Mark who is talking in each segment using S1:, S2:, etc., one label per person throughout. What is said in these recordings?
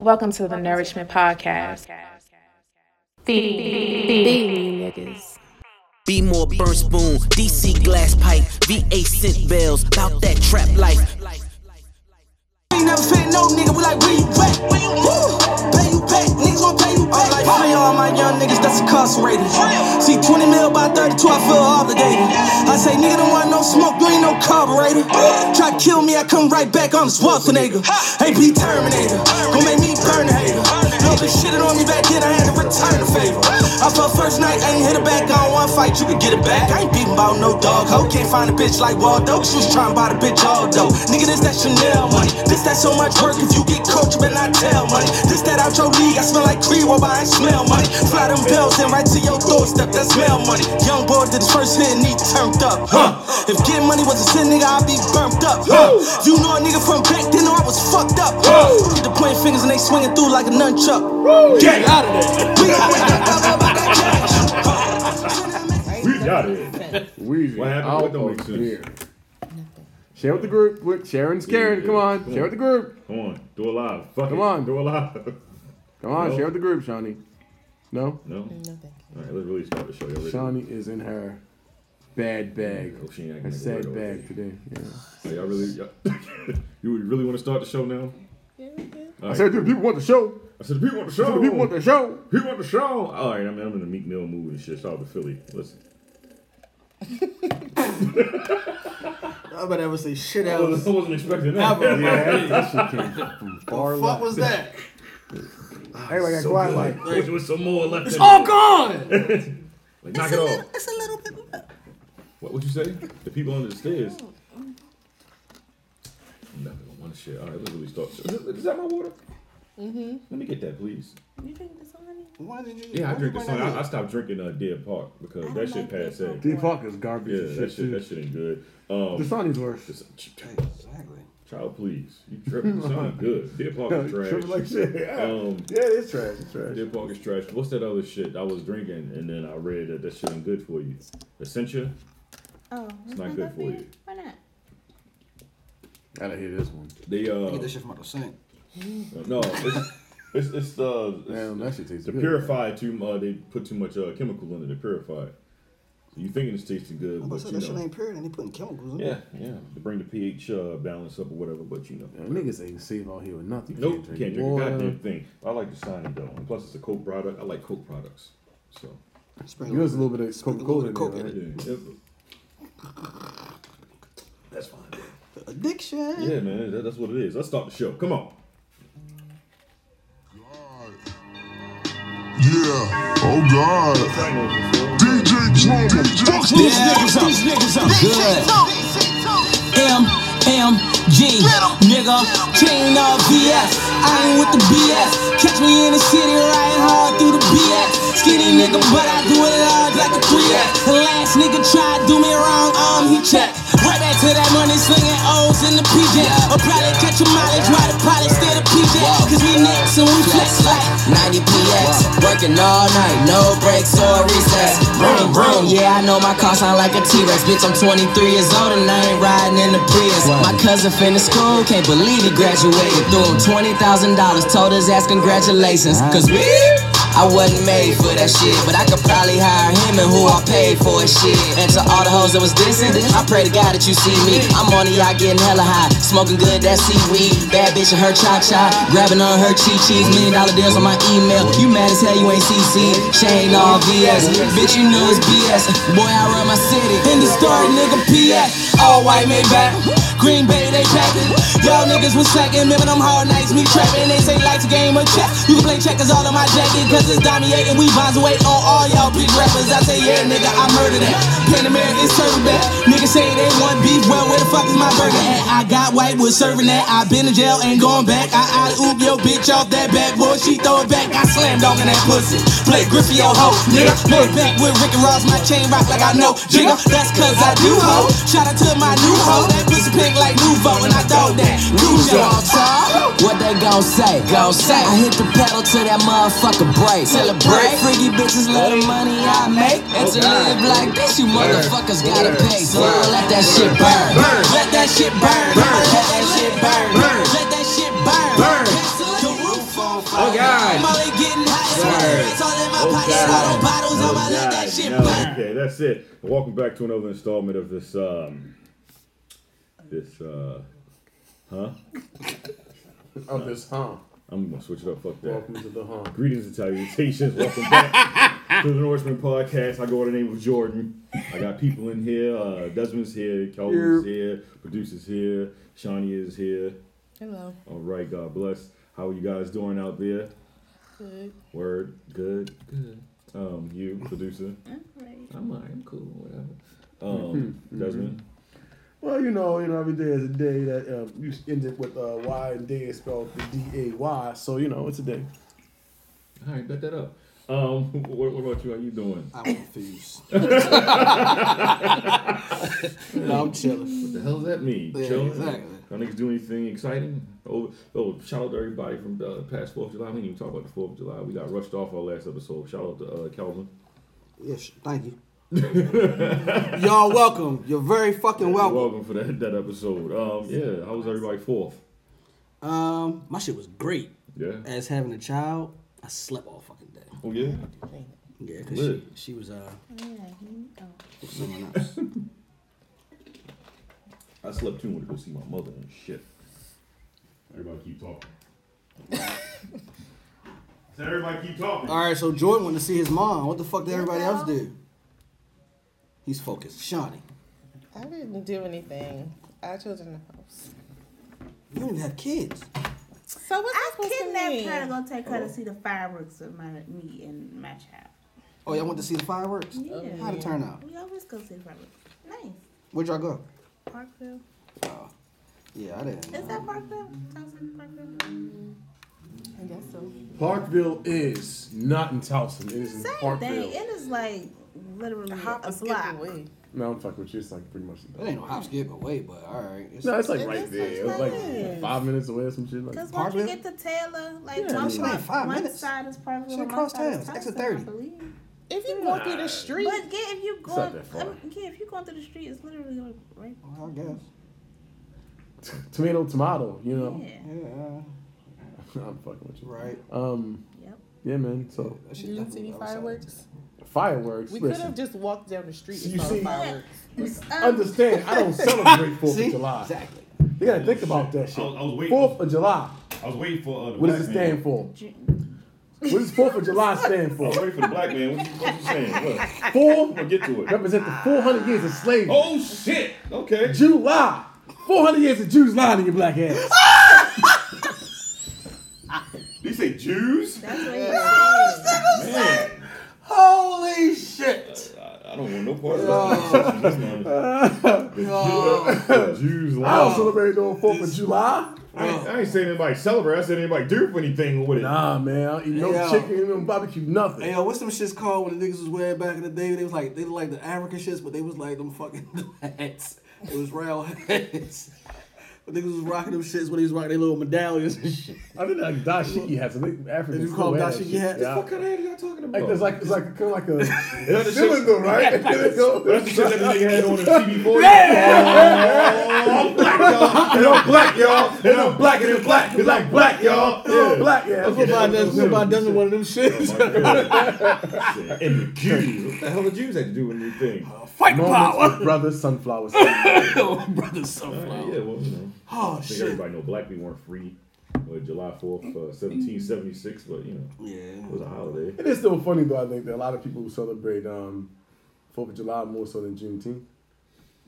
S1: Welcome to the Nourishment Podcast. Feed niggas.
S2: Be more burn spoon, DC glass pipe, VA scent bells, bout that trap life.
S3: ain't never fit no nigga. We like, where you at? Woo! Pay you back, niggas want pay you back. Like, me, all my young niggas that's incarcerated. See, 20 mil by 32, I feel obligated. I say, nigga, don't want no smoke, you ain't no carburetor. Try to kill me, I come right back, I'm Schwarzenegger. AP Terminator, gon' make me burn the hater. Little bitch shitted on me back then, I had to return the favor. I felt first night, ain't hit it back, I don't want fight, you can get it back. I ain't beating about no dog, hoe, can't find a bitch like Waldo. She was trying to buy the bitch all dope. Nigga, this that Chanel money. This that so much work, if you get coached, but not tell money. This that out your league, I smell like Creed, while I ain't smell money. Fly them bells in right to your doorstep, that smell money. Young boy did his first hit and he turned up, huh? If getting money was a sin, nigga, I'd be burnt up, huh? You know a nigga from back then, know I was fucked up, huh? Get the point fingers and they swinging through like a nunchuck. Get out of there. We got
S4: We got it.
S5: Weezy.
S4: What happened?
S5: out
S4: What don't make
S5: of
S4: sense?
S5: here. Share with the group. With Sharon's Karen.
S4: yeah,
S5: Come on.
S4: come on.
S5: Share with the group.
S4: Come on, do it live. Fuck
S5: Come
S4: it.
S5: on.
S4: do it live.
S5: Come on.
S4: No.
S5: Share with the group, Shawnee. No?
S4: No. No, thank you. All right, let's really start the show. Y'all ready?
S5: Shawnee is in her bad bag.
S4: Oh, she ain't
S5: Her
S4: acting like a
S5: sad
S4: weirdo.
S5: bag today. Yeah.
S4: Are y'all really? Y'all, you really want to start the show now?
S5: I said to the people want the show.
S4: I said, people want the
S5: I said
S4: show.
S5: the people want the show.
S4: People want the show. All right, I mean, I'm in the Meek Mill mood and shit. Shout out to Philly. Listen.
S6: I bet I would say shit
S4: I
S6: out.
S4: wasn't, I wasn't expecting that.
S6: Album,
S5: That shit came from far
S6: What
S5: left.
S6: was that?
S5: Everybody got quiet like,
S4: Wish there was some more left. It's
S6: Oh God!
S4: Like, knock it off. It's a little bit. Oh, What would you say? The people under the stairs. I'm never gonna want shit. All right, let's really start. Is, it- is that my water? Mm-hmm. Let me get that, please.
S6: Why did you?
S4: Yeah, I
S6: why
S4: drink
S6: you
S4: this
S6: bring
S4: one.
S6: that
S4: I, I
S6: up?
S4: stopped drinking uh, Dead Park because that shit passed out.
S5: Deep Fuck is garbage.
S4: Yeah,
S5: and
S4: that
S5: shit,
S4: shit,
S5: too.
S4: that shit ain't good. Um,
S5: The Sonny's worse.
S4: it's- Child, please. You tripping? It's not good. Dead Park is trash.
S5: Tripping like shit. Yeah.
S4: Um,
S5: yeah, it's trash. It's trash.
S4: Dead Park is trash. What's that other shit I was drinking and then I read that that shit ain't good for you? Essentia?
S7: Oh,
S4: It's not good for you.
S7: Why not?
S5: Gotta hear this one.
S4: They uh,
S6: Get that shit from out the sink.
S4: No, it's it's, it's uh it's-
S5: Damn, that shit tastes
S4: to
S5: good.
S4: purify it too much. They put too much uh, chemical in it to purify it. So you thinking it's tasting good,
S6: I'm
S4: but
S6: about to say
S4: you
S6: that shit
S4: know,
S6: ain't pure, and they putting chemicals in. it.
S4: yeah, yeah, to bring the pH uh, balance up or whatever. But you know,
S5: Damn, niggas ain't safe out here with nothing. You
S4: nope, can't drink a
S5: water.
S4: goddamn thing. I like the sign though, and plus it's a Coke product. I like Coke products, so
S6: Sprinkle.
S5: You was a little bit of Coca Cola in there.
S6: Coke in
S5: Right?
S4: yeah,
S6: That's fine. Addiction.
S4: yeah man, that, that's what it is. Let's start the show. Come on.
S8: Yeah, oh god. DJ Drama, fuck
S3: These
S8: this
S3: niggas up. These niggas up. Good. MMG, nigga, King of BS. I ain't with the BS. Catch me in the city, riding hard through the BS. Skinny nigga, but I do it large like a 3X. The last nigga tried do me wrong, um, he checked. Right back to that money, slinging O's in the PJ. I'll probably catch a mileage, ride the pilot, stay the PJ. Cause we next and we flex like
S9: 90 PX, working all night, no breaks or recess. Vroom, vroom, yeah, I know my car sound like a T-Rex. Bitch, I'm 23 years old and I ain't riding in the Prius. My cousin finished school, can't believe he graduated. Threw him $20,000, told his ass congratulations. Cause me, I wasn't made for that shit. But I could probably hire him and who I paid for his shit. And to all the hoes that was dissing, I pray to God that you see me. I'm on the yacht getting hella high, smoking good that seaweed. Bad bitch and her cha-cha, grabbing on her chi-chis. Million dollar deals on my email. You mad as hell, you ain't CC. Shane all VS. Bitch, you know it's BS. Boy, I run my city.
S3: In the story, nigga, P.S. All white made back. Green Bay, they packing. Y'all niggas was slacking. Remember them hard nights, me trapping. They say life's a game of chess. You can play checkers all on my jacket, cause it's dominating. We bonds away on all y'all big rappers. I say, yeah, nigga, I murder that. Pan American serving back. Niggas say they want beef. Well, where the fuck is my burger at? I got white, was serving that. I been in jail, ain't going back. I out oop your bitch off that back. Boy, she throw it back. I slam dunk in that pussy. Play Griffey, your hoe, nigga. Made back with Rick and Ross, my chain rock like I know. Jigga, that's cause I do hoe. Shout out to my new hoe. That pussy pink like Nouveau, and I throw that. Cujo.
S9: What they gon' say? Gon' say. I hit the pedal to that motherfucker brake. Till it break. Freaky bitches love the money I make. And to live like this, you motherfuckers gotta pay. So I'll let that shit burn.
S3: Burn. Let that shit burn. Let that shit burn. Let that shit burn. Let that shit burn. Burn. The roof on
S9: Oh, God.
S3: Molly getting hot. and my
S9: Word.
S3: cigarettes all in my
S4: Oh,
S3: pocket.
S4: God.
S3: I don't bottles.
S4: Oh,
S3: I'ma let
S4: God,
S3: that shit
S4: no.
S3: pop.
S4: Okay, that's it. Welcome back to another installment of this um this uh huh?
S5: Oh, this huh?
S4: I'm gonna switch it up, fuck that.
S5: Welcome to the huh.
S4: Greetings and salutations, welcome back to the Norseman Podcast. I go by the name of Jordan. I got people in here, uh Desmond's here, Kelvin's here, producer's here, Shawnee is here.
S7: Hello.
S4: All right, God bless. How are you guys doing out there?
S7: Good.
S4: Word, good, good. Um, you, producer.
S7: Right.
S4: I'm alright, I'm cool, whatever. Um, Desmond.
S5: Well, you know, you know, every day is a day that um, you end it with uh, Y and day is spelled the D A Y. So you know, it's a day.
S4: All right, bet that up. Um, what, what about you? How you doing?
S6: I'm confused. no, I'm chilling.
S4: What the hell does that mean?
S6: Yeah,
S4: Chilling?
S6: exactly.
S4: Y'all niggas do anything exciting? Oh, oh, shout out to everybody from the past 4th of July. We didn't even talk about the 4th of July. We got rushed off our last episode. Shout out to uh, Calvin.
S6: Yes, thank you. Y'all welcome. You're very fucking
S4: You're
S6: welcome.
S4: welcome for that, that episode. Um, yeah, how was everybody 4th?
S6: Um, my shit was great.
S4: Yeah.
S6: As having a child, I slept all fucking day.
S4: Oh, yeah?
S6: Yeah, cause
S4: Lit.
S6: she, she was uh with someone else.
S4: I slept too, wanted to go see my mother and shit. Everybody keep talking. so everybody keep talking.
S6: All right, so Jordan went to see his mom. What the fuck did everybody else do? He's focused. Shawnee,
S7: I didn't do anything. I chilled in the house.
S6: you don't even have kids.
S7: So what's that
S10: I
S7: supposed to
S10: kidnapped
S7: mean?
S10: her to go take her to see the fireworks with my me and my child.
S6: Oh, y'all went to see the fireworks.
S10: Yeah.
S6: How'd it turn out?
S10: We always go see the fireworks. Nice.
S6: Where'd y'all go?
S10: Parkville.
S6: Oh, yeah, I didn't.
S10: Is that Parkville? Thompson Parkville?
S7: I guess so.
S5: Parkville is not in Towson. It is in
S10: Same
S5: Parkville.
S10: thing. It is like literally
S7: Hop
S10: a
S7: and skip
S10: block.
S7: away.
S5: No, I'm fucking with you. It's like pretty much.
S6: It ain't no hop, skip, away, but all right. It's,
S5: No, it's like
S7: It
S5: right
S7: is
S5: there. It was
S7: like
S5: like
S7: that.
S5: five minutes away or some shit. Like,
S10: Because once
S6: Parkville?
S10: you get to Taylor, like
S5: Yeah,
S10: one,
S5: it's like
S10: part,
S6: five
S10: one
S6: minutes.
S10: side is Parkville,
S6: Shit,
S10: and one
S6: cross
S10: side is
S6: towns, exit
S10: Thompson,
S6: 30.
S10: I believe.
S7: If you go through the street,
S10: But yeah, if you go,
S5: not that far.
S10: I mean, yeah, if you going through the street, it's literally right.
S6: I guess.
S5: tomato, tomato. You know,
S10: Yeah.
S6: Yeah,
S5: I'm fucking with you.
S6: right.
S5: Um,
S10: Yep.
S5: yeah, man. So
S6: That shit
S7: you didn't see
S6: definitely
S7: any
S6: outside.
S7: fireworks.
S5: fireworks.
S7: We could
S5: listen,
S7: have just walked down the street
S5: You
S7: and saw
S5: see-
S7: the fireworks.
S5: understand? I don't celebrate Fourth
S6: See?
S5: of July.
S6: Exactly.
S5: You gotta think about that shit.
S7: Oh,
S4: I was- I was waiting.
S5: Fourth of July.
S4: I was waiting for uh, the
S5: What
S4: black
S5: does it
S4: man.
S5: stand for? What does Fourth of July stand
S4: I
S5: for?
S4: was waiting for the black man. What you, what you saying? Look.
S5: Four
S4: We'll get to it.
S5: represent the 400 years of slavery.
S4: Oh shit! Okay.
S5: July. 400 years of Jews lying to your black ass.
S4: You say Jews?
S10: That's what he
S4: Man, Uh,
S6: Holy shit!
S4: I, I don't want no part of this. man. The Jew- the Jews
S5: I don't
S4: lie.
S5: celebrate no 4th of July.
S4: I, ain't- I ain't saying anybody celebrate. I said anybody do anything with it.
S5: Nah, man. I don't eat no
S6: Yeah.
S5: chicken, no barbecue, nothing.
S6: Hey, yo, what's them shits called when the niggas was wearing back in the day? They was like, they look like the African shits, but they was like them fucking hats. It was round hats. The niggas was rocking them shits when he was rocking their little medallions and shit.
S5: I think like dashiki hats. I think Africans
S6: Did you
S5: still
S6: call them
S5: wear that
S6: dashiki
S5: shit.
S6: hats?
S5: Yeah.
S4: What kind of head are y'all talking about?
S5: Like, there's like, it's like, kind of like a
S4: that's, the shit,
S5: cylinder, right?
S4: that's the shit that the nigga had on the TV4. Yeah! I'm black, y'all. And I'm black, y'all. And I'm blacker than black. It's like black, y'all.
S5: Oh,
S4: Yeah.
S5: black yeah.
S6: What about does what about doesn't one of them shits?
S4: And the Jews. What Oh, the hell the Jews had to do with anything?
S6: Fight
S5: Moments
S6: power,
S5: with brother sunflower. seed.
S6: brother
S4: Alright,
S6: sunflower.
S4: yeah, well, you know.
S6: Oh
S4: I think
S6: shit.
S4: everybody know black people weren't free on July 4th, uh, 1776, but you know, it was
S6: Yeah.
S4: a holiday.
S5: it is still funny though. I think that a lot of people celebrate um, Fourth of July more so than Juneteenth.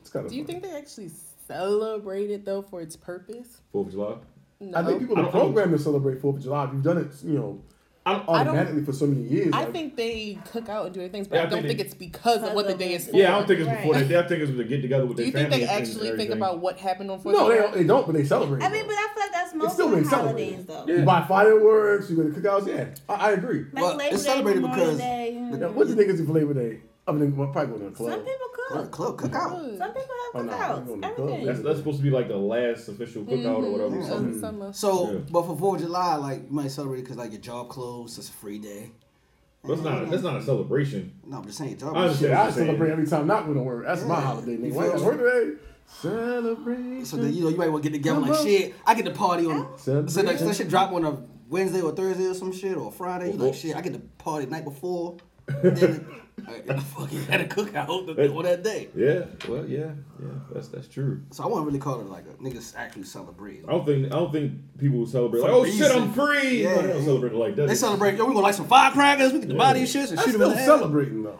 S5: It's kind of.
S7: Do you think they actually celebrated though for its purpose?
S4: 4th of July?
S7: No.
S5: I think people are programmed to celebrate Fourth of July. If you've done it, you know,
S7: I don't-
S5: automatically for so many years.
S7: I
S5: like,
S7: think they cook out and do their things, but
S4: Yeah, I
S7: I don't
S4: think
S7: think
S4: they-
S7: it's because of what the day is for.
S4: Yeah, I don't think it's
S10: Right.
S4: before that. day. I think it's to get together with
S7: Do
S4: their
S7: you think
S4: family
S7: they
S4: and
S7: actually think
S4: everything.
S7: about what happened on Fourth
S5: no,
S7: of
S5: they
S7: July?
S5: don't, they don't, but they celebrate.
S10: I mean, but I feel like that's
S5: it's
S10: most
S5: still
S10: of
S5: being
S10: the holidays,
S5: celebrated.
S10: though.
S5: You buy fireworks. You go to cookouts. Yeah, I, I agree.
S10: Like
S6: Well,
S10: Labor
S6: it's
S10: Day,
S6: celebrated
S10: Memorial
S6: because-
S10: Day, mm.
S5: Now, what do you niggas do for Labor Day? I mean, well, probably going to a club.
S10: some people
S6: What a
S10: cook.
S6: club cookout.
S10: Some people
S5: Oh,
S10: have
S5: no,
S10: cookouts.
S5: I'm gonna cook.
S10: everything.
S4: That's, that's supposed to be like the last official cookout
S7: Mm-hmm.
S4: or whatever.
S7: Of
S4: something.
S7: summer.
S6: So,
S4: Yeah.
S6: but for Fourth of July, like you might celebrate because like your job closed, it's a free day.
S4: That's not that's not a celebration.
S6: No, I'm just saying, job.
S4: I understand.
S5: Shit, I
S4: That's what I'm
S5: celebrate every time not going to work. That's my holiday, nigga. Why you gotta work today? Celebrate.
S6: So then you know you might want to get together like shit. I get to party on. So
S5: Celebrate.
S6: that, that shit drop on a Wednesday or Thursday or some shit or Friday. You
S4: Oh,
S6: like shit. I get to party the night before. Then I, I fucking had a cookout the- on that day.
S4: Yeah, well, yeah, yeah. That's that's true.
S6: So I wouldn't really call it like a niggas actually celebrating.
S4: I don't think I don't think people would celebrate.
S6: For
S4: Like, oh
S6: reason.
S4: shit, I'm free.
S6: Yeah.
S4: Like, they don't celebrate it like that.
S6: They celebrate. Yo, we gonna light some firecrackers. We get the body and shit and
S5: That's
S6: shoot them in
S5: still
S6: the head.
S5: celebrating though.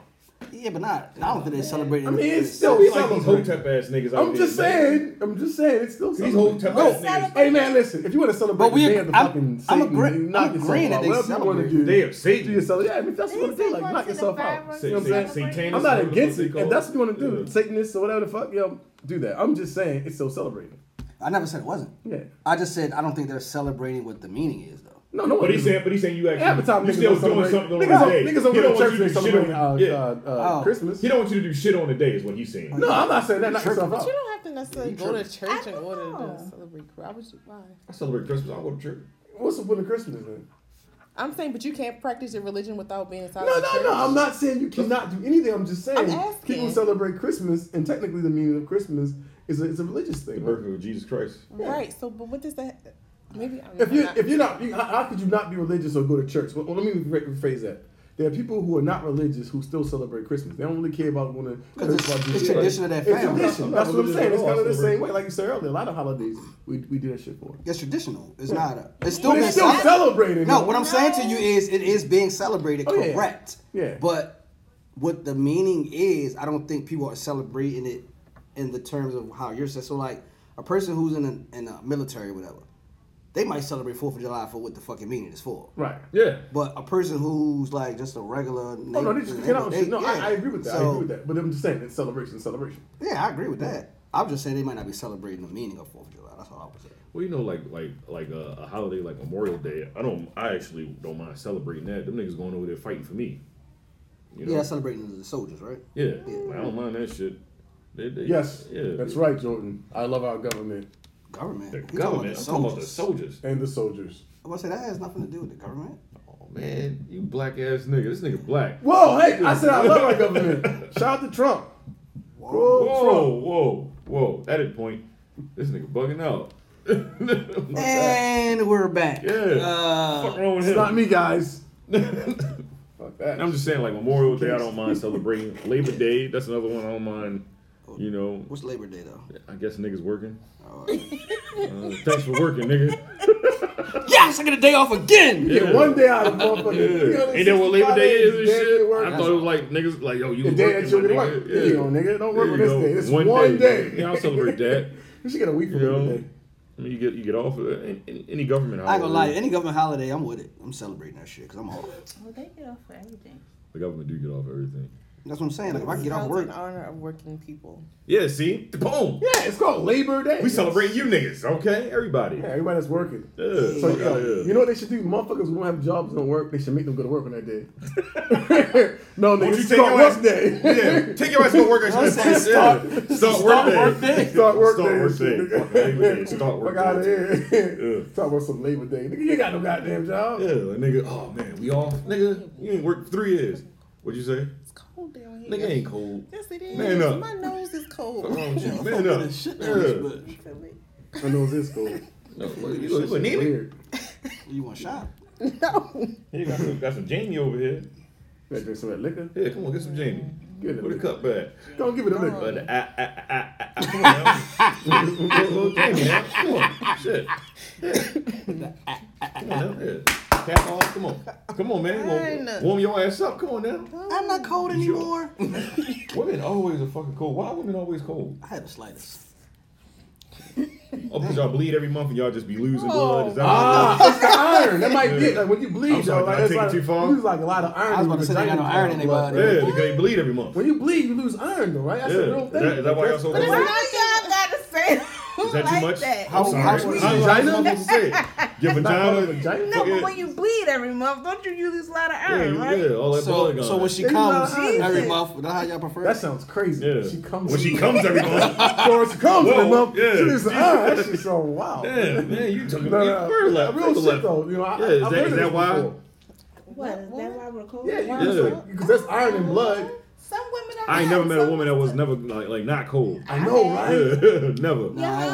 S6: Yeah, but not. I don't think they celebrate.
S5: I mean, it's still
S4: Be like these
S5: celebrating.
S4: hotep ass niggas. out
S5: I'm just
S4: there, man.
S5: saying. I'm just saying. It's still
S4: These
S5: celebrating.
S4: hotep
S5: No.
S4: ass niggas.
S5: Hey man, listen. If you want to celebrate
S6: But we-
S5: the day of the
S6: I'm-
S5: fucking
S6: I'm
S5: Satan,
S6: agree-
S5: you knock
S6: I'm
S5: yourself
S6: agreeing
S5: out.
S6: that they
S5: Whatever you want to
S6: celebrate
S5: do,
S4: Day of Satan.
S5: do yourself. Yeah, I mean, if that's what you want to do.
S10: They
S5: Like
S10: say
S5: knock
S10: go to the
S5: yourself out.
S10: fireworks
S5: You know what
S10: and
S5: I'm saying?
S10: celebrate.
S4: Satanist
S5: I'm not
S4: or whatever
S5: against
S4: they
S5: it.
S4: call
S5: If that's what you want to do,
S4: Yeah.
S5: Satanists or whatever the fuck, yo, do that. I'm just saying it's still celebrating.
S6: I never said it wasn't.
S5: Yeah.
S6: I just said I don't think they're celebrating what the meaning is though.
S5: No, no.
S4: But he's saying, but he's saying you actually,
S5: half the time
S4: you
S5: niggas
S4: still
S5: don't
S4: doing
S5: celebrate.
S4: something on
S5: Niggas
S4: the
S5: don't-
S4: day.
S5: niggas don't
S4: He
S5: go to
S4: want
S5: church
S4: you
S5: to
S4: do shit on-
S5: celebrate uh,
S4: yeah.
S5: uh, uh,
S6: Oh.
S5: Christmas.
S4: He don't want you to do shit on the day. Is what he's saying.
S5: No, I'm not saying that. Knock yourself
S7: But
S5: out.
S7: you don't have to necessarily go to church in
S10: don't
S7: order to
S10: know.
S7: celebrate. Why would you? Why?
S4: I celebrate Christmas. I go to church.
S5: What's up with the Christmas then?
S7: I'm saying, but you can't practice your religion without being inside
S5: No,
S7: the church.
S5: no, no. I'm not saying you cannot do anything. I'm just saying
S7: I'm asking.
S5: people celebrate Christmas, and technically the meaning of Christmas is a, it's a religious
S4: The
S5: thing.
S4: birth of Jesus Christ.
S7: Right. So, but what does that? Maybe I'm
S5: If you
S7: not-
S5: if you're not, you, how, how could you not be religious or go to church? Well, let me re- rephrase that. There are people who are not religious who still celebrate Christmas. They don't really care about going to
S6: Because it's-
S5: church about
S6: it's
S5: Jesus.
S6: tradition of their
S5: It's
S6: family.
S5: tradition.
S4: Not
S5: That's what I'm
S4: religious
S5: saying.
S4: at
S5: It's
S4: all.
S5: kind of the
S4: Celebrate.
S5: same way, like you said earlier. A lot of holidays we, we do that shit for.
S6: It's traditional. It's not. A, it's still
S5: But
S6: being
S5: it's still
S6: cele-
S5: celebrating.
S6: No,
S5: though.
S6: what I'm saying to you is it is being celebrated.
S5: Oh, yeah.
S6: correct.
S5: Yeah.
S6: But what the meaning is, I don't think people are celebrating it in the terms of how you're saying. So like a person who's in a, in a military, or whatever, they might celebrate Fourth of July for what the fucking meaning is for.
S5: right.
S4: Yeah.
S6: But a person who's like just a regular.
S5: Oh, no, they just get out and shit. No, I, I agree with that. I agree with that. But I'm just saying, it's celebration, celebration.
S6: Yeah, I agree with that. I'm just saying they might not be celebrating the meaning of Fourth of July. That's all I was saying.
S4: Well, you know, like like like uh, a, a holiday like Memorial Day. I don't. I actually don't mind celebrating that. Them niggas going over there fighting for me. You know?
S6: Yeah, celebrating the soldiers, right?
S4: Yeah. Like, I don't mind that shit. They, they,
S5: Yes,
S4: Yeah.
S5: that's right, Jordan. I love our government
S6: Government.
S4: The
S6: You talking about
S4: government. I'm talking about the soldiers.
S5: and the soldiers.
S6: I'm gonna say that has nothing to do with the government.
S4: Oh man, you black ass nigga. This nigga black.
S5: Whoa, hey, I said I love our government. Shout out to Trump. Whoa,
S4: Whoa, whoa, whoa. Edit point. This nigga bugging out.
S6: And we're back.
S4: yeah. Fuck wrong with
S5: It's
S4: him?
S5: not me, guys. Fuck
S4: And
S5: that.
S4: I'm just saying, like Memorial Day, I don't mind celebrating. Labor Day, that's another one I don't mind.
S5: Oh,
S4: You know,
S6: What's Labor Day though?
S4: I guess niggas working. Uh, thanks for working, nigga.
S6: Yes, I get a day off again.
S5: You get one day out of motherfucking.
S4: Yeah. Ain't that what Labor Day is and shit? I thought it
S5: The
S4: was like niggas, like yo, you was
S5: day that you
S4: working,
S5: get
S4: my
S5: to work.
S4: nigga.
S5: There you go, nigga. Don't work
S4: There
S5: on
S4: you
S5: this
S4: go.
S5: day. It's one day.
S4: Yeah, I'll celebrate that.
S5: You should get a week
S4: You
S5: from
S4: know,
S5: today.
S4: I mean, you get you get off of any, any- any government.
S6: I ain't gonna lie,
S4: holiday.
S6: any government holiday, I'm with it. I'm celebrating that shit because I'm off.
S10: Well, they get off for everything.
S4: The government do get off everything.
S6: That's what I'm saying. Like if I can get off
S7: Sounds
S6: work,
S7: in honor of working people.
S4: Yeah, see, boom.
S5: Yeah, it's called Labor Day.
S4: We celebrate you niggas, okay? Everybody.
S5: Yeah, everybody that's working.
S4: Yeah,
S5: So
S4: fuck
S5: yo,
S4: outta here.
S5: you know what they should do? Motherfuckers who don't have jobs and don't work, they should make them go to work on that day. no,
S4: Won't
S5: nigga,
S4: you
S5: it's
S4: take
S5: called
S4: your ass?
S5: work day.
S4: Yeah, take your ass to work.
S6: I'm saying
S4: start, start work day.
S5: Start work
S4: Start
S5: day.
S4: work day. Fuck Labor Day. Start work
S5: Fuck out of
S4: day.
S5: here.
S4: Yeah.
S5: Talk about some Labor Day. Nigga, you ain't got no goddamn job.
S4: Yeah, like, nigga. Oh man, we off, nigga. You ain't worked for three years. What'd you say?
S7: It's cold down here.
S4: Nigga ain't cold.
S7: Yes, it is.
S4: Man up.
S7: My nose is
S4: What's
S7: cold.
S4: wrong with you? Man
S6: I'm
S4: up.
S6: gonna shit down this
S4: Yeah.
S6: bitch.
S7: Feel it?
S5: I know it's cool.
S4: No, look, you look- you look needy.
S5: Weird.
S6: You want shop?
S7: No.
S4: You got some, got some Jamie over here.
S5: Better drink some of that liquor.
S4: Yeah, come on, get some Jamie.
S5: Give it a
S4: With a
S5: liquor.
S4: cup bag.
S5: Don't give it a
S4: But
S5: liquor.
S4: I, I, I, I, I, come on, now. Little Jamie, now. Come on, shit. Yeah. Come on now, yeah. Cap off, come on. Come on, man. Warm,
S7: Fine.
S4: warm your ass up. Come on now.
S6: I'm not cold anymore.
S4: Women always are fucking cold. Why women always cold?
S6: I had the slightest.
S4: Oh, because y'all bleed every month and y'all just be losing blood. Is that
S5: Ah, it's the iron. That might be it.
S4: Yeah.
S5: Like when you
S4: I'm
S5: bleed,
S4: sorry,
S5: yo, like,
S4: did I
S5: it's
S4: take it
S5: like,
S4: too far?
S5: you lose like a lot of iron.
S6: I was about
S5: in
S6: to say
S5: your
S6: they got no
S5: vagina
S6: iron
S5: and
S6: in their
S5: blood.
S6: body.
S4: Yeah, because they bleed every month.
S5: When you bleed, you lose iron, though, right? That's
S4: Yeah.
S5: a real
S4: Is
S5: thing.
S4: that- is that why y'all so
S10: Why
S4: Why
S10: y'all gotta say
S4: Is that too
S10: like
S4: much?
S10: that?
S4: I'm sorry. How,
S6: Vagina?
S4: am I supposed to say it? Your
S5: Not
S4: vagina?
S5: part of vagina?
S10: No,
S4: Yeah.
S10: but when you bleed every month, don't you use a lot of
S4: Yeah,
S10: iron,
S4: you-
S10: right?
S4: yeah, all that blood
S6: So,
S4: gone.
S6: so when she
S5: They
S6: comes
S5: lie.
S6: every month, is that how y'all prefer?
S5: That sounds crazy.
S4: yeah.
S5: She comes.
S4: when she comes every month.
S5: Or she comes
S4: Whoa,
S5: in the month.
S4: yeah.
S5: She loses iron. "Ah, That shit's so wild.
S4: Yeah, man, you talking
S5: No,
S4: about
S5: no,
S4: you left,
S5: real
S4: further
S5: shit
S4: left.
S5: though. You know, I,
S4: Yeah, is
S5: I've
S4: that-
S5: heard
S4: is
S5: of
S4: that
S5: this
S4: why?
S5: before.
S10: What? Is that why we're cold?
S5: Yeah,
S4: Yeah.
S5: because that's iron and blood.
S7: Some women are.
S4: I ain't never
S7: hot,
S4: met a
S7: some-
S4: woman that was never like like not cold.
S5: I know, right?
S4: Yeah, never.
S6: Nah, I ain't gonna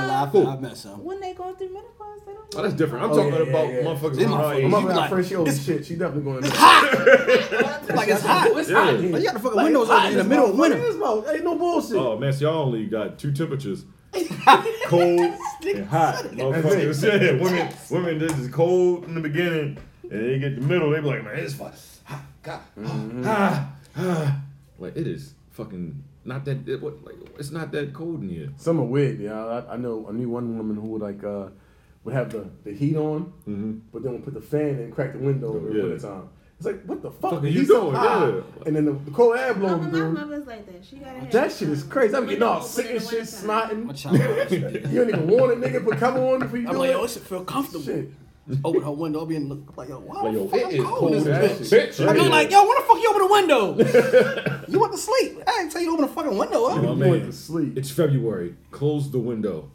S6: lie, I, feel- I met some.
S7: When they go through menopause, they don't.
S4: Oh, that's different. I'm
S5: Oh,
S4: talking
S5: yeah, yeah,
S4: about
S5: yeah.
S4: motherfuckers
S6: Them
S4: my
S6: motherfuckers.
S4: age.
S5: My
S6: You
S5: like,
S6: like-
S5: friend, she old as shit. She definitely going. It's
S6: Like it's hot.
S5: It's
S4: Yeah.
S5: hot.
S4: But
S5: here.
S6: you got the fucking
S5: Like,
S6: windows
S5: it's hot
S6: open in
S5: this
S6: the middle of
S5: motherfucker.
S6: winter.
S5: This motherfucker- Ain't no bullshit.
S4: Oh man, so y'all only got two temperatures. cold and hot. Motherfuckers. Yeah, women women this is cold in the beginning and they get the middle, they be like, man, it's fucking hot. God.
S5: Mm-hmm.
S4: Ah, ah. Like it is fucking not that it, what like it's not that cold in here.
S5: Some are weird, yeah. I, I know. I knew one woman who would like uh, would have the, the heat on, but then would put the fan and crack the window in
S4: Mm-hmm. Yeah.
S5: the winter time. It's like, what the fuck
S4: Fuck
S5: the
S4: are you
S5: heat's so
S4: doing?
S5: high.
S4: Yeah.
S5: And then the, the cold air
S10: Oh,
S5: blowing
S10: but my
S5: through.
S10: mama's like that. She gotta have
S5: That shit is
S10: some.
S5: crazy. I'm getting all
S10: Open
S5: sick
S10: in
S5: and
S10: the
S5: shit,
S10: wintertime.
S5: snotting.
S6: My child.
S5: You don't even want it, nigga. Put cover on before you
S6: I'm
S5: do
S6: like, yo,
S5: it.
S6: this shit feel comfortable.
S5: Shit.
S6: Open her window, I'll be in the I'm like, yo, why
S4: Like
S6: the
S4: yo,
S6: fuck
S4: it
S6: I'm
S4: is
S6: cold
S4: cold
S6: in
S4: as
S6: this bitch?
S4: bitch.
S6: I be
S4: Yeah.
S6: like, yo, why the fuck you open the window? you want to sleep? I didn't tell you to open the fucking window up.
S4: My
S5: You
S4: man,
S5: went to sleep.
S4: It's February. Close the window.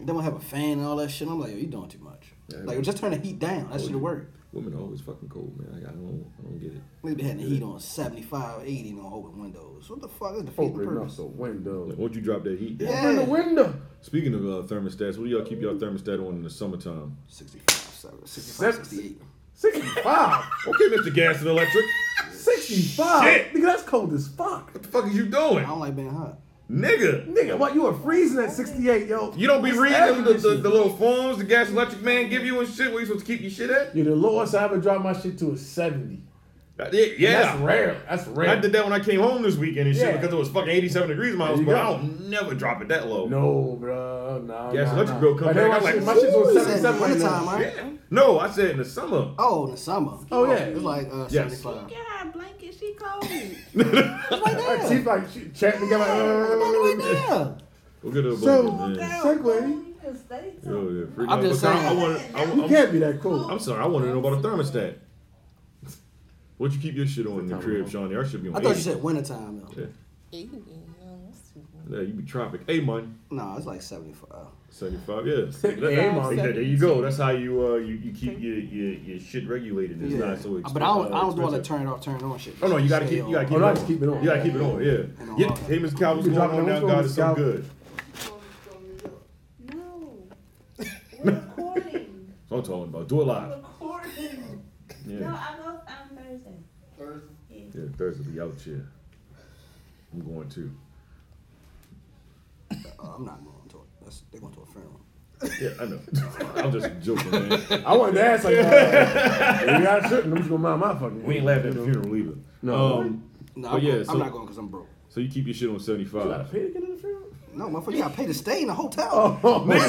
S6: Then we'll have a fan and all that shit. I'm like, yo, you doing too much. like, just turn the heat down.
S4: Oh,
S6: That shit work.
S4: Women are always fucking cold, man. Like, I don't I don't get it.
S6: Niggas be having the heat on 75, 80 and on open windows. What the fuck is the fucking
S5: Open up
S6: purpose?
S5: the window.
S4: Like, won't you drop that heat?
S6: Yeah.
S5: Open the window.
S4: Speaking of uh, thermostats, what do y'all keep y'all thermostat on in the summertime?
S6: 65, 65, 68.
S5: 65.
S4: Okay, Mr. Gas and Electric.
S5: 65.
S4: Shit.
S5: Nigga, that's cold as fuck.
S4: What the fuck is you
S6: I
S4: doing?
S6: don't like being hot.
S4: Nigga.
S5: Nigga, what? You were freezing at 68, yo.
S4: You don't be
S5: What's
S4: reading the,
S5: happening
S4: the,
S5: to
S4: the
S5: you?
S4: little forms the gas and electric man give you and shit where you supposed to keep your shit at?
S5: Yeah, the lowest I ever dropped my shit to is 70.
S4: Uh, Yeah.
S5: That's
S4: yeah.
S5: rare. That's rare.
S4: I did that when I came home this weekend and shit
S5: Yeah.
S4: because it was fucking 87 degrees in my house,
S5: you
S4: but
S5: go.
S4: I'll never drop it that low.
S5: No, bro. Nah.
S4: Gas
S5: nah,
S4: electric
S5: nah.
S4: bill come
S5: Like,
S4: back,
S5: My,
S4: I'm
S5: shit,
S4: like,
S5: my shit's
S4: woo.
S5: on
S6: You said in the
S5: 77 right
S6: wintertime,
S5: now.
S6: right?
S4: Yeah. No, I said in the summer.
S6: Oh, in the summer.
S5: Oh, yeah.
S6: It's like uh,
S4: Yes.
S6: 75.
S10: Get her a blanket. She cold.
S5: Like, she's like, "Uh." she chatting together.
S6: Right
S5: Like,
S6: there.
S4: We'll get a
S5: So-
S4: bunch man.
S5: Segway.
S10: You can stay
S4: Yeah,
S10: cold.
S4: yeah, freak
S6: I'm
S4: out.
S6: just
S4: But
S6: saying.
S4: I, I wanna- I-
S5: You
S4: I'm-
S5: can't be that cool.
S4: I'm sorry, I want to know about a thermostat. What you keep your shit on in the crib, Shawnee? I should be on
S6: I thought you
S4: 80.
S6: said wintertime, though.
S4: Yeah.
S7: Ew, no, that's too warm.
S4: Yeah, you be tropic. Hey, man.
S6: No, it's like 75.
S4: 75, yeah.
S5: Hey, man.
S4: Yeah, there you go. That's how you uh you, you keep your, your your shit regulated. It's
S6: Yeah.
S4: not so expensive.
S6: but I don't, I don't want to turn it off, turn it on shit.
S4: Oh no, you gotta
S6: Stay
S4: keep you
S6: on.
S4: gotta keep,
S5: Oh,
S4: it,
S5: no,
S4: on.
S5: just keep it on.
S4: You gotta keep it on, yeah.
S6: And
S4: yeah.
S6: on.
S4: Hey Miss Cow, what's
S5: You
S4: going on
S5: can drop it on
S4: now?
S5: the
S4: God
S5: phone,
S4: is
S5: Miss
S4: so
S5: Cow.
S4: good.
S10: No. We're recording.
S4: That's what I'm talking about. Do it live.
S10: recording. No,
S4: Yeah.
S10: I go on Thursday.
S4: Yeah, Thursday be out here. I'm going to.
S6: Uh, I'm not going to it. That's, they're going to a funeral.
S4: Yeah, I know. I'm just joking, man.
S5: I wanted to ask, like, uh, maybe I shouldn't. I'm just gonna mind my fucking.
S4: We ain't laughing at the funeral either.
S5: No.
S4: Um,
S6: No,
S4: But
S6: I'm,
S4: yeah,
S6: going-
S4: so-
S6: I'm not going because I'm broke.
S4: so you keep your shit on 75.
S5: Pay to get in the funeral?
S6: No, motherfucker, you got to pay to stay in a hotel.
S5: Oh,
S4: Nigga,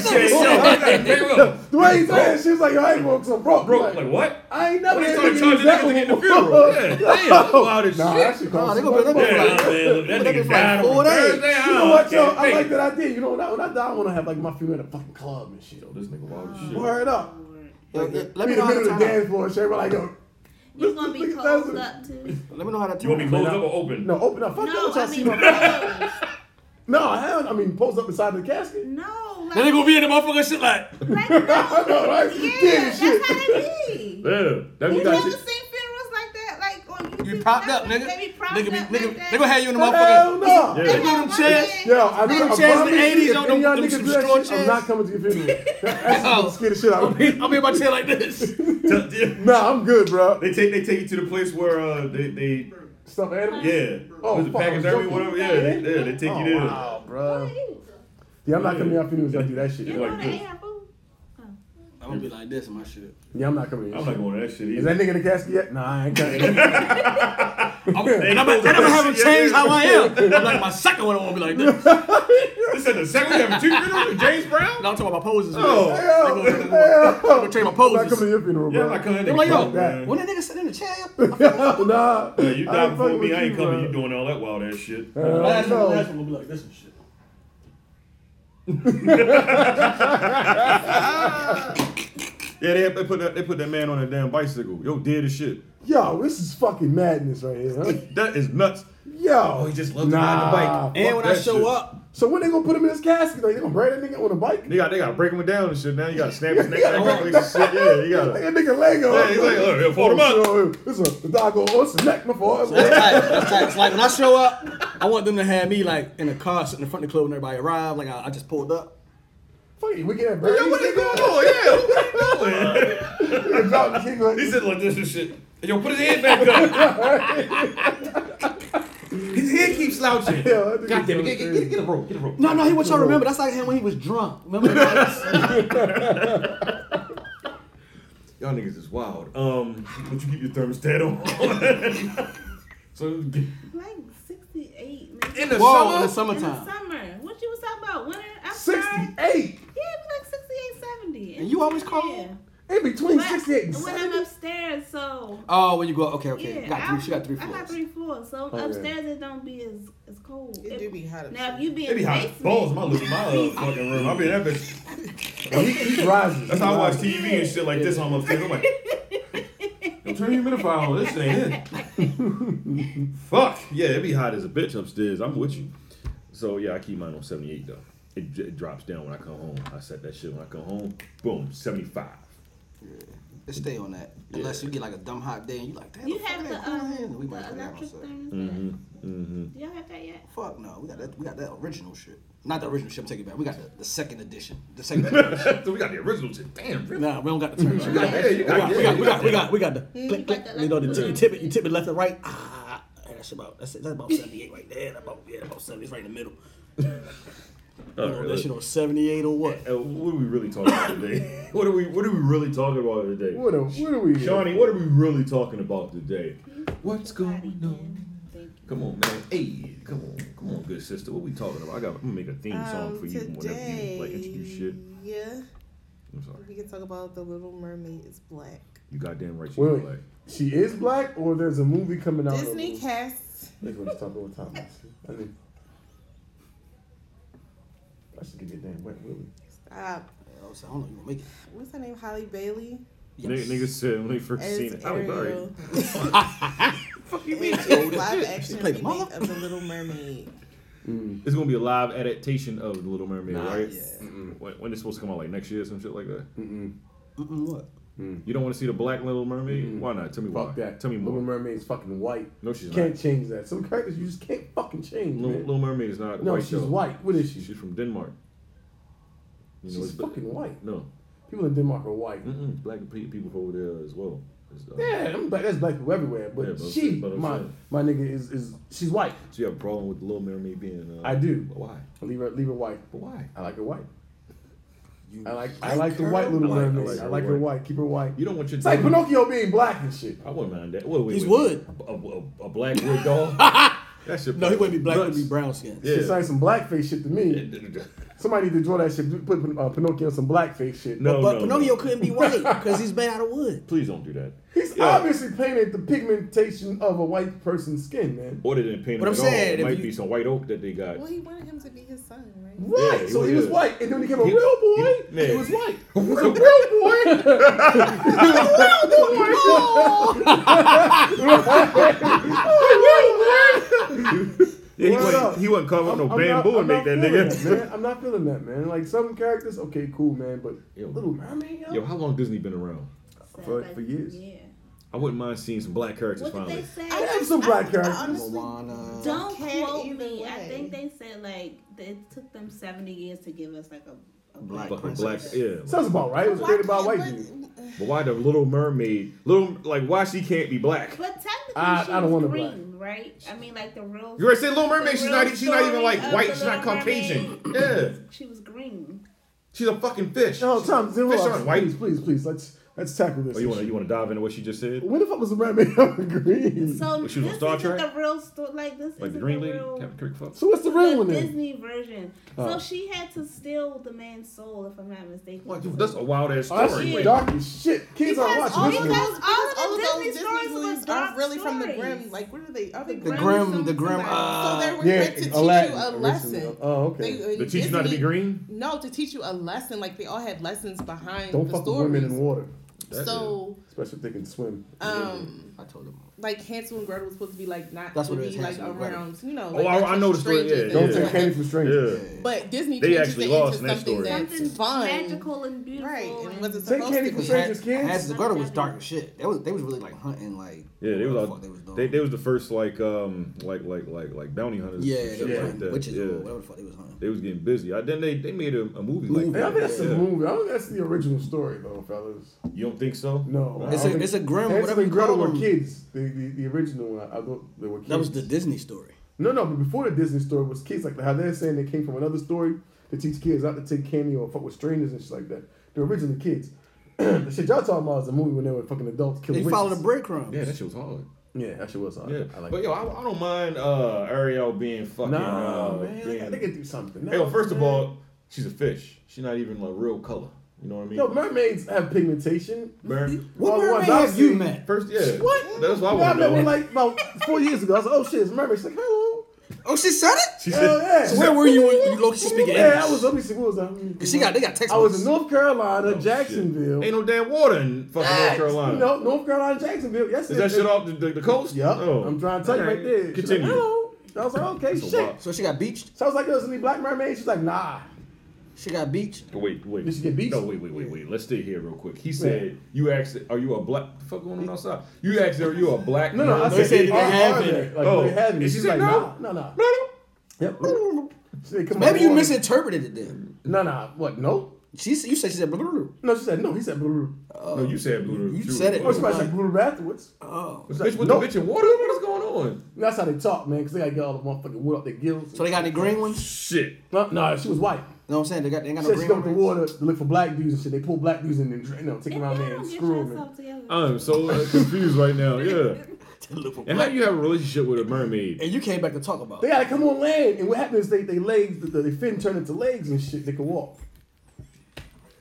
S5: the way he said it, she was like, yo, I ain't broke, so broke.
S4: bro,
S5: Like,
S4: like what?
S5: I ain't never
S4: They
S5: had
S4: started
S5: nigga
S4: charging
S5: use that
S4: niggas to get in the
S5: one.
S4: funeral. Yeah, damn, wild as
S5: Nah,
S4: shit.
S5: that shit
S6: Nah,
S5: costs
S6: they
S5: so
S6: gonna be-
S5: much
S6: they gonna be
S5: money.
S6: like-
S4: man,
S6: That nigga like four days.
S5: You
S4: uh,
S5: know
S4: Oh,
S5: what, yo? I like that idea. You know, when I, when I die, I want to have like my funeral in a fucking club and shit.
S4: This nigga wild as shit.
S5: Word up.
S6: Yo,
S5: Like,
S6: let-
S5: let
S6: let
S5: me
S6: me
S5: in the
S6: know
S5: middle
S6: how to
S5: of the
S6: turn it
S5: dance floor. and shit, Everybody like, yo,
S10: You're gonna be
S5: Look at that.
S10: closed up too.
S6: Let me know how to
S4: You want
S6: turn
S4: me
S6: it
S4: closed up or open?
S5: no, open up. Fuck
S10: No,
S5: that. What
S10: I
S5: y'all see?
S10: mean closed.
S5: No, hell, I mean, post up beside the casket.
S10: No,
S6: Then
S10: like,
S6: they gonna be in the motherfucker shit like.
S10: like no.
S5: I know, right?
S10: Yeah,
S5: Dead
S10: that's
S5: as
S10: how
S5: shit.
S10: it be.
S4: Yeah, that
S10: You
S4: we
S10: never
S4: got
S10: seen
S4: shit.
S10: funerals like that? Like, on YouTube?
S6: You propped up,
S10: That's
S6: nigga.
S10: what They be propped
S6: Nigga,
S10: up
S6: be, nigga,
S10: like that.
S6: they gonna have you in the
S5: Hell
S6: motherfucker.
S5: no.
S4: Yeah.
S10: They
S6: nigga them
S10: have
S6: chairs.
S10: nothing.
S5: Yo, I
S6: Them
S5: mean, I
S6: chairs in the
S5: promise you,
S6: 80s,
S5: if
S6: yo,
S5: any of y'all
S6: them- them
S5: niggas do that
S6: destroy
S5: shit, I'm not
S6: chairs. Oh.
S5: coming to your funeral. I'm scared the shit out of me.
S6: I'll be in my chair like this.
S5: Nah, I'm good, bro.
S4: They take they take you to the place where uh they they
S5: Stuff animals.
S4: yeah
S5: Oh,
S4: was it
S5: fuck,
S4: package
S5: I was
S4: derby
S5: joking.
S4: whatever yeah they, yeah they take you there.
S5: Wow, bro.
S10: You
S5: Yeah, I'm not coming to your funerals. I do that shit.
S10: you
S5: Like,
S10: know they have food.
S6: I'm gonna be like this in my shit.
S5: yeah, I'm not coming. To
S4: I'm not
S5: your shit.
S4: going to that shit
S5: Is
S4: either.
S5: that nigga in the casket yet? Nah, I ain't coming.
S6: And I'm, and I'm gonna have him change how I am. I'm like my second one, I won't be like this. And
S4: This is the second time two funerals with James Brown.
S6: I'm talking about my poses.
S4: Oh.
S6: man.
S5: Hell,
S6: They gonna-
S5: hell.
S6: I'm gonna change my
S5: I'm not coming to
S6: poses.
S5: your funeral,
S4: Yeah,
S5: bro.
S4: I'm not coming. to
S6: They're
S4: that
S6: like,
S4: nigga
S6: yo,
S4: funeral,
S6: when
S4: man.
S6: that nigga sit in the chair,
S5: nah.
S4: Yeah, you die before
S5: I ain't fucking
S4: me.
S5: with
S4: I ain't
S5: you,
S4: coming.
S5: bro.
S4: You doing all that wild ass shit.
S6: Uh-huh.
S5: Hell no.
S6: one will be like this and shit.
S4: Yeah, they, they put that they put that man on a damn bicycle. Yo, dead as shit.
S5: Yo, this is fucking madness right here. Huh?
S4: That is nuts.
S5: Yo,
S4: Oh, he just loves to ride the
S5: nah.
S4: bike.
S6: And when I
S4: that
S6: show
S4: shit.
S6: up,
S5: So when they gonna put him in his casket? Like they gonna brand that nigga on a bike?
S4: They got they gotta break him down and shit. Now you gotta snap his neck back and shit. Yeah, you
S5: Like
S4: gotta.
S5: that nigga Lego.
S4: Yeah, he's like, look, here, fold him up.
S5: This is the dog go, oh, it's a neck, my fault.
S6: That's tight. That's tight. It's like when I show up, I want them to have me like in a car sitting in front of the club when everybody arrived. Like I, I just pulled up.
S5: Fuck you, we get that
S4: Yo,
S5: brand.
S4: what are you going on? Yeah, what are you doing? He
S5: He
S4: said like this and shit. Yo, put his head back up. his head keeps slouching.
S5: Yeah, I think
S4: God damn it. Get, get,
S5: it's crazy.
S4: get, get a rope. Get a rope.
S6: No, no, he what y'all remember. That's like him when he was drunk. Remember that?
S4: Y'all niggas is wild. Um, don't you keep your thermostat on? so, get-
S7: Like 68, maybe.
S4: in the
S6: Whoa,
S4: summer?
S6: in the
S7: In the
S6: summertime.
S7: summer. What you was talking about? Winter? Outside?
S5: 68.
S7: Yeah, it was like 68, 70.
S6: And you always cold?
S5: In between
S7: But
S5: 68 and
S7: when
S5: 70.
S7: I'm upstairs, so.
S6: Oh, when you go, okay, okay.
S7: Yeah,
S6: got
S7: I'm-
S6: three, she got three
S7: I got
S6: floors. Oh,
S7: three floors, so
S5: yeah.
S7: upstairs it don't be as, as cold.
S3: It do be hot
S7: Now,
S3: upstairs.
S7: if you be
S4: It
S7: in
S4: be
S7: the
S4: hot as balls in my,
S7: basement,
S4: little, my little fucking room. I be that bitch.
S5: He, he rises.
S4: That's how I watch TV and shit like this on my face. I'm like, yo, turn your humidifier on. This ain't it. Fuck. Yeah, it be hot as a bitch upstairs. I'm with you. So, yeah, I keep mine on 78, though. It, j- it drops down when I come home. I set that shit when I come home. Boom, 75.
S11: Just stay on that. Unless you get like a dumb hot day and you like, damn,
S7: you
S11: the fuck
S7: have
S11: that
S7: the,
S11: cool
S7: uh,
S11: air. we might
S7: the
S11: turn that on,
S7: electric
S11: so.
S7: thermostat. Do y'all have that yet?
S11: Fuck no, we got that. We got that original shit. Not the original shit. I'm taking it back. We got the, the second edition. The second. edition.
S4: so, we got the original shit. Damn, really?
S6: Nah, we don't got the turn.
S4: You got- yeah, you got- yeah,
S6: we got,
S4: you
S6: we got, we got, we got the click,
S7: Mm, you got
S6: click.
S7: that
S6: You know, the
S7: left
S6: tip, you
S7: and
S6: tip it, you tip it left and right. Ah, that's about, that's, that's about 78 right there. That's about, yeah, about 70. It's right in the middle.
S4: All
S6: Oh,
S4: right,
S6: that
S4: let's-
S6: shit on 78 or what?
S4: Uh, what are we really talking about today? what are we What are we really talking about today?
S5: What, a, what are we?
S4: Shawnee, what are we really talking about today? What's going on? Come on, man. Hey, come on, come on, good sister. What we talking about? I got. I'm gonna make a theme song for you whenever you like introduce shit.
S3: Yeah,
S4: I'm sorry.
S3: we can talk about the Little Mermaid is black.
S4: You goddamn right. You
S5: Wait,
S4: like.
S5: she is black, or there's a movie coming out.
S3: Disney cast.
S5: Nigga, let's talk about time. I see. I mean, I should give you a damn wet willy.
S3: Uh,
S11: I was like, I don't know, you gonna make it?
S3: what's her name? Holly Bailey.
S4: Nigga, niggas said when they first
S3: As
S4: seen it, I was all right.
S3: Ariel. Fuck you, Live action
S6: played
S3: remake
S6: Mama.
S3: of the Little Mermaid.
S4: It's gonna be a live adaptation of The Little Mermaid, right?
S6: yet.
S4: When, when it's supposed to come out, like next year, or some shit like that.
S6: Mm-mm, what?
S4: You don't want to see the black Little Mermaid? Why not? Tell me why.
S5: Fuck that.
S4: Tell me
S5: Little
S4: more.
S5: Mermaid's fucking white.
S4: No, she's
S5: you can't
S4: not.
S5: change that. Some characters you just can't fucking change.
S4: Little,
S5: man.
S4: Little Mermaid is not
S5: no,
S4: white.
S5: she's
S4: though.
S5: white. What is she?
S4: She's from Denmark. You
S5: she's
S4: it's-
S5: fucking white.
S4: No,
S5: People in Denmark are white.
S4: Mm-mm. Mm-hmm. black pe- people from over there as well. It's, uh,
S5: Yeah, I'm black. That's black people everywhere. But,
S4: Yeah, but-
S5: she,
S4: but I'm
S5: my
S4: saying-
S5: my nigga, is is she's white.
S4: So you have a problem with Little Mermaid being? Uh,
S5: I do.
S4: Why?
S5: Leave her, leave her white.
S4: But why?
S5: I like her white. I like, I like the white little
S4: I like- I
S5: mermaid.
S4: like
S5: I
S4: her
S5: like her
S4: white.
S5: white. Keep her white.
S4: You don't want your.
S5: It's like Pinocchio being black and shit.
S4: I wouldn't mind that. Wait, wait,
S6: He's
S4: wait.
S6: wood.
S4: A, a, a black wood dog. That's your.
S6: No, he wouldn't be black. He'd
S4: Nuts.
S6: be brown skin.
S4: Yeah.
S5: It's like some blackface shit to me. Somebody need to draw that shit. Put uh, Pinocchio in some blackface shit.
S4: No,
S6: But
S4: no,
S6: Pinocchio
S4: no.
S6: couldn't be white because he's made out of wood.
S4: Please don't do that.
S5: He's
S4: Yeah.
S5: obviously painted the pigmentation of a white person's skin, man.
S4: Or they didn't paint
S6: But
S4: him
S6: I'm
S4: at
S6: saying,
S4: all. It
S6: if
S4: might
S6: you-
S4: be some white oak that they got.
S3: Well, he wanted him to be his son, right?
S5: Right.
S4: Yeah, he
S5: so
S4: was-
S5: he was
S4: yeah.
S5: white, and then he became a
S4: He-
S5: real boy.
S4: he- yeah.
S5: He was white. He was a real boy. he was a real boy.
S4: Yeah, he
S5: Word
S4: wasn't,
S5: up.
S4: he wasn't carve up no
S5: I'm not-
S4: bamboo
S5: I'm
S4: and make
S5: not
S4: that
S5: feeling
S4: nigga.
S5: man. I'm not feeling that, man. Like some characters, okay, cool, man, but
S4: Yo.
S5: Little Mermaid, yo.
S4: Yo, how long Disney been around?
S5: For- for years.
S7: Yeah.
S4: I wouldn't mind seeing some black characters
S7: What
S4: finally.
S7: did they say?
S5: I have some black characters.
S11: Moana.
S7: Don't
S3: Cat
S7: quote
S3: either
S7: me. I
S3: way.
S7: think they said like that it took them seventy years to give us like a, a
S11: Black
S4: Fucking black,
S11: princess.
S4: yeah.
S5: Sounds about right. It was created by a white
S3: But-
S5: dude.
S4: But why the Little Mermaid? Little like why she can't be black?
S7: But technically,
S5: I-
S7: she
S5: I don't
S7: was
S5: want a black.
S7: green, right? I mean, like the real.
S4: You already said Little Mermaid.
S7: the
S4: She's
S7: real
S4: not. e, She's not even
S7: story
S4: like
S7: of
S4: white.
S7: the
S4: She's not
S7: Little
S4: Caucasian.
S7: Mermaid.
S4: Yeah,
S7: She was green.
S4: she's a fucking fish.
S5: No, Tom, zero
S4: fish
S5: up.
S4: aren't white.
S5: Please, please, please. Let's let's tackle this.
S4: Oh, you want to
S5: issue.
S4: you want to dive into what she just said?
S5: When the fuck was the mermaid on the green? So,
S7: So
S4: she was on
S7: this
S4: Star
S7: isn't
S4: Trek?
S7: the real story. Like this
S4: Like
S7: isn't
S4: the Green Lady,
S7: real-
S4: Captain Kirk Fox.
S5: what's the real one
S7: the
S5: then?
S7: Disney version. So she had to steal the man's soul, if I'm not mistaken.
S4: What? That's a wild ass
S5: Oh, that
S4: story.
S5: shit
S4: Wait,
S5: dark as shit. Kids are
S3: Because all,
S5: watching
S3: because
S5: this.
S3: all
S5: shit.
S3: of
S7: all of
S3: the
S7: the
S3: Disney,
S7: Disney
S3: stories
S7: stories
S3: movies
S7: were dark
S3: are really from the
S7: stories.
S3: grim. Like, where are they? Are they
S6: The
S3: grim?
S6: grim, the
S3: some-
S6: grim.
S3: somebody.
S6: Uh,
S3: so they were
S5: Yeah,
S3: meant to teach
S5: Aladdin
S3: you a
S5: originally.
S3: lesson.
S5: Oh, okay.
S3: They, uh,
S4: They teach you not to be
S3: Disney-
S4: green?
S3: No, to teach you a lesson. Like they all had lessons behind
S5: Don't
S3: the
S5: fuck with
S3: stories.
S5: women in water. That
S3: So-
S5: is- especially if they can swim.
S3: Um,
S12: I told him.
S3: Like Hansel and Gretel was supposed to be like not
S5: That's
S3: to
S5: what it
S3: be
S5: is,
S3: like
S5: Hansel and Gretel.
S3: around, you know.
S4: Oh,
S3: like,
S4: I, I
S3: not
S4: know the
S3: just
S4: story. Yeah,
S3: strangers
S4: yeah.
S3: and stuff like
S5: from
S4: strangers.
S3: that. But Disney
S4: They
S3: changes
S4: actually
S3: it
S4: lost in
S3: into
S4: that
S3: something
S4: story.
S3: that's
S7: Something
S3: fun,
S7: magical and beautiful.
S3: right? And wasn't
S12: They
S3: supposed
S12: can't
S3: to
S12: even
S3: be.
S12: say this kids. Hansel and Gretel was dark as shit. They was they was really like hunting like.
S4: Yeah, they was
S12: Fuck,
S4: all,
S12: they was dope.
S4: they, they was the first like um like like like like bounty hunters. and
S12: Yeah,
S4: shit
S12: they was
S4: like
S12: hunting
S4: that.
S12: witches
S4: yeah.
S12: or whatever the fuck they was hunting.
S4: They was getting busy. I, then they they made a, a movie like
S5: Yeah, I
S4: that.
S5: think that's
S4: Yeah.
S5: the movie. I don't think that's the original story though, fellas.
S4: You don't think so?
S5: No,
S4: It's
S5: I
S4: a-
S5: think-
S4: it's a grim-
S5: Hansel
S4: whatever
S5: and
S4: you call
S5: Gretel were
S4: them.
S5: kids. The, the, the original one, I thought they were kids.
S6: That was the Disney story.
S5: No, no, but before the Disney story was kids, like how they're saying they came from another story to teach kids not to take candy or fuck with strangers and shit like that. They were originally kids. the shit y'all talking about is a movie when they were fucking adults killing
S6: They
S5: witches.
S6: followed the breadcrumbs.
S4: Yeah, that shit was hard.
S5: Yeah, that shit was hard.
S4: Yeah,
S5: I like
S4: but yo, I, I don't mind uh, Ariel being fucking.
S5: Nah,
S4: uh,
S5: man,
S4: being,
S5: they can do something.
S4: Hey, yo, first of all, she's a fish. She's not even like real color. You know what I mean?
S5: Yo, mermaids have pigmentation.
S4: Merm-
S5: All the ones
S4: mermaid
S5: I've
S4: have you
S5: seen-
S4: met? First- yeah.
S5: What?
S4: That's what I
S5: Yeah,
S4: wanna
S5: met
S4: know.
S5: one, like about four years ago. I was like, oh shit, it's a mermaid. She's like, hello.
S6: Oh, she said it.
S5: Hell yeah.
S6: So where were you when you looked? She speaking
S5: Yeah,
S6: English.
S5: I was up in St. Louis. um,
S6: Cause she got- they got
S5: I was
S6: textbooks.
S5: in North Carolina, Jacksonville.
S4: Ain't no damn water in fucking North Carolina.
S5: No, North Carolina, Jacksonville. Yes,
S4: Is
S5: it-
S4: that shit off the, the, the coast? Oh.
S5: Yup. I'm trying to tell you right there. She's like,
S4: Continue.
S5: Hello. I was like, okay,
S4: a
S5: shit.
S4: lot.
S6: So she got beached.
S5: So I was like, yo, is any black mermaid? She's like, nah.
S6: She got beached.
S4: Wait, wait.
S5: Did she get beat?
S4: No, wait, wait, wait, wait. Let's stay here real quick. He said, "You asked, are you a black? What the fuck going on outside? You asked, are you a black?"
S5: No, no, I
S4: mermaid?
S5: said, they
S6: they have
S5: have
S6: it.
S5: it. Like,
S4: Oh.
S5: they have it.
S4: And
S5: She's,
S4: she said,
S5: like,
S4: no.
S5: nah, nah, nah. Yep. She said, come
S6: Maybe
S5: on,
S6: you
S5: boy.
S6: misinterpreted it then.
S5: No, no, what? No.
S6: She said you said she said blue.
S5: No, she said no. He said blue.
S4: no, you said blue.
S6: You
S4: too.
S6: said it.
S5: Oh, she probably said blue afterwards.
S6: Oh.
S5: She's like,
S4: Bitch, with
S5: nope.
S4: the bitch in water. What is going on?
S5: That's how they talk, man, because they gotta get all the motherfucking wood up their gills.
S6: So they got any green ones?
S4: Shit.
S5: No, no, she was white.
S6: You know what I'm saying? They got they ain't got
S5: She
S6: no
S5: said she
S6: green
S5: go to the
S6: ones.
S5: water to look for black dudes and shit. They pull black dudes and then dra- you know, take them out there and
S7: Get
S5: screw them.
S7: yourself together.
S4: I'm so uh, confused right now. Yeah. And how do you have a relationship with a mermaid?
S6: And you came back to talk about.
S5: They
S6: it.
S5: gotta come on land, and what happens is they they legs, the, the fin turn into legs and shit. They can walk.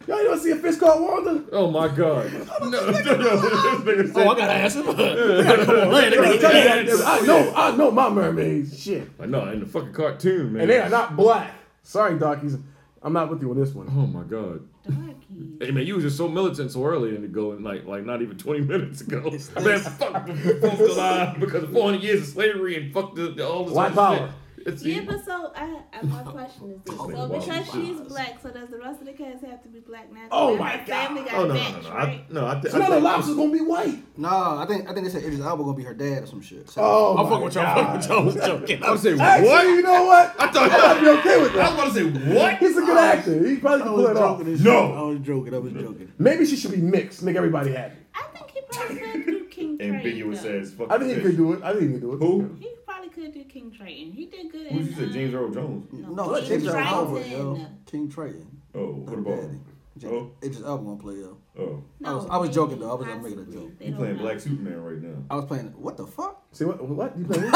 S5: Y'all you don't see a fish called Wanda?
S4: Oh my god. No, no, no. This nigga
S6: Oh, I
S4: said-
S6: gotta ask him. They gotta come on land. They
S5: I
S6: gotta
S5: tell you
S6: get-
S5: that, I know, I know my mermaids. Shit,
S4: Like, No, in the fucking cartoon, man.
S5: and they are not black. Sorry, Dockies, I'm not with you on this one.
S4: Oh my god.
S7: Darky.
S4: Hey man, you was just so militant so early and ago, and like like not even twenty minutes ago. Man, fuck the Fourth of July because four hundred years of slavery and fuck the, the all this
S5: White
S4: other
S5: power.
S4: Shit. It's e
S7: Yeah,
S4: evil.
S7: but so I, I, my question is this:
S4: man,
S7: so
S4: wow.
S7: because she's black, so does the rest of the cats have to be black now?
S5: Oh
S7: Then
S5: my
S7: her
S5: God.
S7: Family got
S4: oh no, no,
S7: matched,
S4: no, no.
S7: right?
S4: I, no, I, th-
S5: So now
S4: I
S5: the
S4: think-
S5: lobster's gonna be white.
S6: Nah, I think I think they said Idris Elba gonna be her dad or some shit. So-
S5: Oh,
S6: I'm
S5: my
S6: fucking with y'all. I'm fucking with y'all. I'm joking.
S4: Oh, I would say
S5: Actually,
S4: what?
S5: you know what?
S4: I thought
S5: I'd be okay with
S4: I
S5: that.
S4: was about to say what?
S5: He's a good actor. He probably
S6: I
S5: can
S6: was
S5: pull it off.
S6: joking and shit.
S4: No.
S6: I was joking. I was joking.
S5: Maybe she should be mixed, make everybody happy.
S7: I think he probably could do King Triton.
S4: Ambiguous
S7: though.
S4: as fuck.
S5: I think he could do it. I think he could do it.
S4: Who?
S7: He probably could do King Triton. He did good.
S4: Who's
S7: in,
S4: you said? James
S7: uh,
S4: Earl Jones.
S6: No,
S7: King
S6: that's Idris Elba,
S7: Triton.
S6: yo. King Triton.
S4: Oh, what about? him? Oh,
S6: Idris Elba gonna play yo.
S4: oh,
S7: No,
S6: I was- I was
S7: maybe
S6: joking, though. I was- I'm making a
S7: possibly.
S6: joke.
S7: They
S4: you
S7: don't
S4: playing
S7: know.
S4: Black Superman right now?
S6: I was playing. What the fuck?
S5: See what? What you playing?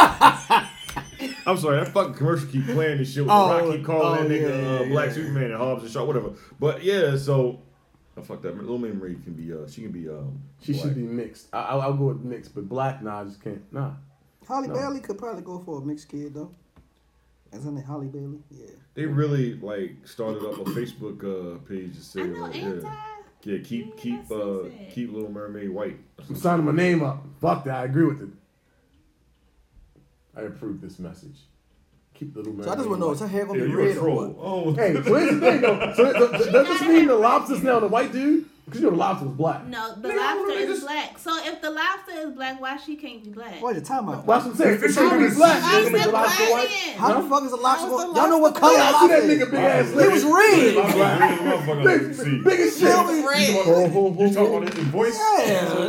S4: I'm sorry, that fucking commercial keep playing this shit with
S6: Oh,
S4: the Rock keep calling
S6: oh,
S4: that nigga
S6: yeah,
S4: uh,
S6: yeah,
S4: Black
S6: yeah.
S4: Superman and Hobbs and Shaw, whatever. But yeah, so I fucked up. Little Man Marie can be, uh, she can be, um,
S5: She
S4: black.
S5: should be mixed. I, I'll, I'll go with mixed, but black, nah, I just can't. Nah.
S6: Holly Bailey could probably go for a mixed kid though. Isn't it Holly Bailey? Yeah.
S4: They really like started up a Facebook uh, page to say,
S7: I know,
S4: like,
S7: ain't
S4: yeah,
S7: I?
S4: yeah, keep
S7: Yeah,
S4: keep
S7: that's so
S4: uh,
S7: sad.
S4: keep Little Mermaid white.
S5: I'm signing my name up. Fuck that. I agree with it. I approve this message. Keep the little man.
S6: So I just want to know is her hair gonna
S4: Yeah,
S6: be
S4: you a
S6: red or
S4: troll.
S6: what?
S4: Oh,
S5: Hey, so here's the thing, though. So, th- th- does this mean the lobster's now the white dude? Because you know the lobster was black.
S7: No, the
S5: Nigga,
S7: lobster
S5: they
S7: is
S5: just-
S7: black. So if the lobster is black, why she can't be black?
S6: Why your time out?
S5: Well, that's what I'm saying. If it's gonna be black,
S7: She's
S5: it's gonna be the
S7: a
S5: lobster white.
S7: lion.
S6: How
S5: Huh?
S6: the fuck is a
S3: How
S6: lobster?
S3: is a
S6: Going? Y'all know what color
S5: Yeah, I see that
S6: lobster
S5: nigga
S6: is?
S5: big ass
S6: He was
S5: leg.
S6: red.
S5: Big, big as shit.
S6: Feel me?
S5: Ho, ho, ho,
S4: You
S5: ho.
S4: talking about his voice?
S6: Yeah.
S5: Yeah, yeah,
S4: Oh,
S5: yeah,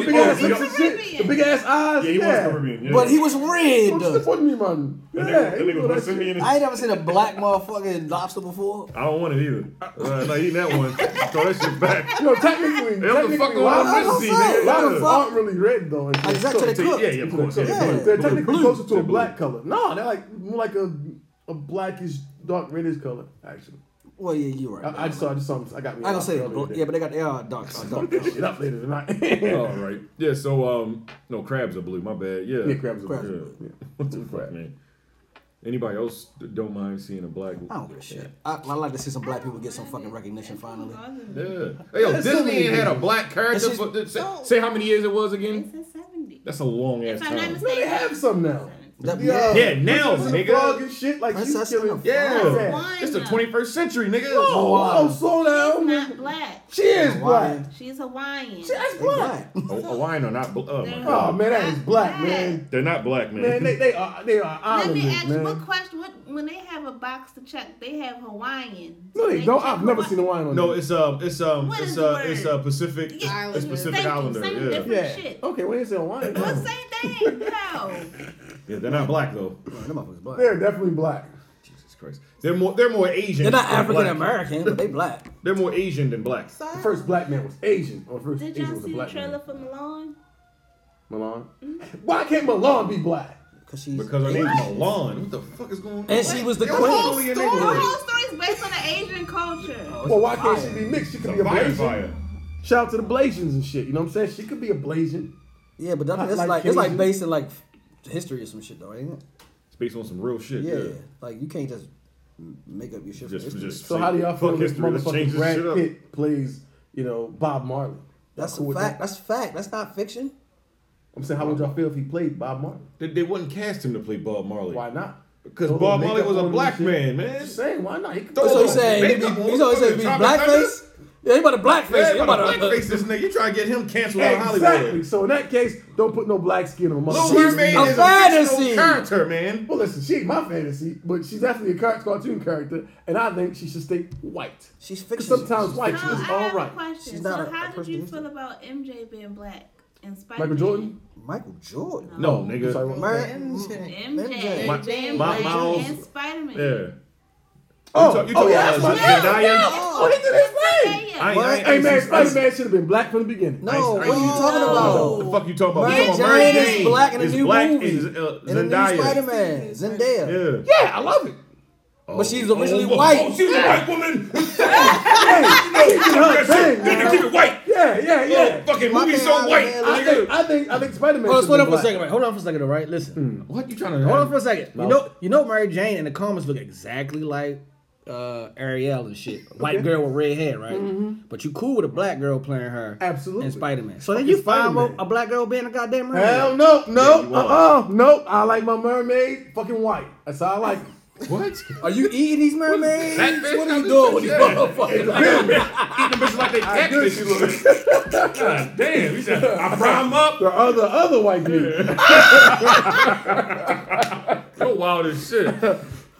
S4: you-
S5: big
S4: oh,
S5: ass
S4: you-
S5: lips and shit, the
S7: Caribbean.
S5: big ass eyes.
S4: Yeah, he was Caribbean. Yeah.
S6: But he was red.
S5: Don't
S6: though.
S5: step on me, man.
S4: That nigga-
S5: Yeah,
S4: that
S5: he
S4: nigga
S5: know
S4: was
S5: that shit.
S4: Simeon and-
S6: I ain't ever seen a black motherfucking lobster before.
S4: I don't want it either. Uh, not eating that one. Throw that shit back.
S5: Yo, technically,
S4: Hey, what the fuck
S5: technically,
S4: going on
S6: I'm
S5: lobsters-
S4: with this
S6: saying,
S4: nigga?
S6: why the
S4: Yeah.
S6: fuck-
S5: aren't really red though. and shit.
S6: Exactly,
S5: So-
S6: they
S4: So,
S6: cook.
S4: yeah, yeah, of course. Yeah,
S6: Yeah.
S4: yeah.
S5: They're technically
S6: blue.
S5: closer to
S4: They're
S5: a black color. No, they're like more like a a blackish, dark reddish color. Actually,
S6: Well, yeah, you right.
S5: I, I just saw I just saw them. I got me.
S6: I ain't gonna say
S5: earlier
S6: that.
S5: today.
S6: Yeah, but they got they are dark. dark, dark.
S5: shit up later tonight.
S4: All right. Yeah. So um, no crabs are blue. My bad. Yeah.
S5: Yeah, crabs are
S6: Crabs
S5: blue.
S6: are
S4: Yeah. What the fuck, man? anybody else don't mind seeing a black.
S13: I don't give a shit. I, I like to see some black people get some fucking recognition finally.
S4: Yeah. Hey, yo,
S13: That's so
S4: Disney
S13: many
S4: ain't had a
S13: people.
S4: black character
S13: It's
S4: for
S13: just-
S4: say, say how many years it was again. That's a long ass
S7: If I'm not
S4: time.
S7: mistaken,
S5: have some now.
S4: Yeah, now,
S5: Princess and the
S4: nigga.
S5: Frog and shit, like
S13: Princess
S5: you
S13: and
S5: killing.
S13: the
S4: Yeah,
S5: Frog.
S4: it's the 21st century, nigga. Oh,
S5: Whoa, whoa, slow down.
S7: not black.
S5: She is
S13: Hawaiian.
S5: black.
S7: She's Hawaiian.
S5: That's black.
S4: Oh, Hawaiian are not. Bl- oh, my
S7: They're-
S5: Oh
S4: God.
S5: man, that is black, man.
S4: They're not black, man.
S5: Man, they, they are they are
S7: Let me
S5: islanders,
S7: ask you, what
S5: man.
S7: question? What when they have a box to check, they have Hawaiian.
S5: No, they don't. I've never seen a
S7: Hawaiian.
S5: wine on
S4: no,
S5: there.
S4: it's um, it's um,
S7: What
S4: it's
S7: is the
S4: uh, it's
S7: word?
S4: uh, Pacific, it's,
S7: Yeah,
S4: it's
S7: thank
S4: Pacific
S7: you,
S4: Islander.
S7: same
S4: Yeah,
S7: difference.
S5: Yeah.
S7: Shit.
S5: Okay, we ain't saying wine.
S7: What's same thing? No.
S4: yeah, they're not black though.
S13: Man, them motherfuckers black.
S5: They're definitely black.
S4: Jesus Christ, they're more they're more Asian.
S6: They're not
S4: than black.
S6: African American, but they black.
S4: They're more Asian than black.
S5: The first black man was Asian. Or the first
S7: Did
S5: Asian
S7: y'all
S5: was a
S7: see the
S5: black
S7: trailer Mm-hmm.
S5: man.
S7: for Milan?
S5: Milan. Why can't Milan be black?
S13: Cause she's
S4: Because her name's Milan. What the fuck is going on?
S6: And she was the
S4: Yo,
S6: queen.
S4: hold on to your
S7: The
S4: neighborhood.
S7: whole story's based on the Asian culture.
S5: Well, why can't she be mixed? She could be a
S4: The fire,
S5: Blasian.
S4: fire.
S5: Shout out to the Blasians and shit. You know what I'm saying? She could be a Blasian.
S6: Yeah, but that,
S5: Not
S6: that's
S5: like
S6: like, it's like
S5: Asian.
S6: based in like history or some shit though, ain't it?
S4: It's based on some real shit.
S6: Yeah,
S4: Yeah.
S6: like you can't just m- make up your shit.
S4: Just,
S6: for history.
S4: just
S5: So
S4: say,
S5: how do y'all feel
S4: fuck
S5: when this
S4: history? Let's change
S5: motherfucking
S4: this
S5: Brad
S4: shit up.
S5: Pitt plays, you know, Bob Marley?
S6: that's
S5: Cool
S6: a
S5: with
S6: fact.
S5: that?
S6: That's fact. That's not fiction.
S5: I'm saying, how would y'all feel if he played Bob Marley?
S4: They, they wouldn't cast him to play Bob Marley.
S5: Why not?
S4: Because
S5: Throw
S4: Bob
S5: the
S4: Marley
S5: makeup
S4: was a
S5: on him
S4: black
S5: and
S4: man,
S5: shit.
S4: man.
S5: Just saying, why not? He could
S4: Throw
S6: So
S4: Oh,
S6: he's saying he be,
S4: makeup on.
S6: he's always saying be
S4: Tropic Thunder?
S6: blackface. Yeah, he about to blackface.
S4: Yeah,
S6: you
S4: you
S6: about
S4: about
S6: to
S4: to
S6: uh,
S4: blackface this nigga. You try to get him canceled out of
S5: Exactly.
S4: Hollywood.
S5: So in that case, don't put no black skin on
S4: Little
S5: motherfucker.
S4: Mermaid
S6: a
S4: is a fictional
S6: fantasy.
S4: character, man.
S5: Well, listen, she ain't my fantasy, but she's definitely a car- cartoon character, and I think she should stay white.
S6: She's
S5: 'Cause
S6: fiction.
S5: sometimes white
S7: No,
S5: shit is
S7: I
S5: all
S7: have a
S5: right.
S7: question.
S6: She's
S7: so
S6: not a- a
S7: how did
S6: person
S7: you
S6: who's
S7: feel about MJ being black and Spider
S5: Michael Jordan?
S6: Michael Jordan.
S4: No,
S5: Sorry,
S4: nigga.
S5: what-
S6: Man,
S7: MJ,
S4: My-
S7: Bam
S4: my-
S7: Bam,
S4: Miles-
S7: and Spider Man.
S4: Yeah.
S5: Oh,
S4: You talk- you
S5: oh,
S4: talk
S5: yeah,
S4: about
S5: that's my
S4: Zendaya?
S5: man. Oh, he did his thing.
S4: I ain't-
S6: What?
S4: I ain't-
S5: Hey, man,
S4: I ain't-
S5: Spider-Man should have been black from the beginning.
S6: No,
S4: I ain't- I
S6: what are
S4: ain't-
S6: you talking about?
S4: The fuck you talking about?
S6: Mary
S4: You talking about
S6: Jane is
S4: Jane
S6: black in a
S4: is
S6: new
S4: black
S6: movie.
S4: and, uh,
S6: And the new
S4: Zendaya.
S6: Spider-Man, Zendaya.
S4: Yeah.
S5: Yeah, I love it.
S6: But she's originally
S4: oh,
S6: white.
S4: Oh, she's a white woman.
S5: Hey, keep it her
S4: Shit,
S5: thing,
S4: Nigga,
S5: man.
S4: keep it white.
S5: Yeah, yeah, yeah.
S4: Oh, fucking
S6: My
S4: movie
S6: man,
S4: so
S6: my
S4: white.
S6: man,
S5: I
S4: nigga.
S5: think, I think, I think Spider-Man
S6: Hold on,
S5: should
S6: slow
S5: have
S6: down for
S5: been
S6: a second, right? Hold on for a second, all right? Listen,
S4: What you trying to?
S6: hold on for a second.
S5: No.
S6: You know, you know, Mary Jane in the comics look exactly like uh, Ariel and shit, white girl with red hair, right?
S7: Mm-hmm.
S6: But you cool with a black girl playing her,
S5: Absolutely.
S6: in Spider Man. So then
S5: Fucking
S6: you find
S5: Spider-Man.
S6: a black girl being a goddamn
S5: black.
S6: mermaid.
S5: Hell no,
S4: Yeah,
S5: no,
S4: you
S5: uh-uh, nope. I like my mermaid fucking white. That's how I like it.
S4: What?
S6: Are you eating these mermaids?
S4: That bitch
S6: What are
S4: got
S6: you doing
S4: this
S6: with these
S4: shit.
S6: motherfuckers?
S4: Eating bitches like they catfish. you look. God damn. He said, I fry them up.
S5: The other, other white dude.
S4: You're wild as shit.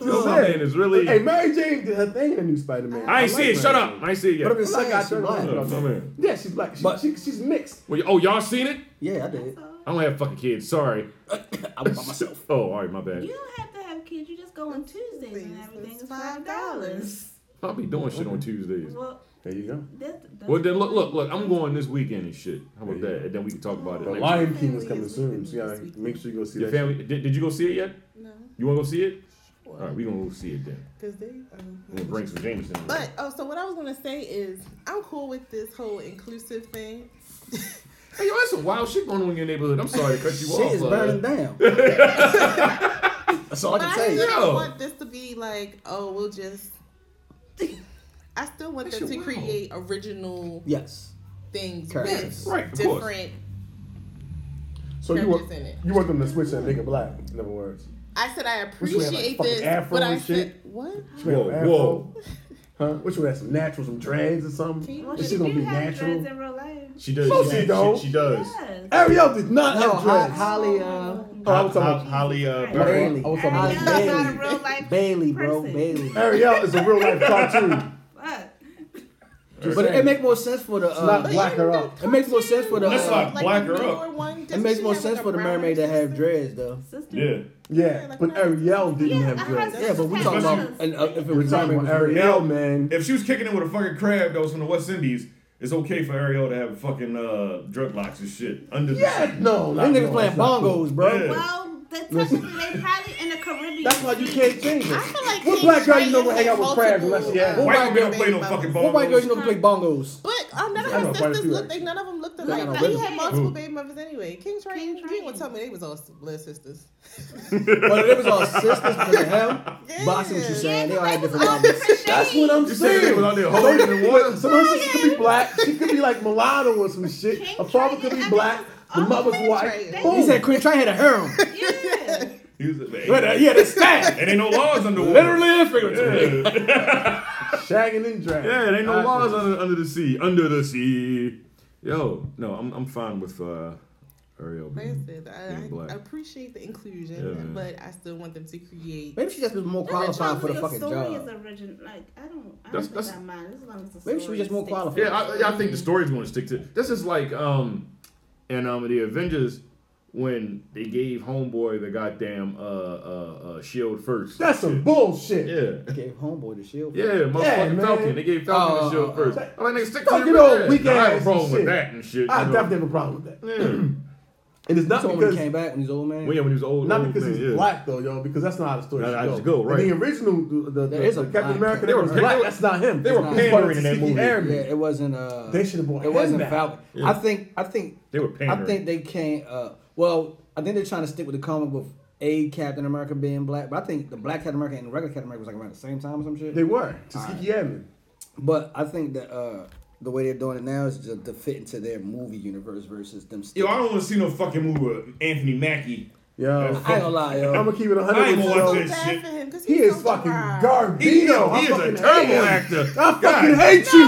S4: Yo, my
S5: saying.
S4: man is really.
S5: Hey, Mary Jane did her thing in the new Spider-Man.
S4: I ain't
S5: like
S4: see it.
S5: Mary
S4: Shut
S5: Jane.
S4: up. I ain't see it yet.
S6: But I'm just
S5: Like,
S6: saying,
S5: I
S6: she
S5: turned
S6: black.
S5: around.
S4: Come here.
S5: Yeah, she's black. She,
S6: But-
S5: she, she's mixed.
S4: Well, oh, y'all seen it?
S6: Yeah, I did.
S4: I don't have fucking kids. Sorry.
S6: I was by myself.
S4: Oh, all right, my bad.
S7: You don't have to have kids. You just go on Tuesdays and everything is five dollars.
S4: I'll be doing shit on Tuesdays.
S7: Well,
S5: There you go.
S7: that's, that's
S4: Well, then look, look, look. I'm going this weekend and shit. How about that? And then we can talk about it.
S5: The
S4: next week.
S5: Lion King is coming soon, so you gotta make sure you go see
S4: Your
S5: that.
S4: family? Did, did you go see it yet?
S3: No,
S4: You want to go see it? All right, we gonna go see it then.
S3: because they. Um,
S4: We're gonna bring some Jameson. in.
S3: But oh, so what I was gonna say is, I'm cool with this whole inclusive thing.
S4: hey, yo, that's some wild shit going on in your neighborhood. I'm sorry to cut you
S6: Shit
S4: off.
S6: is
S4: uh,
S6: burning down. That's all I
S3: But
S6: can
S3: I
S6: tell you.
S3: still
S4: Yo.
S3: don't want this to be like, oh, we'll just. I still want
S4: That
S3: them to
S4: shit wild.
S3: create original
S6: Yes.
S3: things
S6: Characters.
S3: with
S4: Right, of course.
S3: different.
S5: So you want
S3: Characters in it.
S5: you want them to switch and make it black. In other words,
S3: I said I
S5: should have, like,
S3: appreciate
S5: fucking
S3: this,
S5: afro
S3: but I
S5: and shit.
S3: said what?
S5: She
S4: Whoa,
S5: gonna have
S4: whoa.
S5: afro, huh? What you have some natural, some dreads or something?
S7: Well,
S5: Is
S7: she
S5: she gonna
S7: do
S5: be
S7: have
S5: natural?
S7: dreads in real life.
S4: She does.
S5: No,
S4: she,
S5: she
S4: she-
S5: don't.
S4: she does.
S7: Yes.
S5: Ariel did not
S6: No,
S5: have
S6: Ho-
S5: dreads.
S6: Oh, Holly, uh,
S5: oh, I was
S4: Ho-
S5: talking
S4: Ho- Holly uh,
S7: Right.
S4: Berry.
S6: Bailey.
S5: I was talking
S6: Oh, Holly
S5: about
S7: Ariel's
S5: Bailey.
S7: not a real life
S6: Bailey, bro,
S7: person.
S6: Bailey.
S5: about Ariel is a real life cartoon.
S7: Fuck.
S5: Just
S6: But it,
S5: saying.
S6: make more sense for the.
S5: It's not
S6: Uh,
S5: black her up.
S6: it makes more sense for the.
S4: That's
S6: uh,
S4: like black her
S3: newer
S4: up.
S3: One,
S6: it
S3: doesn't
S6: makes
S3: she
S6: more
S3: have,
S6: sense
S3: like,
S6: for
S3: a
S6: the
S3: brown
S6: mermaid to have
S3: sister?
S6: dreads, though.
S7: Sister.
S4: Yeah.
S5: Yeah, but Ariel didn't
S7: Yeah,
S5: have
S7: I
S5: dreads.
S7: heard
S6: Yeah, but we
S7: that.
S6: talking about
S7: Especially-
S6: and, uh, if it
S5: We're
S6: was
S5: talking
S6: mermaid,
S5: about Ariel, man.
S4: If she was kicking in with a fucking crab that was from the West Indies, it's okay for Ariel to have fucking uh, drug locks and shit under the
S5: Yeah,
S4: shit.
S5: no,
S6: Them
S5: not-
S6: niggas
S5: no,
S6: playing
S5: that's not cool.
S6: bongos, bro.
S4: Yeah.
S7: Well, the technically they probably in the Caribbean.
S5: That's why you can't change it.
S3: I feel like
S5: What
S3: Kate
S5: black girl you
S3: Drake
S5: know would
S3: is
S5: hang out with crabs
S3: multiple,
S5: unless she had-
S3: uh,
S4: White don't
S6: Nobody
S4: play no
S3: made bubbles.
S4: fucking
S6: What
S4: ball.
S6: white girls you know can play bongos?
S3: But Oh, none
S5: I
S3: of
S5: know
S3: his
S5: quite a
S3: sisters
S5: few,
S3: looked. They, none of them looked
S5: Look, I
S3: alike.
S5: know
S3: Now, he
S5: Reggie.
S3: had multiple
S5: Who?
S3: baby mothers anyway. King Train, you ain't gonna tell me they was all s- blood sisters.
S6: But it was all sisters because of him. But I see what you're saying. They all had different mothers.
S5: That's what I'm
S6: You said
S5: saying.
S6: they was out there holding the water.
S5: Some of her sisters could be black. She could be like mulatto or some shit. Her father could be black. The mother's white. Boom.
S6: He said Quinn Train had a harem.
S4: But,
S5: yeah, that's fact.
S4: And ain't no laws under water.
S5: Literally and figuratively. Shagging and dragging.
S4: Yeah, it ain't no
S5: I-
S4: laws under, under the sea. Under the sea. Yo, no, I'm I'm fine with uh, Ariel
S3: Like I
S4: being,
S3: said,
S4: being
S3: I, I
S4: black.
S3: appreciate the
S4: Yeah,
S3: inclusion,
S4: man.
S3: but I still want them to create.
S6: Maybe she just was more
S7: No, but
S6: qualified for the
S7: your
S6: fucking
S7: story
S6: job.
S7: Is original. Like I don't. I
S4: That's-
S7: don't
S4: that's-
S7: think I mind as long as
S6: Maybe
S7: the
S6: she was
S7: story
S6: just more
S7: sticks.
S6: qualified.
S4: Yeah, I, yeah, I think the story's going to stick to. This is like um, and um, the Avengers when they gave Homeboy the goddamn uh uh, uh shield first.
S5: That's some bullshit.
S4: Yeah.
S6: Gave Homeboy the shield.
S4: Yeah, motherfucking
S5: man. Uh,
S4: Falcon. They gave Falcon the
S6: Oh,
S4: shield
S6: oh,
S4: first. I'm like, nigga, stick to
S5: Fuck
S4: it.
S5: it
S4: right
S5: all,
S4: there.
S5: weak
S4: I have
S5: ass
S4: a problem
S5: and
S4: with
S5: shit.
S4: that and shit.
S5: I
S4: you know.
S5: definitely have a problem with that.
S4: Yeah.
S5: And it's not
S6: So when
S5: because
S6: he came back when he was old man.
S4: When, yeah, when he was old,
S5: not
S4: old
S5: because
S4: man,
S5: he's
S4: yeah.
S5: black though, yo, because that's not how the story
S4: Nah,
S5: should
S4: I
S5: go.
S4: just go,
S5: And
S4: right.
S5: the original, the, the,
S6: There
S5: the-
S6: is a
S5: the Captain
S6: black
S5: America,
S6: Captain
S5: that was
S6: America.
S5: black. That's not him.
S4: They were
S5: That's part of
S4: pandering in that
S5: Tuskegee
S4: movie.
S5: Airmen.
S6: Yeah, it wasn't. Uh,
S5: They should've brought
S6: It
S5: him
S6: wasn't
S5: back.
S6: Falcon.
S4: Yeah.
S6: I think. I think.
S4: They were
S6: I
S4: pandering.
S6: think they can't. Uh, well, I think they're trying to stick with the comic with a Captain America being black, but I think the black Captain America and the regular Captain America was like around the same time or some shit.
S5: They were Tuskegee Airmen.
S6: But I think that uh, the way they're doing it now is just to fit into their movie universe versus them.
S4: Yo,
S6: sticking-
S4: I don't want to see no fucking movie with Anthony Mackie.
S5: Yo,
S6: I ain't gonna lie, yo.
S5: I'm gonna keep it 100.
S4: I ain't gonna watch
S5: with
S4: this
S5: you, yo.
S3: Bad
S4: shit.
S3: for him because
S5: He is fucking garbino. I
S4: he is
S5: fucking
S4: a
S5: hate
S4: terrible
S5: him.
S4: actor.
S5: I fucking hate you.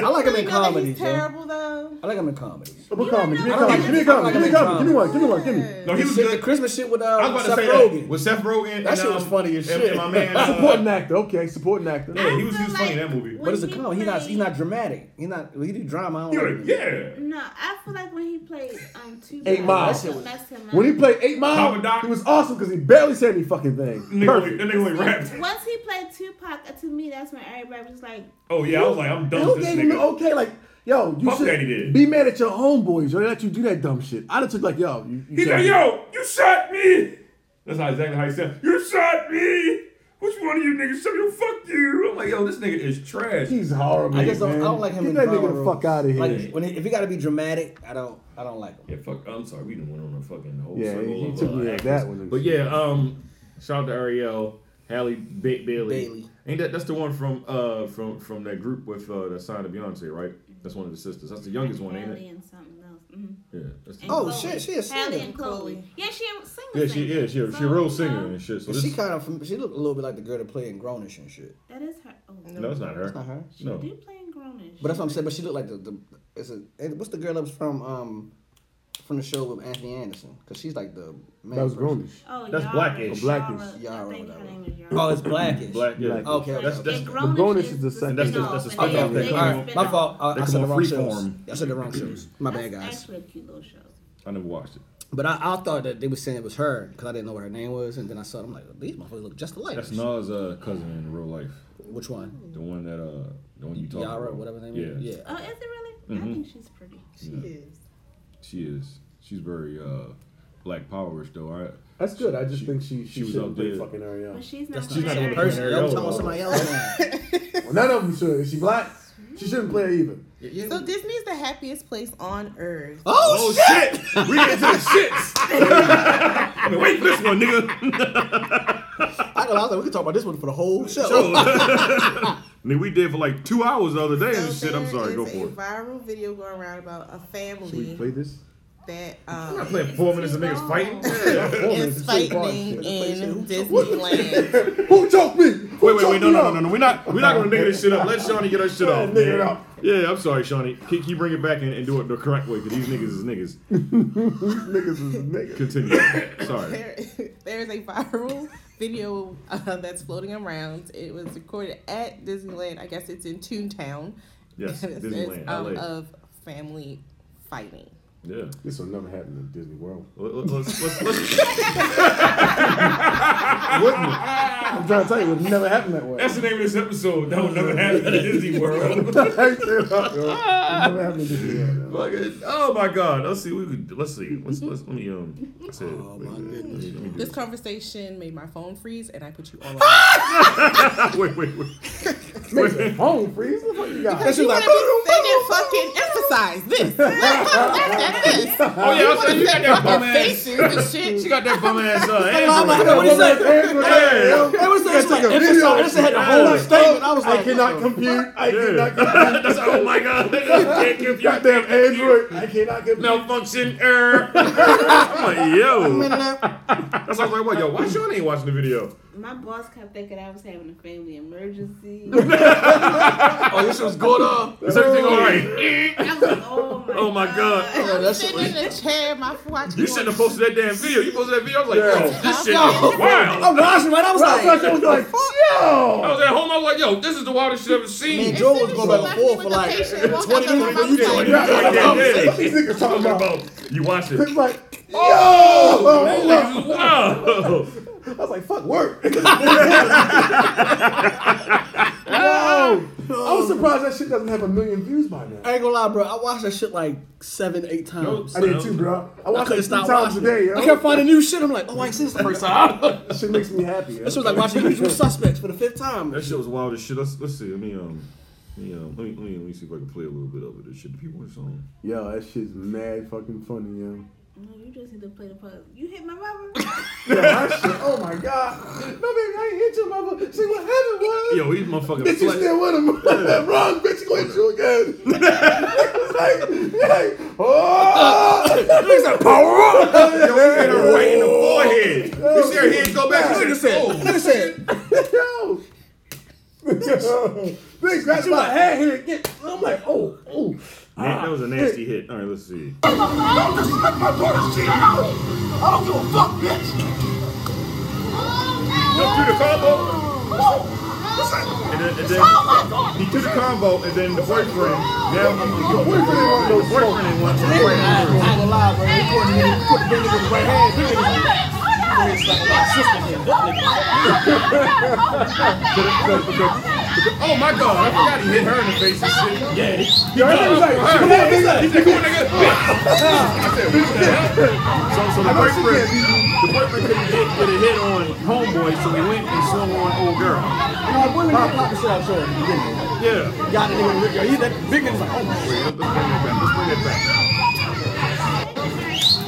S6: I like him in comedies,
S3: He's
S6: yo.
S3: terrible though.
S6: I like him in comedies.
S5: But come, give me a
S6: I
S5: comment.
S6: like
S5: Give me a
S6: him.
S5: comment. Give me a
S6: I like
S5: comment. Give me one. Give me one. Give
S4: No, he
S5: me.
S6: The
S4: was
S6: shit- The
S4: good.
S6: Christmas shit with uh,
S4: I was about
S6: Seth
S4: to say
S6: Rogen.
S4: that. With Seth Rogen.
S6: That
S4: and,
S6: shit was
S4: um,
S6: funny as
S4: and-
S6: shit.
S4: And my man, uh,
S5: Supporting actor. Okay, supporting actor.
S4: Yeah, he was, he was funny in that movie.
S7: What
S6: But it's a
S7: he
S6: comedy. He's not. He's
S7: played-
S6: not dramatic. He's not. He do drama. I don't
S4: You're-
S6: like him.
S4: yeah.
S7: No, I feel like when he played um two
S5: Eight Miles.
S7: that shit messed him up.
S5: When he played Eight Mile,
S4: Papa Doc.
S5: he was awesome because he barely said any fucking thing.
S4: Nigga,
S5: Perfect.
S4: That nigga only rapped.
S7: once he played Tupac, uh, to me that's when everybody was like,
S4: Oh, yeah, I was like, I'm done
S5: Who
S4: with this
S5: gave him the
S4: nigga.
S5: okay? Like, yo, you
S4: Fuck
S5: should
S4: that he did.
S5: be mad at your homeboys. Yo, they let you do that dumb shit. I done took like, yo, you, you
S4: He's
S5: shot
S4: like,
S5: me.
S4: yo, you shot me. That's not exactly how he said. You shot me. Which one of you niggas shot me? Fuck you. I'm like, yo, this nigga is trash.
S5: he's horrible.
S6: I just don't.
S5: man.
S6: I don't like him.
S5: Get
S6: in
S5: that
S6: drama
S5: nigga the
S6: roles.
S5: fuck out of here.
S6: Like when he, if he got to be dramatic, I don't. I don't like him.
S4: Yeah, fuck. I'm sorry. We didn't went on a fucking whole
S5: Yeah,
S4: circle
S5: he- he
S4: of,
S5: took
S4: uh,
S5: me like
S4: actors.
S5: that one and
S4: But
S5: shit.
S4: yeah, um, shout out to Ariel, Halle ba- Bailey.
S6: Bailey.
S4: Ain't that that's the one from uh from from that group with uh that signed to Beyonce, right? That's one of the sisters. That's the youngest one, ain't
S7: Hallie
S4: it?
S7: and something else. Mhm.
S4: Yeah. That's the
S6: Oh
S7: Chloe.
S6: shit, she a
S7: Hallie
S6: singer.
S7: and Chloe. Yeah, she a singer.
S4: yeah, she
S7: singer.
S4: yeah she a, she a
S7: So,
S4: real
S7: you
S4: singer
S7: know,
S4: and shit. So
S6: But
S4: this
S6: she kind of. She looked a little bit like the girl that played in Grownish and shit.
S7: That is her. Oh, no.
S4: no, it's not her.
S6: That's not her.
S7: She
S4: No.
S7: do play in Grownish.
S6: But that's what I'm saying. But she looked like the. the it's a, it- what's the girl that was from um from the show with Anthony Anderson? Because she's like the. Main
S5: That was
S6: person.
S5: grownish.
S7: Oh,
S4: That's
S7: Yara,
S4: Blackish.
S5: Blackish.
S6: Yara,
S7: Yara. I think her
S6: whatever.
S7: name is Yara.
S6: Oh, it's blackish.
S4: Black. Yeah.
S5: Black.
S6: Okay, okay,
S4: That's
S6: okay.
S4: that's
S7: And
S5: The Grownish
S7: Grownish
S5: is the second-
S4: that's the-
S7: spin-off,
S4: that's the
S7: and
S6: Okay,
S4: spin-off
S7: they-
S4: that
S7: they
S6: okay.
S4: come
S6: All
S7: got
S4: on.
S6: right. My
S7: spin-off.
S6: fault. Uh,
S4: They
S6: I
S4: come
S6: said the
S4: on
S6: wrong shows.
S4: Freeform.
S6: I said the wrong shows. My bad,
S7: That's
S6: guys.
S7: Actually, a cute little show.
S4: I never watched it.
S6: But I, I thought that they were saying it was her because I didn't know what her name was, and then I saw it. I'm like, these motherfuckers look just alike.
S4: That's Nas' uh, cousin in real life.
S6: Which one?
S4: The one that uh the one you talked
S6: Yara,
S4: about.
S6: whatever her name
S4: yeah.
S6: is. Yeah.
S7: Oh, is it really?
S4: Mm-hmm.
S7: I think she's pretty.
S3: She is.
S4: She is. She's very uh black powerish though. I
S5: That's good. I just
S4: She-
S5: think she
S4: she
S5: she
S4: was
S5: should
S4: up
S5: play
S4: there.
S5: fucking Ariel.
S7: But she's not.
S6: That's not the
S7: very-
S6: same person.
S4: Ariel.
S6: Yo, I'm talking about somebody else. now.
S5: Well, none of them should. Is she black? She shouldn't play either.
S3: So Disney's the happiest place on earth.
S6: oh, shit!
S4: we get to the shits. I've been waiting for this one, nigga.
S6: I, know, I was like, we could talk about this one for the whole show.
S4: Nigga, we did for like two hours the other day
S3: So
S4: and shit. I'm
S3: there
S4: sorry, go
S3: is
S4: for
S3: a
S4: it.
S3: viral video going around about a family
S5: Play this.
S3: that
S4: I'm
S3: um,
S4: playing four minutes of niggas fighting. wait,
S3: is fighting in Disneyland.
S5: Who choked me? Who
S4: wait, wait,
S5: choked
S4: no,
S5: me
S4: no, no,
S5: up?
S4: no, no. We're not, we're not gonna nigga this shit up. Let Shawnee get her shit
S5: Yeah,
S4: off.
S5: nigga it
S4: man.
S5: up.
S4: Yeah, I'm sorry, Shawnee. Can you bring it back and, and do it the correct way? Because these niggas is niggas.
S5: Niggas is niggas.
S4: Continue. Sorry.
S3: there, there is a viral video uh, that's floating around. It was recorded at Disneyland. I guess it's in Toontown.
S4: Yes,
S3: And it says,
S4: Disneyland,
S3: um,
S4: LA.
S3: of family fighting.
S4: Yeah.
S5: This will never happen in Disney World.
S4: Let- let- Let's, let's, let's,
S5: I'm trying to tell you, it would never happen that way.
S4: that's the name of this episode. That will never happen in Disney World.
S5: Straight up, yo. It never happened in Disney World. yo.
S4: Like, it- oh my god. Let's see. We could, let's see. Let's, let's let me um. Say, oh my goodness. Let me, do
S3: This conversation made my phone freeze, and I put you on.
S4: wait, wait, wait.
S5: Makes it phone freeze. What the fuck you got?
S6: She was like,
S3: Because
S7: didn't fucking emphasize this.
S4: Oh yeah, I'm saying you got that bum ass.
S7: Faces and shit.
S4: She got that bum ass. Uh,
S14: Mama, I
S4: Amber.
S14: know what he said.
S4: Yeah.
S14: It was like,
S5: Took a
S14: it
S5: video.
S14: just had the whole statement. I was
S5: I
S14: like,
S5: cannot compute. I cannot compute.
S4: Yeah. That's oh my god. Can't compute.
S5: Goddamn Android. I cannot compute.
S4: Malfunction error. I'm like, yo.
S6: Internet.
S4: That's why I was like, what, yo, why Sean ain't watching the video?
S10: My boss kept thinking I was having a family emergency.
S6: Oh, this was going on.
S4: Is everything all right?
S10: I was like, oh my,
S4: Oh my god.
S6: Yeah, that shit
S7: Sitting in
S6: was.
S7: a chair, my watch.
S4: You shouldn't have posted that damn video. You posted that video. I was like, yo, this shit is
S14: I'm
S4: wild.
S14: watching, right? I was
S5: I thought
S14: like,
S5: that was like,
S4: I
S5: yo.
S4: was at home. I was like, yo, this is the wildest shit I've ever seen.
S14: Man, Joe
S10: Oh
S14: was going back and forth for like 20 minutes. but You
S4: Like,
S14: talking
S4: yeah,
S14: about
S4: yeah, yeah.
S5: These niggas talking
S4: Talking
S5: about.
S4: about you watch it.
S5: It's like, yo.
S4: This is wild.
S5: I was like, fuck work. I was surprised that shit doesn't have a million views by now.
S14: I ain't gonna lie, bro. I watched that shit like seven, eight times.
S5: I did too, bro. I
S14: I
S5: watched
S14: couldn't
S5: it three
S14: stop
S5: times
S14: watching.
S5: a day, yo.
S14: I kept finding new shit. I'm like, oh, I ain't seen this the first time. this
S5: That shit makes me happy, yo.
S14: was like watching Usual Suspects for the fifth time.
S4: That shit was wild as shit. Let's let's see. Let me um, let me, um let me let me, let me see if I can play a little bit of it. This shit. The people in song.
S5: Yo, that shit's mad fucking funny, yo.
S10: No, you just need to play the puzzle. You hit my mama.
S5: Yeah, that shit, oh my god. No, baby, I ain't hit your mother. See what happened was.
S4: Yo, these motherfucking.
S5: Bitch, you
S4: flex-
S5: still with him. Wrong, bitch, you going to you again. it's like, like, oh.
S14: Niggas like, power up.
S4: Yo, he hit her right in the forehead. You see her head go back. You said, oh,
S14: Listen,
S5: Yo. Bitch, that's my head here. Get, I'm like, oh, oh.
S4: Man, that was a nasty hit. All right, let's see. Jump through the combo. And then, and then he threw the combo, and then the boyfriend. Now the boyfriend, the boyfriend ain't want to
S14: I ain't gonna lie, bro. They put the nigga- put the nigga in the right hand. This nigga was
S4: Oh my god, I forgot he hit her in the face and shit. Yeah, he, he
S5: Yo,
S4: got
S5: everybody's
S4: up
S5: like,
S4: on
S5: come
S4: her.
S5: on,
S4: He
S5: nigga.
S4: said, come on, nigga. I said, what the hell? So, so the
S5: know she
S4: boyfriend,
S5: can't
S4: the boyfriend couldn't hit, get a hit on homeboy, so he went and swung on old girl.
S14: No, one nigga popped the shit out of her in the beginning.
S4: Yeah.
S14: Got the nigga with the He that big nigga's like, oh my
S4: Wait, let's bring that back. Let's bring that back.
S5: Well,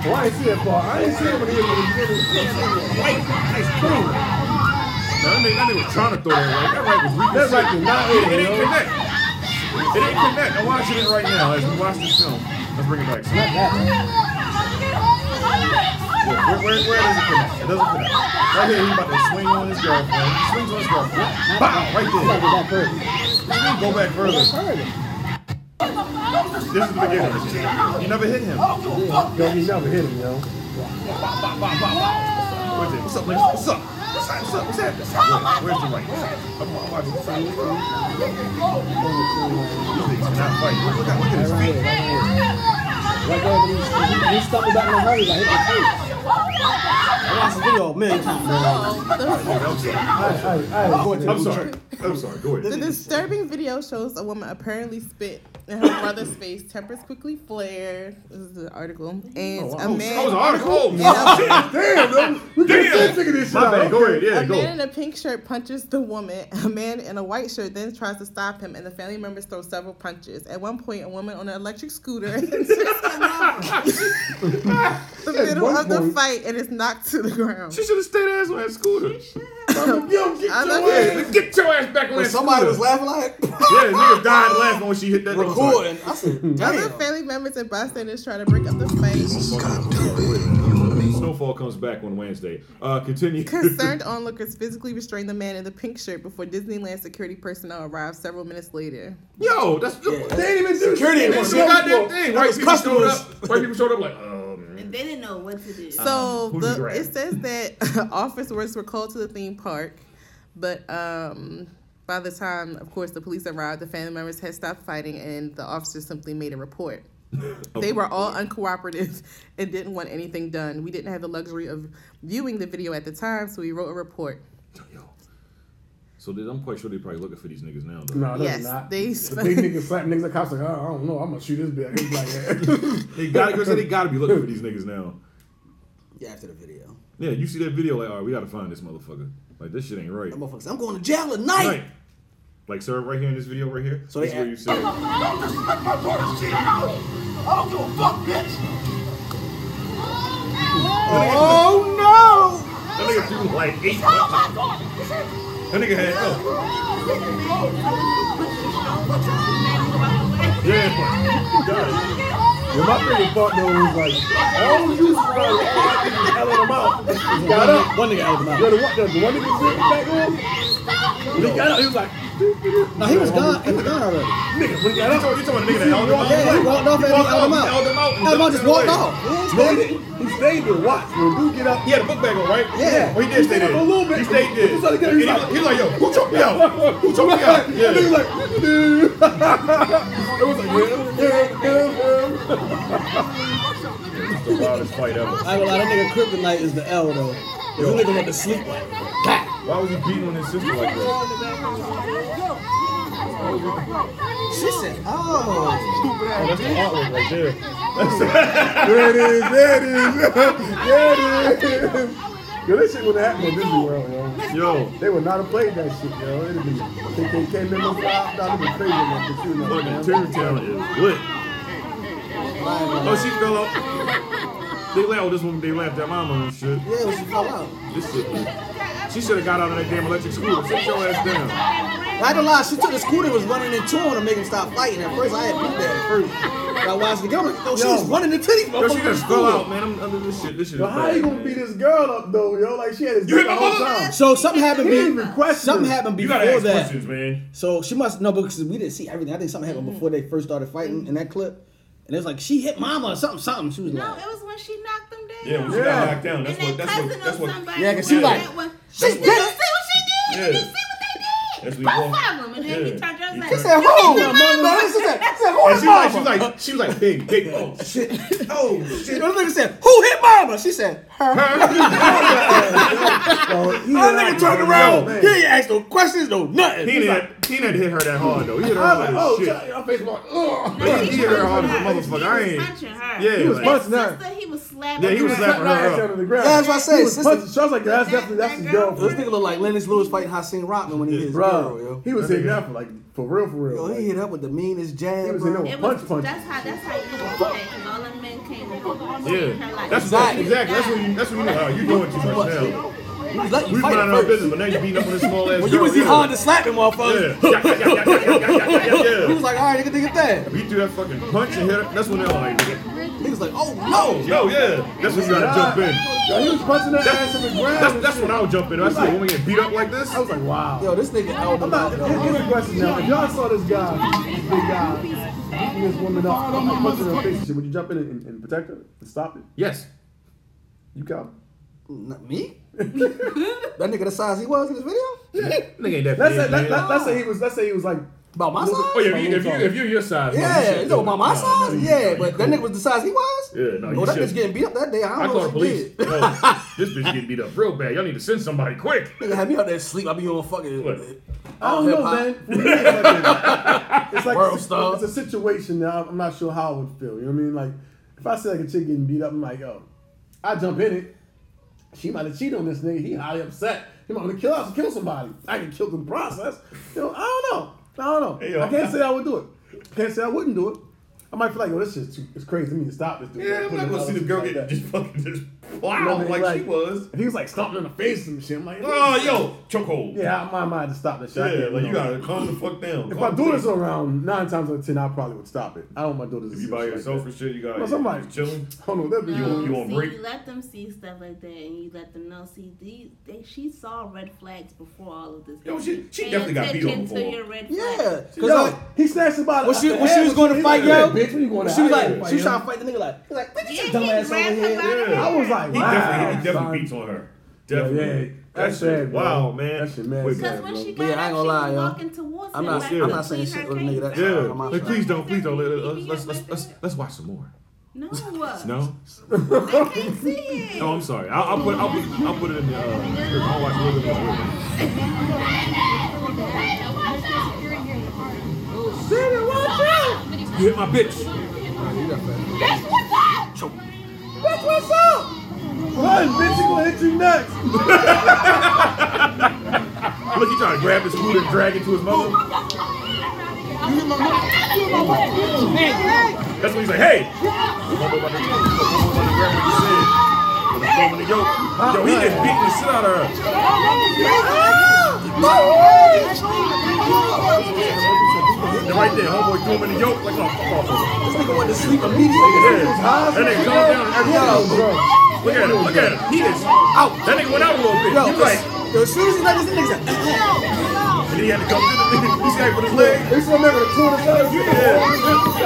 S5: Oh, I ain't see that far. I ain't see it when he hit me.
S4: Wait, nice boom. No, that nigga, that nigga was trying to throw that right. That right was weak as
S5: That right
S4: shit.
S5: did not
S4: It,
S5: hit,
S4: it didn't
S5: yo.
S4: connect. It didn't connect. I'm watching it right now as we watch this film. Let's bring it back. Where, where, where, where does it connect? It doesn't connect. Right here, he's about to swing on his girlfriend. He swings on his girlfriend. Bow! Right there.
S14: god, perfect.
S4: Go back further. This is the beginning. You never hit him. What's
S5: Yo, he never hit him, yo.
S4: it? What's up, nigga? What's up? What's up? What's up? What's up? What's up? Where's the right? Come on, watch this. These niggas cannot fight. Look, look at, look at his feet.
S14: Right there, when he, when he stopped about in the hurry, like, hit the face. I watched the video a million times, man.
S4: I'm sorry.
S5: I, I, I,
S14: Going to
S4: I'm
S14: the
S4: sorry. I'm sorry. Go
S7: The
S4: ahead.
S7: disturbing video shows a woman apparently spit in her brother's face. Tempers quickly flare. This is the article. And a man.
S4: Oh,
S7: Oh,
S4: That was an article.
S5: Damn, yo. We
S4: Damn.
S5: can't figure this shit
S4: My
S5: out.
S4: bad. Go ahead. Yeah,
S7: a
S4: go.
S7: man in a pink shirt punches the woman. A man in a white shirt then tries to stop him, and the family members throw several punches. At one point, a woman on an electric scooter enters the middle
S5: one
S7: of the
S5: point.
S7: fight and is knocked to the ground.
S4: She should have stayed ass on that scooter.
S5: Yo, get
S7: I
S5: your
S7: love
S5: ass.
S7: it.
S4: Hey, Get your ass back on that
S6: Somebody
S4: scooter.
S6: was laughing like,
S4: Yeah, the nigga died laughing when she hit that. I'm sorry.
S6: recording. I said,
S7: Other
S6: damn.
S7: family members and bystanders try to break up the fight.
S6: Mm-hmm.
S4: Snowfall comes back on Wednesday. Uh, continue.
S7: Concerned onlookers physically restrain the man in the pink shirt before Disneyland security personnel arrived several minutes later.
S4: Yo, that's
S5: They ain't even do
S6: Security
S5: shit.
S6: ain't
S4: She
S6: Yo,
S4: got
S6: yo,
S4: that thing.
S6: that
S4: White
S6: was
S4: people showed
S6: customers.
S4: up. White people showed up like, oh man.
S10: they didn't know what to do.
S7: So
S4: who
S7: the,
S4: grabbed?
S7: it says that office workers were called to the theme park, but um, by the time, of course, the police arrived, the family members had stopped fighting, and the officers simply made a report. They were all uncooperative and didn't want anything done. We didn't have the luxury of viewing the video at the time, so we wrote a report.
S4: Yo. So they- I'm quite sure they probably looking for these niggas now. Though.
S5: No, they're
S7: Yes,
S5: not.
S7: they-
S5: the big niggas slap niggas. The cops like, oh, I don't know. I'm gonna shoot this bitch. He's like, yeah.
S4: They gotta go. They gotta be looking for these niggas now.
S6: Yeah, after the video.
S4: Yeah, you see that video like, all right, we gotta find this motherfucker. Like this shit ain't right.
S6: That motherfucker said, I'm going to jail tonight.
S4: Right. Like, sir, right here in this video, right here.
S14: So
S4: this
S14: they
S4: is where
S14: act-
S4: you say.
S3: I don't respect my daughter's shit at all. I don't give a fuck, bitch.
S4: Uh-huh. Oh no! That nigga threw like eight.
S10: Oh
S4: That nigga had oh, yeah. God.
S5: Yeah, my
S4: oh.
S5: favorite part though was like, all you survived out of the mouth. He got up.
S14: One nigga out of the
S5: Yeah,
S14: mouth.
S5: the one, the one nigga sitting back on. When he got up, he was like,
S14: No, he was gone. He was gone already.
S4: Nigga, when you talking, you talking nigga that held him out?
S14: Yeah, he walked off and
S4: walked
S14: held him
S4: off,
S14: out.
S4: held him out, and
S14: Held him out,
S4: ducked
S14: just
S4: it away.
S14: walked off. He ain't
S5: stayed,
S14: stayed.
S5: he stayed there. Watch when dude get up.
S4: He had a book bag on, right?
S14: Yeah.
S4: Oh, he did stay
S5: He did
S4: there.
S5: it for a little bit.
S4: He stayed there.
S5: He was like, yeah,
S4: And
S5: he was
S4: he, was like, yo, who choked me out? Who choked me out?
S5: Yeah.
S4: Yeah.
S5: And he was like, dude. it was like, yeah, yeah, yeah, yeah.
S4: It's the wildest fight ever.
S14: I ain't gonna lie, that nigga Kryptonite is the L though. 'Cause This nigga went to sleep like, God.
S4: Why was he beating on his sister like that?
S6: She said, "Oh,
S4: Oh, that's the artwork right there.
S5: There it is. There it is. there it is. Yo, that shit wouldn't happen in Disney World, yo.
S4: Yo,
S5: They would not have played that shit, yo. It'd be KKK number five, not even favorite number two, number
S4: fucking
S5: two.
S4: Terrytown is lit. Oh, she fell off. They laughed. Oh, this woman. They laughed at mama and shit.
S6: yeah, when she fell out."
S4: This shit. is- She should have got out of that damn electric scooter. Sit your ass down.
S6: I don't lie, she took the scooter and was running into him to make him stop fighting. At first, I had beat that at first. But I watched the game, I'm like, yo, she was running into these
S4: Yo, she
S6: motherfuckers.
S4: just fell out, man. I'm under this shit. This shit.
S5: Yo,
S4: is
S5: how
S4: bad,
S5: you gonna
S4: man.
S5: beat this girl up though, yo? Like she had his
S4: You
S5: dick
S4: hit
S5: the
S4: my
S5: whole
S4: mother?
S5: time.
S14: So something happened.
S5: He didn't even
S14: Be-
S5: question
S14: something
S5: it.
S14: happened
S4: You gotta
S14: before
S4: ask
S14: that.
S4: questions, man.
S14: So she must no because we didn't see everything. I think something happened before they first started fighting in that clip. And it was like she hit mama or something, something. She was
S10: No,
S14: like,
S10: it was when she knocked them down.
S4: Yeah, when she
S5: Yeah.
S4: got knocked down, that's
S10: and
S4: what.
S10: that
S4: That's
S10: cousin
S4: what. That's
S10: of
S4: what.
S10: somebody.
S6: Yeah, 'cause she
S10: was
S6: like,
S10: that one.
S6: she's
S10: Did you see
S6: dead.
S10: what she did? Did you see what they
S4: That's
S10: did?
S4: what you
S10: Both
S4: want.
S10: of them. And then he
S4: Yeah.
S10: turned around and
S4: She
S10: was
S6: said,
S10: like,
S6: who?
S10: "You hit my mama."
S6: No, she said, she said, who
S4: And she
S6: is
S4: was
S6: mama?
S4: like, she was like, she was like, big, big. Oh shit. Oh shit.
S6: Those niggas said, who hit mama? She said, her.
S5: Yo,
S4: Oh,
S5: he
S6: That
S5: did
S6: nigga
S5: not
S6: turned
S5: even-
S6: around.
S5: Yo,
S6: He
S5: man.
S6: ain't asked no questions, no nothing.
S4: He
S6: He's like,
S4: didn't. He didn't hit her that hard though. He hit her
S5: I
S4: hard
S5: was
S4: like
S5: like, oh,
S4: shit.
S5: shit, your face like, ugh.
S4: Yeah, he hit her hard as a
S10: He
S4: motherfucker. I
S10: was
S4: ain't.
S10: punching her.
S4: Yeah,
S5: He was
S4: like-
S5: busting her.
S10: Sister, he was slapping.
S4: Yeah, he was
S10: her.
S4: slapping
S5: Her ass
S4: her
S5: down
S4: up.
S5: on the ground.
S6: Yeah, that's what I said,
S5: He was
S6: sister.
S5: punching. So I was like, that's definitely that's his
S10: That
S6: this
S5: girlfriend.
S6: nigga look like Lennox Lewis fighting Hasim Rockman when he hit his girl,
S5: Bro,
S6: yo.
S5: he was hitting that for like for real, for real.
S6: Yo,
S5: like.
S6: he hit up with the meanest
S5: He
S6: jab,
S5: was
S6: bro.
S5: in there with-
S10: It
S5: Punch,
S10: was,
S5: punch.
S10: That's how. That's how you know that. 'cause all them men came and her
S4: Yeah,
S10: like,
S4: that's
S6: Exactly.
S4: exactly. exactly. That's what you. That's what you know. How you doing too much now?
S6: He was letting
S4: We
S6: you fight
S4: minding
S6: at
S4: our
S6: first.
S4: business, but now you beating up on this small ass.
S6: When you
S4: girl.
S6: was in
S4: Yeah.
S6: Honda slapping motherfuckers,
S4: Yeah. Yeah, yeah, yeah, yeah, yeah, yeah, yeah, yeah,
S6: he
S4: yeah.
S6: was like, all right, nigga, nigga, that.
S4: He threw that fucking punch and hit her. That's when they were like, nigga,
S6: He was like, oh no.
S4: yo, yeah. That's when you gotta jump in.
S5: Yo, he was punching her ass on the ground.
S4: That's, that's when I would jump in. I said, when we get beat up like this,
S5: I was like, wow.
S6: Yo, this nigga
S5: I'm
S6: elbowed him
S5: not.
S6: out,
S5: Here's
S6: though.
S5: the question now. If y'all saw this guy, this big guy, beating this woman up, like, punching her face, and shit, would you jump in and, and protect her and stop it?
S4: yes.
S5: You count.
S6: Not me? that nigga the size he was in this video?
S4: Nigga ain't that
S5: Let's
S4: big,
S5: say let,
S4: man.
S5: let, let's say he was. Let's say he was like.
S6: About my size?
S4: Oh yeah, if you if you if you're your size, no,
S6: yeah,
S4: shouldn't
S6: you
S4: do
S6: know,
S4: it.
S6: about my
S4: No,
S6: size?
S4: no, you- no,
S6: yeah,
S4: you
S6: but that
S4: cool.
S6: nigga was the size he was?
S4: Yeah, no,
S6: Oh,
S4: you
S6: that
S4: shouldn't.
S6: bitch getting beat up that day. I don't
S4: I
S6: know
S4: called the
S6: what she
S4: police.
S6: did.
S4: Yo, this bitch getting beat up real bad. Y'all need to send somebody quick.
S6: Nigga had me out there asleep. I be on fucking.
S4: What?
S5: I don't know,
S6: hip-hop.
S5: man. For me, it's like a- It's like
S6: World
S5: it's,
S6: star.
S5: it's a situation that I'm I'm not sure how I would feel. You know what I mean? Like if I see like a chick getting beat up, I'm like, oh, I jump in it. She might have cheated on this nigga. He highly upset. He might want to kill us, kill somebody. I can kill the process. You know, I don't know. I don't know.
S4: Hey, yo.
S5: I can't say I would do it. Can't say I wouldn't do it. I might feel like, yo, this shit's too, it's crazy. I need to stop this dude.
S4: Yeah, I'm
S5: Put
S4: not
S5: him
S4: gonna
S5: out
S4: see
S5: or
S4: the girl
S5: something
S4: get
S5: like
S4: just fucking just
S5: that. You know what I
S4: plowed
S5: mean?
S4: like she was.
S5: If he was like stomping in the face and shit, I'm like,
S4: Oh, yo, chokehold.
S5: yeah, I might, I might have to stop this shit. I
S4: Yeah,
S5: can't,
S4: like you
S5: know.
S4: gotta calm the fuck down.
S5: If
S4: Calm
S5: my daughter's
S4: down.
S5: around nine times out of ten, I probably would stop it. I don't want my daughters.
S4: If you by yourself and shit, you gotta
S5: Well, somebody-
S4: you chilling.
S5: Hold on, that'd be
S4: You want- you
S10: No,
S4: want
S10: see,
S4: break?
S10: You let them see stuff like that, and you let them know. See, these, they, she saw red flags before all of this.
S4: Yo, she- she
S10: Pay
S4: definitely got beat on
S10: attention to
S4: before.
S10: your red
S6: Yeah.
S10: flags.
S6: Cause
S5: Yo,
S6: like,
S5: he snatched the bottle.
S6: when
S5: out
S6: she,
S5: the
S6: when she
S5: ass
S6: was
S5: or
S6: going
S5: something,
S6: to fight,
S5: he like,
S6: yo,
S5: bitch, when you going to
S6: she was
S5: hide,
S6: like,
S5: fight,
S6: she was
S5: yo?"
S6: trying to fight the nigga like, he like,
S10: Yeah,
S6: bitch,
S10: he
S6: you dumbass over
S10: grabbed her
S6: here.
S10: by the
S4: Yeah.
S5: I
S10: hair.
S5: was like,
S4: He
S5: wow.
S4: definitely, he
S5: son.
S4: definitely beats on her.
S5: Yeah,
S4: Definitely.
S5: yeah,
S4: That
S5: that's
S4: shit.
S5: sad. bro.
S4: Wow, man.
S5: That shit mad.
S4: Wait,
S10: Because
S5: sad,
S10: when
S5: bro.
S10: she
S6: But
S10: got up,
S6: yeah, I ain't
S10: she
S6: gonna lie,
S10: was
S6: yo.
S10: walking towards
S6: I'm
S10: him.
S6: not-
S10: like,
S4: I'm not
S6: saying
S10: please
S6: shit
S10: her
S6: with a
S10: case.
S6: nigga that
S4: Yeah.
S6: Oh, my
S4: Like,
S6: God.
S4: please don't, please don't. Let, us let's, let's, let's, let's watch some more.
S10: No, uh,
S4: No?
S10: I can't see it.
S4: No, I'm sorry. I'll, I'll put, I'll put, I'll put it in the. Uh, description. I'll watch a little bit more. You hit my bitch.
S5: Run, bitch, she gonna hit you next.
S4: Look, he trying to grab his food and drag it to his mother. That's when he's like, hey! Yo, he just beating the shit out of her. And right there, homeboy threw him in the yoke like, oh, fuck off. This nigga went to sleep immediately. Yeah. That nigga calmed down and everything. Look at him, look at him. He is out. That nigga went out a little bit. He was like,
S6: Yo, as soon as he let this nigga,
S4: and he had to come to the He's got with his leg.
S5: They still remember the two of us.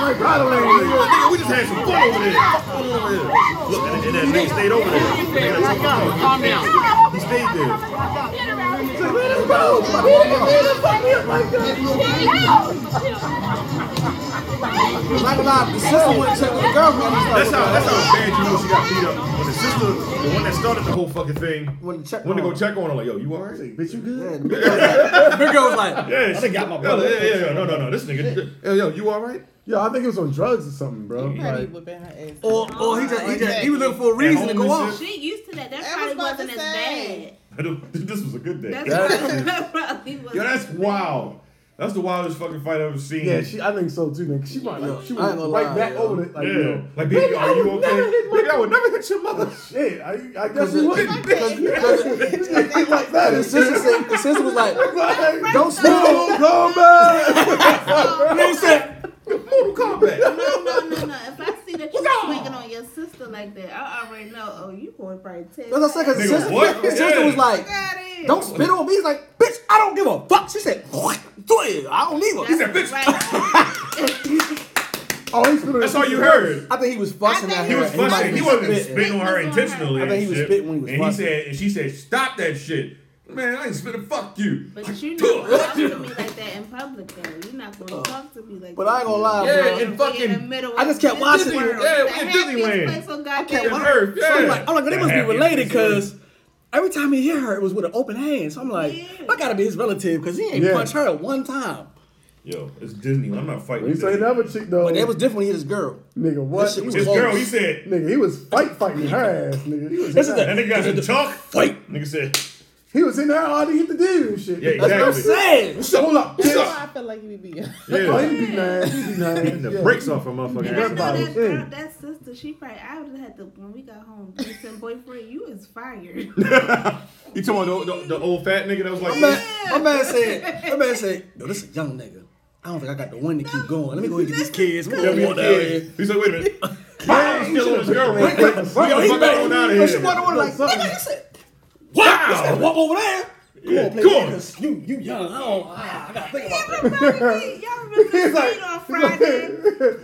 S4: Nigga, we just had some fun over there. Fun over there. Look, and, and that nigga stayed over there. Nigga, that's what
S15: Calm down.
S4: He stayed there.
S6: like a lot, the sister went to check with the girlfriend. He's like,
S4: That's how that's how bad you know she got beat up. When the sister, the one that started the whole fucking thing,
S6: Went to check
S4: went to
S6: on
S4: go
S6: her.
S4: check on her, like, yo, you alright?
S5: Bitch, you good?
S6: the big girl was like- big girl was like,
S4: Yeah, she
S14: got my
S4: yeah,
S14: brother.
S4: yeah, yeah, yeah, no, no, no, this nigga, yo, yo, you alright?
S5: Yo, I think it was on drugs or something, bro.
S7: Probably
S5: Like,
S7: whipping her ass.
S6: or, or "Oh, he just, he just, he was looking for a reason to go off.
S10: She used to that. That
S7: I
S10: probably
S7: was about to
S10: wasn't as bad.
S7: say.
S4: this was a good day.
S10: That's that probably wasn't.
S4: yo, that's wild. That's the wildest fucking fight I've ever seen.
S5: yeah, she. I think so too, man. 'cause She might.
S6: Yo,
S5: she
S6: I
S5: was
S6: ain't gonna
S5: right
S6: lie,
S5: back
S6: yo.
S5: over it. Like,
S4: yeah.
S5: you know,
S4: like, baby, are you
S5: I would never
S4: okay?
S5: hit my-
S4: Nigga, I would never hit your mother.
S5: shit. I, I guess
S6: it-
S5: it wasn't. Like, like that.
S6: The
S5: It's just
S6: sister said, the sister was like,
S5: like,
S6: don't snitch.
S5: don't go back.
S6: He said,
S4: Mortal Kombat.
S10: No, no, no, no. If I see that you're swinging on your sister like that, I already know. Oh, you going probably ten.
S6: that's what I said, cause the
S4: Nigga,
S6: sister,
S4: what?
S6: the sister
S4: Yeah.
S6: was like,
S10: That is.
S6: don't spit on me. He's like, bitch, I don't give a fuck. She said, what? Do it. I don't need
S10: That's
S6: one.
S4: said, "Bitch."
S10: right.
S5: Oh, he's gonna.
S4: That's all you heard.
S6: I think he was fussing
S10: I
S6: at
S10: think
S4: He
S6: her.
S4: was
S6: and might
S4: fussing.
S6: have
S4: He
S6: been
S4: wasn't
S6: spitting.
S4: spitting on her intentionally.
S6: I think he
S4: and
S6: was
S4: shit.
S6: spitting when he was
S4: And he
S6: fussing.
S4: said, and she said, "Stop that shit, man! I ain't spitting. Fuck you."
S10: But you not gonna talk to me like that in public, though. You're not gonna talk to me like
S6: Uh, But
S10: that.
S6: I ain't gonna lie,
S4: Yeah,
S6: bro.
S4: and
S10: We in the
S4: fucking.
S10: middle
S6: I
S10: of
S6: just kept
S10: this
S6: watching
S10: world.
S6: it.
S4: Yeah,
S10: It's the
S4: in Disneyland.
S10: happiest place on
S6: can't
S10: goddamn
S4: on
S6: watch-
S10: earth.
S4: Earth,
S6: So I'm
S4: yeah.
S6: like, I'm like, they must be
S4: Happy
S6: related
S4: place on Earth.
S6: because every time he hit her, it was with an open hand. So I'm like, I gotta be his relative because he ain't
S5: Yeah.
S6: punched her one time.
S4: Yo, it's Disneyland. I'm not fighting.
S5: He said
S4: Disney.
S5: another chick though.
S6: But that was different when he hit his girl.
S5: nigga. What?
S6: shit was-
S4: This girl, he said.
S5: Nigga, he was fight fighting her ass, nigga. He was,
S6: This is
S5: in
S6: the-
S5: her,
S4: That nigga got some chalk.
S6: Fight.
S4: Nigga said,
S5: he was in her all to hit the dude and shit.
S4: "Yeah,
S6: That's what I'm
S4: exactly."
S6: saying.
S5: So hold up.
S7: That's
S5: Yeah.
S7: why I feel like you be being.
S5: Oh,
S4: Yeah,
S5: he beat my ass. He beat my ass.
S4: and the
S5: yeah.
S4: brakes off her
S10: And
S4: motherfucking
S10: I
S4: ass.
S10: know
S5: Everybody
S10: that, girl,
S5: in.
S10: that sister, she probably, I would have had to, when we got home, they said, boyfriend, you is fired.
S4: You talking about the, the, the old fat nigga that was like,
S6: My man, my man said, my man said, yo, this is a young nigga. I don't think I got the one to keep going. Let me go and get these kids. We
S4: "Yeah,
S6: gonna
S4: we
S6: walk
S4: a
S6: down here.
S4: kid." He's like, "Wait a minute." Bam! Still on his girl. Right?
S6: Yo,
S4: We gotta
S6: he
S4: fuck
S6: back.
S4: on out of
S6: Yo,
S4: here.
S6: She walked away like, nigga, he said,
S4: Wow!
S6: walk over there. Come
S4: Yeah,
S6: on, play
S4: come
S6: that,
S4: on.
S6: 'cause You, you young. I don't, I, I gotta think about that.
S10: Everybody, y'all remember the
S5: like-
S10: scene on Friday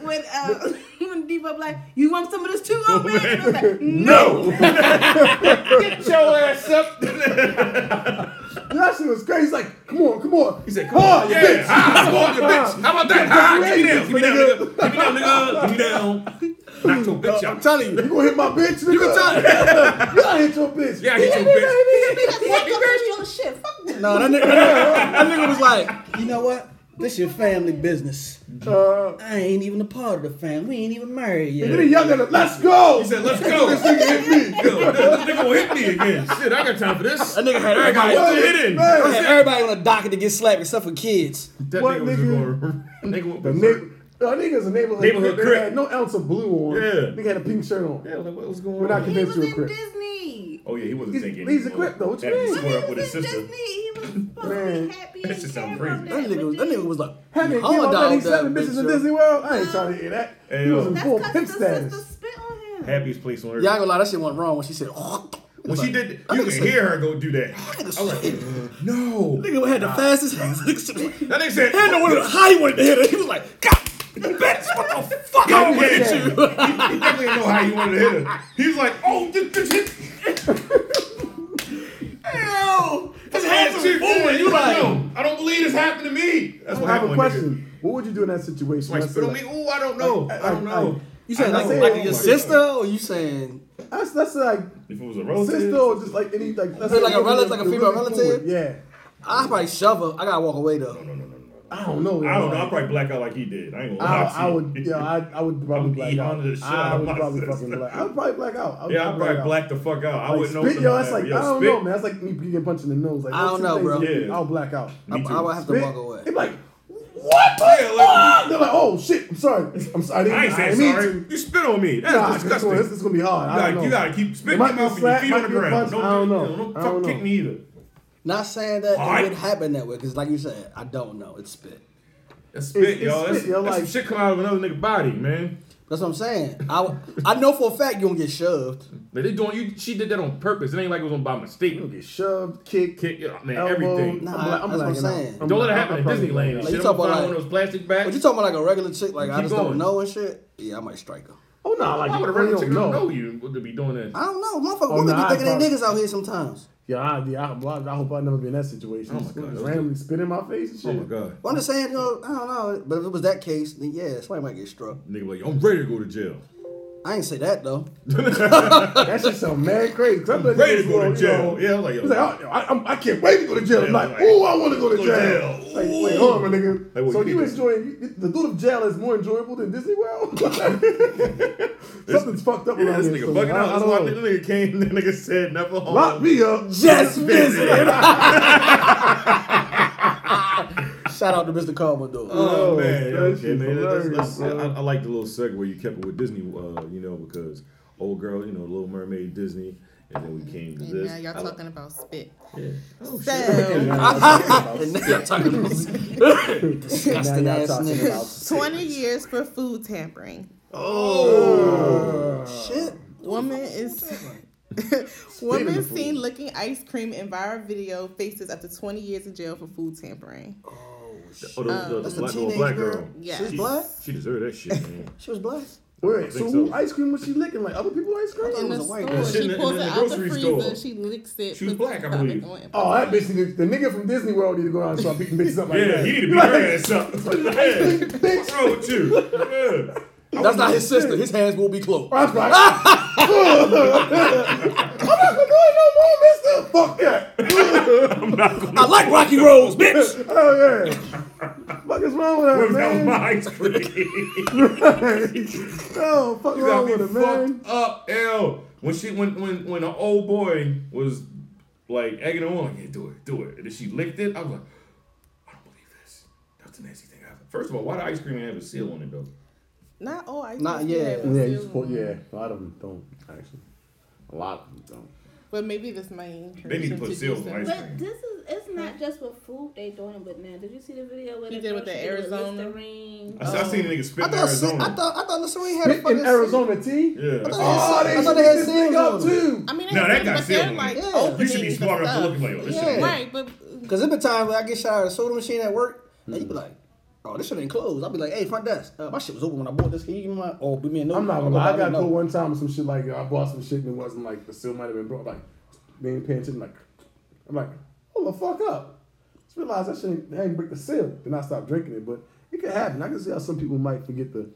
S10: when, uh, when D-Bub like, you want some of this too, old man? And I was like,
S4: No! Get your ass up!
S5: That shit was crazy. He's like, come on, come on.
S4: He said, come on, yeah, bitch. Ah, come on, you bitch. How about that? Ah, give me down, give me down, nigga. Give me down, nigga. Give me down. Knock your bitch
S6: I'm
S4: out.
S6: telling
S5: You
S6: you.
S5: gonna hit my bitch? Nigga? You
S6: can tell.
S5: you gotta hit your bitch.
S4: Yeah, hit your bitch.
S10: Nigga, that's your shit. Fuck that.
S6: No, that nigga, that nigga was like, you know what? This your family business.
S5: Uh,
S6: I ain't even a part of the family. We ain't even married
S5: and then he
S6: yet.
S5: yelled at him, let's go.
S4: He said, let's go. This nigga hit me. Yo, this nigga gonna hit me again. Shit, I got time for this.
S6: That nigga had
S4: I got
S6: everybody,
S4: one hit in.
S5: Man.
S6: I had everybody on the docket to get slapped except for kids.
S4: That
S5: What
S4: nigga was
S5: nigga?
S4: going. Nigga
S5: The
S4: went
S5: neighbor, I think it's a neighborhood.
S4: Neighborhood
S5: they
S4: crip.
S5: had no ounce of blue on.
S4: Yeah.
S5: Nigga had a pink shirt on.
S4: Yeah, like, what was going
S5: We're not
S4: on?
S10: He was
S5: convinced you a
S10: in
S5: crip.
S10: Disney.
S4: Oh yeah, he wasn't
S5: He's-
S4: thinking.
S5: he's a
S4: anymore.
S5: crip, though. What you
S4: After
S5: mean?
S4: He swore up
S10: He
S4: with
S10: was
S4: his
S10: in
S4: sister.
S10: Disney. He was supposed to
S5: Man.
S10: be happy.
S4: That
S10: and
S4: shit sound
S10: care about
S4: crazy.
S6: That nigga was, that nigga was like,
S5: That nigga came
S6: Hon
S5: out
S6: dog that
S5: 97
S6: bitch,
S5: bitches in
S6: yo.
S5: Disney World. I ain't trying to hear that.
S4: Hey,
S5: he was
S4: yo.
S5: in
S10: That's
S5: full
S10: because the
S5: pimp
S10: sister
S5: status.
S10: spit on him.
S4: Happiest place on earth.
S6: Yeah, I ain't gonna lie, that shit went wrong when she said, oh.
S4: when she did,
S6: I
S4: you can
S6: think so.
S4: hear her go do that. I was like, no.
S6: Nigga had the fastest hands. Nigga should have
S4: That nigga said,
S6: had no one to high one to hit her. He was like, God, bitch, what the fuck? I
S4: Yeah.
S6: with you.
S4: He definitely didn't know how you wanted to hit her. He was like, oh, this, this, this.
S6: Hell, his hands
S4: That's
S6: was
S4: shit,
S6: moving. You like,
S4: no, I don't believe this happened to me. That's what
S5: I have
S4: happened.
S5: a
S4: nigga.
S5: question. What would you do in that situation?
S4: Like,
S5: Let's
S4: spit
S5: say,
S4: on me?
S5: like,
S4: Ooh, I don't know. I don't know.
S6: you said
S5: I
S6: like,
S5: said,
S6: like
S5: oh
S6: your
S5: my
S6: sister, or you saying?
S5: That's that's like
S4: If it was a relative.
S5: sister or just like any like. That's
S6: Like a relative- like a female relative?
S5: Yeah.
S6: I probably shove her. I gotta walk away though.
S4: No, no, no, no, no.
S5: I don't know.
S4: I don't
S5: yo.
S4: know. I probably black out like he did. I ain't gonna
S5: I,
S4: lie to
S5: I
S4: you.
S5: would, yeah, I, I would probably
S4: I'm
S5: black
S4: eating
S5: out.
S4: under the shit
S5: I
S4: out of
S5: would
S4: my
S5: probably
S4: sister.
S5: fucking black. I would probably black out. would
S4: yeah, I probably
S5: out.
S4: black the fuck out. I
S5: Like,
S4: wouldn't know.
S5: spit,
S4: what
S5: yo,
S4: the-
S5: that's like
S4: yo,
S5: I don't
S4: spit.
S5: know, man. That's like me getting punched in the nose. Like
S6: I
S5: those
S6: don't
S5: two
S6: know,
S5: things,
S6: bro.
S4: Yeah.
S5: I'll black out.
S4: Me
S6: I, I
S4: too.
S6: would have to
S5: Spit.
S6: walk away.
S5: They're like, what?
S4: Yeah,
S5: the
S4: like-
S5: fuck?" They're like, oh shit, I'm sorry. I'm sorry.
S4: I ain't
S5: I
S4: saying
S5: didn't mean
S4: sorry.
S5: to.
S4: You spit on me. That's
S5: Nah, this
S4: disgusting.
S5: one- this is gonna be
S4: You
S5: hard. I
S4: gotta,
S5: don't
S4: you
S5: know.
S4: gotta keep
S5: It
S4: spitting
S5: might
S4: your
S5: be
S4: mouth
S5: a
S4: and your
S5: slap,
S4: feet
S5: might
S4: on the
S5: be a
S4: ground.
S5: punch,
S4: Don't,
S5: I don't know.
S4: you don't
S5: I
S4: fuck
S5: don't
S4: kick
S5: know.
S4: me either.
S6: Not saying that
S4: Alright.
S6: it would happen that way, because like you said, I don't know. It's spit.
S4: That's spit,
S5: it's
S4: y'all. That's,
S5: spit, yo,
S4: that's
S5: like-
S4: some shit come out of another nigga body, man.
S6: That's what I'm saying. I, w- I know for a fact you don't get shoved.
S4: Like they doing you. She did that on purpose. It ain't like it was on by mistake.
S5: Get shoved, kicked,
S4: Kick, yeah, man,
S5: elbow.
S4: everything.
S6: Nah,
S5: I'm bla- I'm
S6: that's what I'm
S5: blacking out.
S6: saying.
S5: I'm
S4: Don't let it
S5: black-
S4: happen
S5: I'm
S4: at Disneyland.
S5: probably
S4: and
S5: black
S6: Like,
S4: shit. I'm
S6: you talk
S4: gonna
S6: about,
S4: find
S6: like-
S4: one of those plastic
S6: But
S4: bags.
S6: you talking about like a regular chick, like I
S4: Keep
S6: just
S4: going.
S6: don't know and shit. Yeah, I might strike her.
S5: Oh no, like
S4: I would have
S5: oh, you
S4: rather
S5: don't
S4: chicken don't
S5: know.
S4: know you to be doing that.
S6: I don't know.
S5: Oh,
S6: Motherfucker, women
S5: nah,
S6: be thinking
S5: probably-
S6: they niggas out here sometimes.
S5: Yeah, I, yeah, I, well, I hope I never been in that situation.
S4: Oh, my
S5: Just
S4: God.
S5: randomly spit in my face and shit.
S4: Oh my god.
S6: But I'm just saying, you know, I don't know. But if it was that case, then yeah, somebody might get struck.
S4: Nigga, like I'm ready to go to jail.
S6: I ain't say that though.
S5: That shit sound mad crazy. 'Cause I thought
S4: ready
S5: niggas
S4: to go to
S5: was,
S4: jail.
S5: you know,
S4: Yeah, I was like, yo.
S5: he's like, oh, I, I'm- I can't wait to go to jail. I'm
S4: Yeah,
S5: like,
S4: like,
S5: oh, I want to go to
S4: go
S5: jail.
S4: to jail.
S5: Like, wait,
S4: Ooh.
S5: hold on, my nigga.
S4: Like, what,
S5: so
S4: you
S5: you
S4: did-
S5: enjoying you- the thought of jail is more enjoyable than Disney World? Something's fucked up
S4: Yeah,
S5: around
S4: this
S5: here.
S4: nigga
S5: so
S4: bugging
S5: I- I
S4: out. That's
S5: don't
S4: why
S5: know.
S4: the nigga came. The nigga said never home.
S5: Lock me up.
S6: Just visit. Shout out to Mr. Commodore.
S4: Oh, man,
S5: that
S4: okay,
S5: shit's
S4: man. That's-
S5: hilarious,
S4: that's-
S5: bro.
S4: I, I like the little segue you kept it with Disney, uh, you know, because old girl, you know, Little Mermaid, Disney, and then we came to
S7: And
S4: this.
S7: now y'all
S4: I-
S7: talking about spit.
S4: yeah. Oh,
S7: So,
S4: shit.
S6: and now y'all talking about disgusting
S5: Now y'all
S6: ass
S5: talking
S6: niggas.
S5: about-
S7: 20 years for food tampering.
S6: Oh, Shit.
S7: Woman is. Woman seen licking ice cream in viral video faces up to 20 years in jail for food tampering.
S4: Oh, the, the, the
S6: That's
S4: black,
S6: a
S4: little
S6: teenage
S4: black
S6: girl.
S4: girl.
S7: Yeah.
S6: She's
S4: She,
S6: black.
S4: she deserved that shit, man.
S6: She was black.
S5: Wait, so
S4: think
S5: who
S4: so.
S5: ice cream was she licking? Like other people ice cream?
S7: In
S6: was
S7: the
S6: a white
S7: store,
S6: girl.
S4: Shit, in
S7: she
S4: the-
S7: pulls
S4: in
S7: it
S4: the
S7: out the
S4: grocery
S7: freezer,
S4: store.
S7: she licks it.
S4: She was
S7: puts
S4: black,
S7: it
S4: I
S7: up and
S4: believe.
S7: throw it in
S5: Oh, that
S7: front of
S5: bitch, need to- the nigga from Disney World need to go out and start beating bitches up like
S4: yeah,
S5: that.
S4: he need to beat her ass up. Yeah. What's wrong with you? Yeah.
S6: That's not his sister. His hands will be closed.
S5: I was like, I'm not gonna do it no more, mister. Fuck that.
S6: I like Rocky Rose, bitch.
S5: Oh, yeah. fuck is wrong with
S4: That
S5: her,
S4: was- that was
S5: man?
S4: my ice cream.
S5: No, fuck
S4: Oh, You got
S5: wrong
S4: me
S5: with her,
S4: fucked
S5: man.
S4: up, L. When she when when when an old boy was like egging her on, like, yeah, do it, do it. And then she licked it. I was like, I don't believe this. That's the nasty thing ever. First of all, why the ice cream have a seal on it though?
S7: it. Not all ice
S6: Not
S7: cream.
S6: yet.
S7: have a
S5: Yeah, you
S7: seal
S5: support,
S7: on it.
S5: yeah. A lot of them don't, actually. A lot of them don't.
S7: But maybe this might encourage
S4: They need to
S7: him
S4: put
S7: do
S4: seals on ice
S7: something.
S4: cream.
S10: But this is it's not just with food they doing it with now. Did you see the video with
S7: He
S10: the
S7: did with
S10: girl,
S7: the
S10: she did with
S7: Arizona?
S10: Listerine?
S4: I, said, I seen a nigga spit
S6: I
S4: in
S6: thought,
S4: Arizona.
S6: I thought I thought Listerine had a
S5: Bit
S6: fucking
S5: in Arizona, T?
S4: yeah. I
S6: Oh,
S4: said,
S5: Oh,
S6: I
S5: they
S6: thought
S5: should
S6: they had
S5: this
S6: seals
S5: thing up,
S6: on it.
S5: too.
S7: I mean, they
S4: No,
S7: have
S4: that
S7: seals,
S4: got
S7: but
S4: sealed
S7: they're
S4: on
S7: like
S4: it.
S6: Yeah.
S7: opening
S4: you should be
S7: the
S4: smart enough to
S7: stuff.
S4: look at me like, oh, this
S6: Yeah.
S4: shit. ain't-
S7: Right, but
S6: Because every time when I get shot out of the soda machine at work, and you be like, oh, this shit ain't closed. I'll be like, hey, front desk, uh, my shit was open when I bought this. Can you give me my, or give me a note?
S5: I'm not gonna
S6: I'll go
S5: lie.
S6: buy
S5: I
S6: me a
S5: got
S6: note.
S5: caught one time with some shit like I bought some shit and it wasn't like the seal might have been broke. Like they ain't paying attention. Like I'm like, hold the fuck up. Just realize that shit ain't, that ain't break the seal. Then I stopped drinking it, but it could happen. I can see how some people might forget to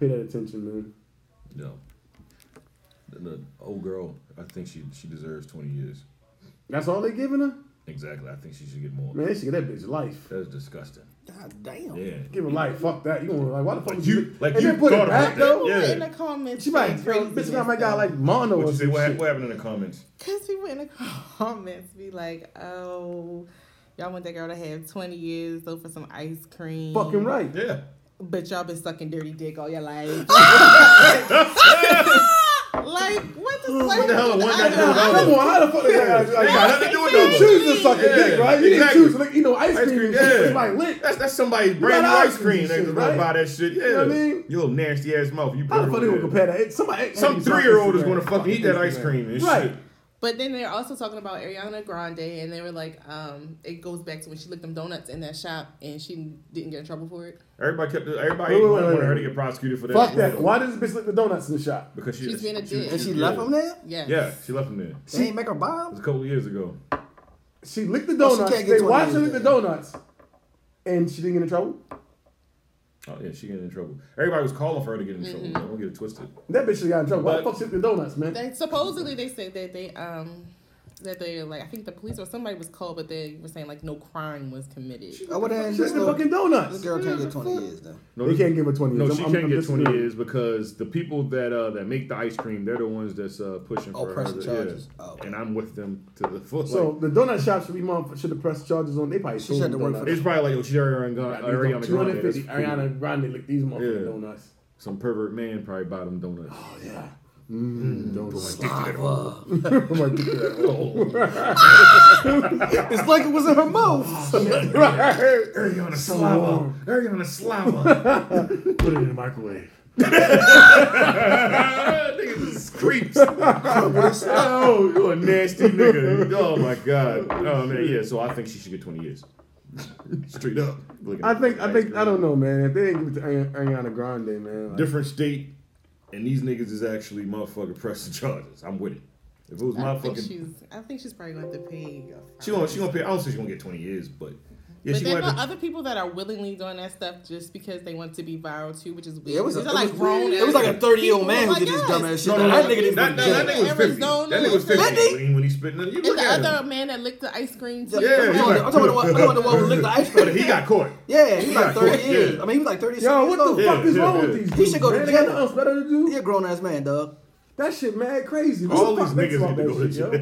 S5: pay that attention, man.
S4: No. The, the old girl, I think she she deserves twenty years.
S5: That's all they giving her.
S4: Exactly. I think she should get more.
S5: Man, they should get that bitch life.
S4: That's disgusting.
S6: God damn.
S4: Yeah.
S5: Give her life. Fuck that. You gonna like why the fuck
S4: Like
S5: would
S4: you, like
S5: and
S4: you
S5: then put
S4: thought
S5: it
S4: about
S5: back though.
S4: that.
S7: people
S4: Yeah.
S7: in the comments,
S5: She might,
S7: say crazy
S5: bitch, now my
S7: stuff.
S5: guy like mono
S4: What
S5: or
S4: you say?
S5: some
S4: What,
S5: shit.
S4: what happened in the comments?
S7: Cause people in the comments be like, "Oh, y'all want that girl to have twenty years though for some ice cream."
S5: Fucking right.
S4: Yeah.
S7: But y'all been sucking dirty dick all your life. like what the? Like,
S4: the hell? One guy "Oh,
S7: I
S4: did
S7: know,
S4: it
S5: I
S7: I
S4: all.
S5: don't know how the fuck they got
S4: They got
S5: like,
S4: nothing to do with
S5: you
S4: that.
S5: choose to suck a
S4: Yeah,
S5: dick, right? You didn't
S4: exactly.
S5: choose. Like, you know, ice,
S4: Ice
S5: cream,
S4: cream,
S5: and shit,
S4: yeah.
S5: somebody lick.
S4: That's that's somebody's
S5: Not
S4: brand new
S5: ours
S4: ice cream.
S5: and
S4: They
S5: shit,
S4: just
S5: right?
S4: buy that shit. Yeah,
S5: know what I mean?
S4: you little nasty ass mouth. You
S5: How the fuck they gonna
S4: yeah.
S5: compare that? Somebody,
S4: Some three year old is gonna fucking eat that ice cream and
S5: Right.
S4: shit.
S7: But then they're also talking about Ariana Grande, and they were like, um, it goes back to when she licked them donuts in that shop, and she didn't get in trouble for it.
S4: Everybody kept everybody
S5: Wait, wait, wait,
S4: wanted
S5: wait.
S4: her to get prosecuted for that.
S5: Fuck that. Why does this bitch lick the donuts in the shop?
S4: Because she,
S7: She's being a dick.
S6: And she left
S4: yeah.
S6: him there?
S7: Yeah.
S4: Yeah, she left him there. It
S6: She ain't make her bomb?
S4: was a couple of years ago.
S5: She licked the
S6: Well, Oh, she
S5: donuts.
S6: can't get
S5: they
S6: to a
S5: watched her
S6: nigga.
S5: lick the donuts, and she didn't get in trouble.
S4: Oh yeah, she getting in trouble. Everybody was calling for her to get in
S6: Mm-hmm.
S4: trouble. though. Don't get it twisted.
S5: That bitch should got in trouble. Why the
S4: But-
S5: fuck she licked the donuts, man?
S7: They supposedly they said that they um that they like. I think the police or somebody was called, but they were saying like no crime was committed.
S6: I would have
S5: Chicken fucking donuts.
S6: This girl can't get 20 years, though.
S4: No,
S5: They
S4: this-
S5: can't give her 20 years.
S4: No,
S5: I'm-
S4: she
S5: I'm-
S4: can't
S5: I'm
S4: get
S5: listening.
S4: 20 years because the people that uh, that make the ice cream, they're the ones that's uh, pushing
S6: Oh,
S4: for her.
S6: pressing
S4: to-
S6: charges.
S4: yeah.
S6: Oh, okay.
S4: And I'm with them to the full.
S5: So
S4: like,
S5: the donut shop should be mom should have pressed charges on. They probably
S6: She said to work for
S4: it's probably like, oh, she's Ariana Grande. Ariana
S5: Two hundred
S4: Grande.
S5: fifty.
S4: That's cool.
S5: Ariana Grande lick these motherfucking
S4: Yeah.
S5: donuts.
S4: Some pervert man probably bought them donuts.
S5: Yeah. Mm, donuts.
S6: It's like it was in her mouth.
S4: Ariana Slava. Ariana Slava.
S5: Put it in the microwave.
S4: Niggas Ah, is creeps. oh, you a nasty nigga. Oh my god. Oh man, yeah. So I think she should get 20 years. Straight up. Looking
S5: I
S4: at
S5: think I
S4: ice
S5: think
S4: cream.
S5: I don't know, man. If they didn't give it to Ari- Ariana Grande, man, like,
S4: different state, and these niggas is actually motherfucking pressing charges. I'm with it. If it was
S7: I
S4: my
S7: think
S4: fucking,
S7: she's. I think she's probably going to have to pay. a
S4: she gonna she gonna pay. I don't say she gonna get 20 years, but yeah,
S7: But
S4: she
S7: there
S4: gonna.
S7: are
S4: have to-
S7: other people that are willingly doing that stuff just because they want to be viral too, which is weird.
S6: Yeah, it was a-
S7: These
S6: it
S7: are like
S6: was-
S7: grown.
S6: it was like a
S7: ass
S6: 30-year-old
S7: people.
S6: man who
S7: Like,
S6: did this
S7: yes.
S6: dumb ass shit.
S4: No, no,
S6: That
S4: no,
S6: nigga didn't
S4: that,
S6: go to
S4: that, that
S6: jail.
S4: nigga was 50.
S7: Arizona.
S4: That nigga was 50 when he, when he spit. in the- You
S7: And
S4: look
S7: the
S4: at
S7: other
S4: him.
S7: man that licked the ice cream too.
S4: Yeah,
S6: I'm
S4: he
S6: talking, I'm talking about the one- I'm talking about the one who licked the ice
S4: But
S6: cream.
S4: he got caught.
S6: Yeah, he was like
S4: got caught,
S6: 30 years.
S4: yeah.
S6: I mean, he was like 30
S5: yo, what the
S4: Yeah,
S5: fuck is
S4: yeah,
S5: wrong
S4: yeah.
S5: with these?
S4: He
S5: dudes,
S6: should go to
S5: man? They got
S6: jail.
S5: nothing else better to
S6: He
S5: do.
S6: a grown ass man, dog.
S5: That shit mad crazy. What
S4: All
S5: the
S4: these
S5: fuck thinks
S4: niggas
S5: about
S4: need to
S5: that
S4: go to
S5: shit, yo?
S4: jail.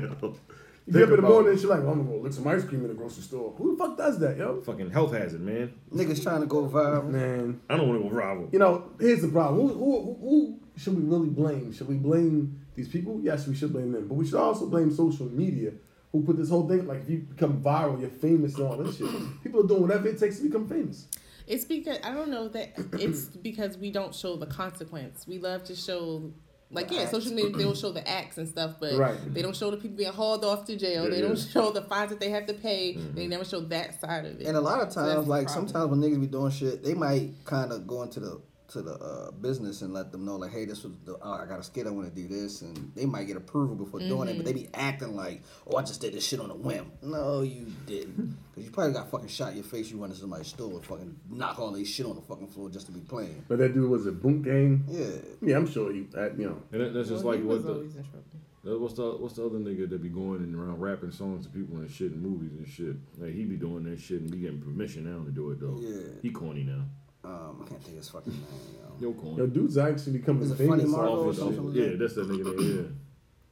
S5: You get
S4: Think
S5: up in the
S4: about
S5: morning
S4: it.
S5: and she's like, well, I'm gonna go lick some ice cream in the grocery store. Who the fuck does that, yo?
S4: Fucking health hazard, man.
S6: Niggas trying to go viral.
S5: Man,
S4: I don't want to go rival.
S5: you know, here's the problem. Who, who, who, who should we really blame? Should we blame these people? Yes, we should blame them, but we should also blame social media, who put this whole thing like if you become viral, you're famous and all this shit. People are doing whatever it takes to become famous.
S7: It's because I don't know that it's because we don't show the consequence. We love to show. Like yeah, social media they'll show the acts and stuff, but
S5: Right.
S7: they don't show the people being hauled off to jail.
S4: Yeah,
S7: they don't
S4: yeah.
S7: show the fines that they have to pay. They never show that side of it.
S6: Mm-hmm. And a lot of
S7: So that's
S6: times,
S7: the
S6: like
S7: problem.
S6: sometimes when niggas be doing shit, they might kind of go into the to the uh, business and let them know like, hey, this was the oh, I got a skit, I want to do this, and they might get approval before doing it, but they
S7: Mm-hmm.
S6: be acting like, oh, I just did this shit on a whim. No, you didn't, because you probably got fucking shot in your face. You went into somebody's store and fucking knock all this shit on the fucking floor just to be playing.
S5: But that dude was a boom gang.
S6: Yeah,
S5: Yeah, I'm sure you, that, you know.
S4: And that, that's just
S7: Well,
S4: like
S7: he
S4: what
S7: was
S4: the,
S7: always in trouble.
S4: that- what's the what's the other nigga that be going in around rapping songs to people and shit and movies and shit. Like he be doing that shit and be getting permission now to do it though.
S6: Yeah.
S4: He corny now.
S6: um, I can't think of his fucking name. Yo.
S4: Yo corny.
S5: Yo, dude's actually becoming
S6: Is it
S5: famous.
S6: Funny
S5: off
S6: Marvel or
S5: this shit.
S6: something?
S4: Yeah, that's that nigga. Name,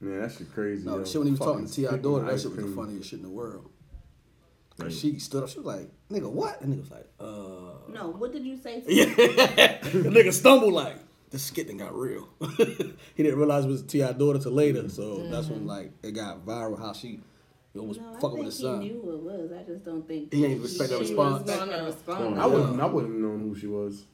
S4: yeah.
S5: Man, that shit crazy.
S6: No,
S5: yo.
S6: the shit when he was talking to
S5: Fucking
S6: T.I. daughter, that
S5: ice
S6: shit was the
S5: cream.
S6: funniest shit in the world. And
S4: Right.
S6: she stood up, she was like, nigga, what? And nigga was like, uh.
S10: No, what did you say?
S6: Yeah. the nigga stumbled like, the skit then got real. he didn't realize it was T.I. daughter till later, so that's when, like, it got viral how she was
S10: No, I
S6: fucking
S10: think
S6: with his
S10: he
S6: son.
S10: knew what it was. I just don't think
S6: He ain't respect that
S10: she
S6: response.
S10: was gonna respond.
S5: I wouldn't, I wouldn't have known who she was.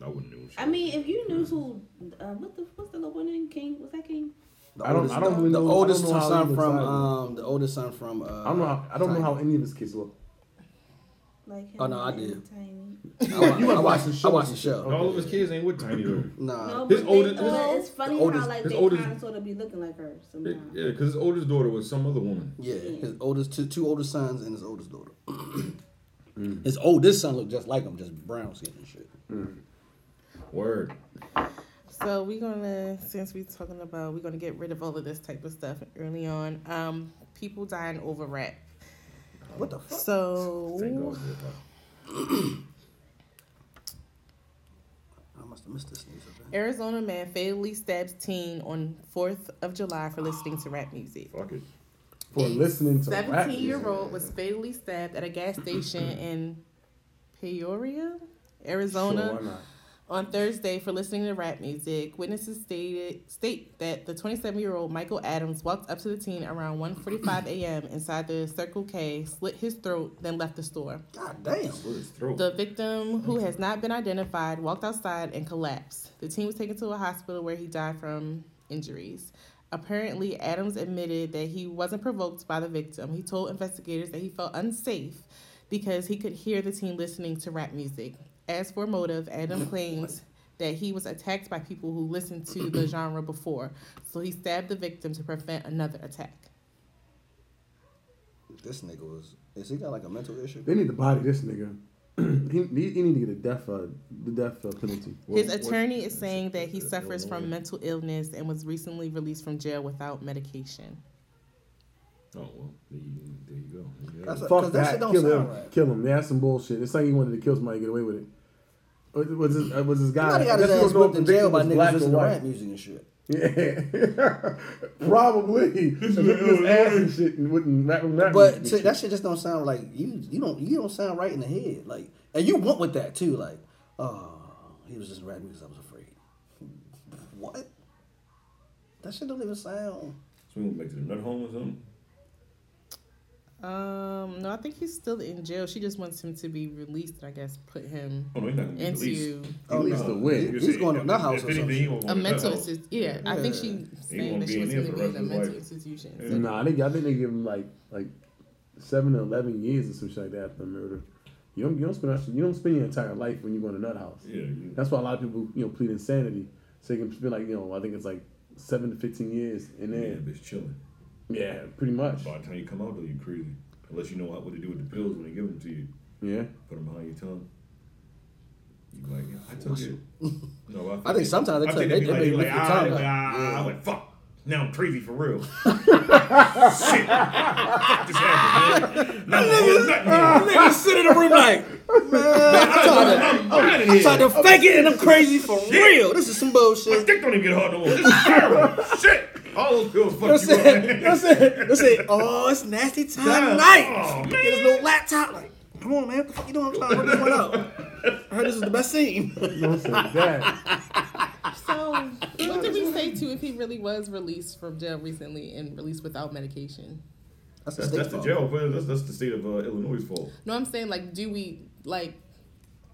S4: I wouldn't do shit.
S10: I mean, if you knew who, uh, what the what's the little one in King? Was that King?
S6: The
S5: I don't-
S6: oldest-
S5: I don't really
S6: the
S5: know- I don't
S6: oldest
S5: know how he
S6: son
S5: looks
S6: from,
S5: either.
S6: um, the oldest son from, uh,
S5: I don't know. How, I don't know how any of his kids look.
S10: Like him
S6: Oh, no, I
S10: and
S6: did.
S10: Tiny.
S6: I,
S5: You
S6: wa- I,
S5: must watch
S6: watched
S5: the show.
S6: the show. I watched the show.
S4: All of his kids ain't with Tiny though.
S6: Nah.
S10: No,
S4: his
S10: but
S4: oldest-
S10: they, uh, it's funny
S6: oldest-
S10: how like
S4: his
S10: they
S4: oldest-
S10: kind of sort of be looking like her
S4: It-
S10: sometimes.
S4: yeah, because his oldest daughter was some other woman.
S6: Yeah, his oldest two two older sons and his oldest daughter.
S5: Mm.
S6: His oldest son looked just like him, just brown skin and shit.
S4: Word.
S7: So we're gonna since we're talking about we're gonna get rid of all of this type of stuff early on. Um, people dying over rap.
S6: What the fuck?
S4: Thank
S7: So
S4: God. for that.
S6: I must have missed this news. event.
S7: Arizona man fatally stabs teen on Fourth of July for listening to rap music.
S4: Fuck it.
S5: For listening to rap
S7: Seventeen year
S5: music.
S7: old was fatally stabbed at a gas station in Peoria, Arizona.
S5: Sure, why not?
S7: on Thursday for listening to rap music. Witnesses stated state that the 27 year old Michael Adams walked up to the teen around 1:45 a.m. inside the Circle K, slit his throat, then left the store.
S6: God damn.
S4: Slit his throat.
S7: The victim, who has not been identified, walked outside and collapsed. The teen was taken to a hospital where he died from injuries. Apparently, Adams admitted that he wasn't provoked by the victim. He told investigators that he felt unsafe because he could hear the teen listening to rap music. As for motive, Adam claims that he was attacked by people who listened to the genre before, so he stabbed the victim to prevent another attack.
S6: This nigga was. Is he got like a mental issue?
S5: They need to body this nigga. he, he, he need to get a death uh, the death uh, penalty.
S4: What-
S7: His
S4: what-
S7: attorney is saying that he
S4: Yeah,
S7: suffers
S4: no, no.
S7: from mental illness and was recently released from jail without medication.
S4: Oh well, there you, there you go. There you
S5: That's
S4: go.
S5: Fuck
S4: that
S5: that.
S4: shit don't
S5: kill him.
S4: sound right.
S5: Kill him. That's some bullshit. It's like he wanted to kill somebody and get away with it. What- What's this, uh, what's this guy?
S6: Somebody got his
S5: I guess he
S6: ass
S5: don't know
S6: whipped
S5: if
S6: in
S5: the
S6: jail
S5: victim
S6: by
S5: was
S6: niggas
S5: black or
S6: listening to
S5: white.
S6: rap music and shit.
S5: Yeah. Probably. This
S6: is
S5: is ass and shit and wouldn't rap, rap
S6: But
S5: music
S6: shit,
S5: and
S6: that shit just don't sound like you. You don't. You don't sound right in the head. Like, and you went with that too. Like, oh, he was just rapping because I was afraid. What? That shit don't even sound.
S4: So we went back to the nut home or something.
S7: Um, no, I think he's still in jail. She just wants him to be released, and I guess put him
S4: Oh, no, he's not gonna be
S7: into
S4: released.
S6: Oh, At least no. the win.
S4: You
S6: He's
S4: see,
S6: going to
S4: if-
S6: nut
S4: if
S6: house or
S4: anything,
S6: something.
S4: he gonna go
S7: a
S4: to nut
S7: mental
S4: house.
S7: institution. Yeah, I think she
S4: He gonna
S7: saying that
S4: be
S7: she
S4: in there
S7: was going to
S4: for
S7: be
S4: the rest
S7: in a
S4: of his
S7: mental
S4: life.
S7: institution.
S5: shit. Nah, I think I think they give him like like seven or eleven years or some shit like that after murder. You don't you don't spend you don't spend your entire life when you go in a nut house.
S4: Yeah, you-
S5: That's why a lot of people you know plead insanity, so they can spend like you know I think it's like seven to fifteen years in
S4: Yeah,
S5: there.
S4: bitch, chilling.
S5: Yeah, pretty much.
S4: By the time you come out, though, you crazy. Unless you know how, what to do with the pills when they give them to you.
S5: Yeah.
S4: Put them behind your tongue. You be like, yeah, I took it. No,
S6: I think sometimes they
S4: I
S6: tell-
S4: think
S6: they-
S4: be
S6: they
S4: like,
S6: make
S4: you
S6: lick
S4: like,
S6: your
S4: ah,
S6: tongue
S4: they
S6: up.
S4: like, ah,
S6: Yeah.
S4: I'm like, fuck. Now I'm crazy for real. Shit. Fuck this happened, man. Now I'm all nut now.
S14: Nigga sit in the room like,
S4: I'm out of
S6: Oh, I'm trying to
S4: here.
S6: fake it, and I'm crazy for real. This is some bullshit.
S4: Dick don't even get hard no more. This is terrible. Shit. All those pills
S6: You know
S4: fuck
S6: what I'm
S4: you up.
S6: saying? You know
S4: man.
S6: what I'm saying? That's it. Oh, it's nasty time
S4: Yeah.
S6: night.
S4: Oh,
S6: Get his little laptop. Like, come on, man. What the fuck you doing? I'm trying to work this one out. I heard this was the best scene.
S5: Don't say that.
S7: So, what did we say too if he really was released from jail recently and released without medication?
S6: That's,
S4: That's, that's the jail. but That's, that's the state of uh, Illinois' fault.
S7: No, I'm saying like, do we like?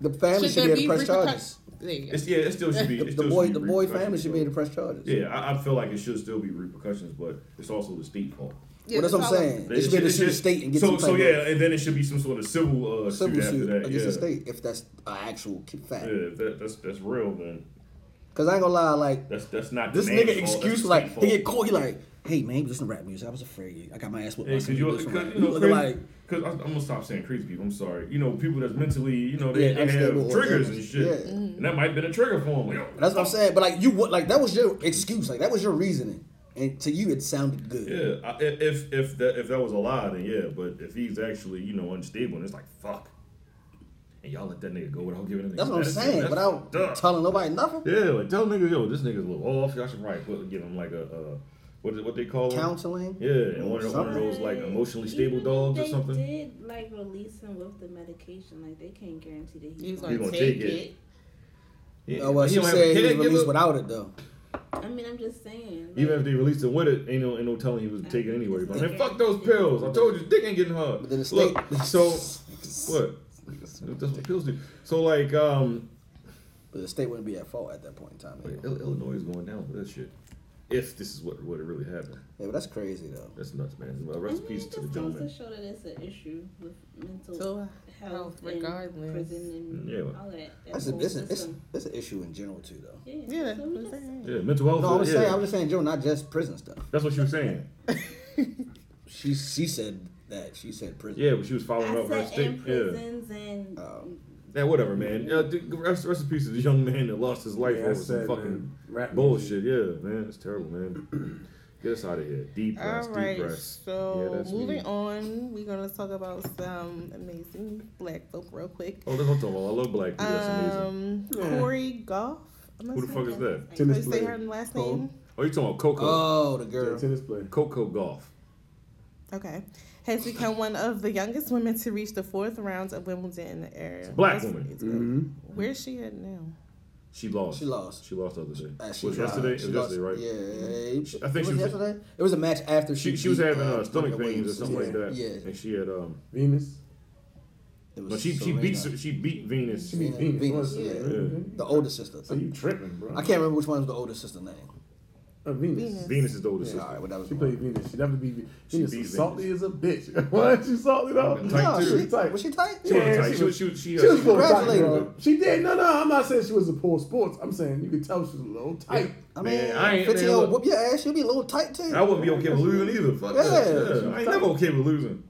S6: The family should be able to press
S7: repercussions?
S6: charges.
S7: There you go.
S4: It's, yeah, it still should be.
S6: The,
S4: it
S6: the
S4: still
S6: boy,
S4: should
S6: the
S4: be
S6: boy
S4: repercussions,
S6: family should be
S4: but-
S6: able to press charges.
S4: Yeah, I, I feel like it should still be repercussions, but it's also the state fault.
S7: Yeah,
S6: well, that's what I'm
S7: all
S6: saying. They should be able to sue the state and get
S4: so,
S6: some
S4: so
S6: type
S4: yeah,
S6: of
S4: and then it should be some sort of civil uh,
S6: civil
S4: suit after
S6: suit
S4: that.
S6: against
S4: yeah.
S6: the state if that's an actual ki-
S4: Yeah,
S6: fact.
S4: if that, that's that's real, man.
S6: Because I ain't gonna lie, like
S4: That's that's not
S6: this
S4: the man's
S6: nigga
S4: fault,
S6: excuse
S4: that's the
S6: like
S4: state's
S6: he get
S4: fault.
S6: caught. He like, hey man, listen to rap music. I was afraid. I got my ass whipped.
S4: Yeah,
S6: by
S4: cause
S6: some
S4: you,
S6: dude or
S4: cause,
S6: somebody."
S4: you know,
S6: Looking
S4: crazy,
S6: like
S4: cause I'm, I'm gonna stop saying crazy people. I'm sorry. You know, people that's mentally, you know, they,
S6: Yeah,
S4: they
S6: unstable
S4: have
S6: or
S4: triggers
S6: damaged.
S4: and shit,
S6: Yeah.
S4: and that might have been a trigger for him. Like, yo,
S6: That's what I'm saying. But like you would like that was your excuse. Like that was your reasoning. And to you it sounded good.
S4: Yeah, I, i- if if that if that was a lie, then yeah. But if he's actually you know unstable, and it's like fuck, and y'all let that nigga go without giving a nigga.
S6: That's what I'm
S4: medicine,
S6: saying.
S4: that's
S6: Without
S4: fucked up.
S6: telling nobody nothing.
S4: Yeah, like tell niggas yo, this nigga's a little off. Y'all should probably put, give him like a uh, what is- what they call him?
S6: Counseling.
S4: Yeah, and one of, one of those like emotionally stable dogs or
S10: they
S4: something.
S10: did like release him with the medication. Like they can't guarantee that he's,
S7: He's
S10: gonna.
S7: gonna,
S4: gonna
S7: take,
S4: take
S7: it.
S4: it. Yeah,
S6: Oh well,
S4: he
S6: she
S4: don't have a
S6: said he was
S4: headache,
S6: released
S4: nigga.
S6: without it though.
S10: I mean, I'm just saying. Like,
S4: Even if they released him with it, ain't no, ain't no telling he was taking it anyway. But man, fuck those pills. I told you, dick ain't getting hard.
S6: But then the
S4: Look, so what? That's what pills do. So like, um,
S6: But the state wouldn't be at fault at that point in time.
S4: Like,
S6: anyway.
S4: Ill- Illinois is going down for that shit. If this is what what it really happened,
S6: Yeah, but that's crazy though.
S4: that's nuts, man. Well,
S10: I
S4: rest in
S10: mean,
S4: peace
S10: it
S4: to the
S10: just goes to
S4: gentleman.
S10: show that it's an issue with mental
S7: So,
S10: health,
S7: health
S10: and
S7: regardless.
S10: prison and
S4: Yeah.
S10: all that. that
S6: That's a,
S10: whole
S6: it's, a, it's,
S10: system.
S6: it's an issue in general too though.
S10: yeah,
S7: Yeah, that's
S10: so
S7: what
S10: we
S7: I'm
S10: just-
S7: saying.
S4: Yeah, mental health.
S6: No, I'm just
S4: yeah.
S6: saying. I'm just saying, Joe, not just prison stuff.
S4: That's what she was saying.
S6: She she said that. She said prison.
S4: Yeah, but she was following
S10: I
S4: up her
S10: said in
S4: stick. Yeah.
S10: prisons and
S6: Oh.
S4: yeah, whatever, man. Yeah, dude, rest, rest in peace to the young man that lost his life
S5: Yeah,
S4: over
S5: that's
S4: some
S5: sad,
S4: fucking
S5: man. Rap
S4: bullshit. Yeah, man, it's terrible, man. Get us out of here. Deep breaths,
S7: All right,
S4: deep breaths. yeah,
S7: so
S4: that's
S7: moving
S4: me.
S7: on, we're gonna talk about some amazing black folk real quick.
S4: Oh, that's what I'm talking about. I love black people. That's amazing.
S7: Um, Corey Goff. am I
S4: Who the
S7: saying
S4: fuck is that?
S5: Tennis
S7: Say
S5: player.
S7: her last
S5: Cole.
S7: name.
S4: Oh, you talking about Coco?
S6: Oh, the
S5: Yeah,
S6: girl.
S5: tennis player.
S4: Coco Golf.
S7: Okay. Has become one of the youngest women to reach the fourth rounds of Wimbledon in the area.
S4: a black
S7: That's-
S4: woman. Mm-hmm.
S7: it's good. Where's she at now?
S4: She lost.
S6: She lost.
S4: She lost the other day.
S6: Uh, she
S4: was it
S6: tried.
S4: yesterday? It was
S6: She
S4: yesterday,
S6: lost-
S4: right?
S6: Yeah, yeah, yeah.
S4: I think she
S6: it
S4: was-
S6: yesterday. It was a match after she.
S4: She, she was
S6: beat,
S4: having
S6: uh,
S4: uh, stomach pains
S6: Serena
S4: or
S6: Williams.
S4: something like that.
S6: Yeah,
S4: And she had um.
S5: Venus.
S6: It was
S4: No, she she
S6: Serena.
S4: beat she beat Venus.
S5: She mean Venus.
S6: Venus,
S5: wasn't
S6: yeah.
S5: it?
S4: Yeah.
S6: the older sister.
S5: So you tripping, bro?
S6: I can't remember which one was the older sister name.
S5: Uh, Venus.
S4: Venus is the older
S6: All
S4: sister.
S6: right, well that was.
S5: She
S6: the
S5: played
S6: one.
S5: Venus. She definitely beat Venus. She Venus
S4: beat
S5: was salty as a bitch. Why she salty though?
S4: Tight too.
S5: she was tight.
S6: Was Oh, she tight?
S4: She wasn't
S5: Yeah,
S4: tight.
S5: she
S4: She was
S5: was-
S4: she was she, uh,
S5: She was
S4: she
S5: a little
S4: was-
S5: tight,
S6: Congratulations.
S5: bro. She did. No, no. I'm not saying she was a poor sports. I'm saying you could tell she was a little tight.
S6: I mean,
S4: Man, I ain't-
S6: 15
S4: man,
S6: old
S4: look.
S6: whoop your ass. She'll be a little tight too.
S4: I wouldn't be okay with losing either. Fuck that.
S6: Yeah.
S4: Yeah. I ain't never okay with losing.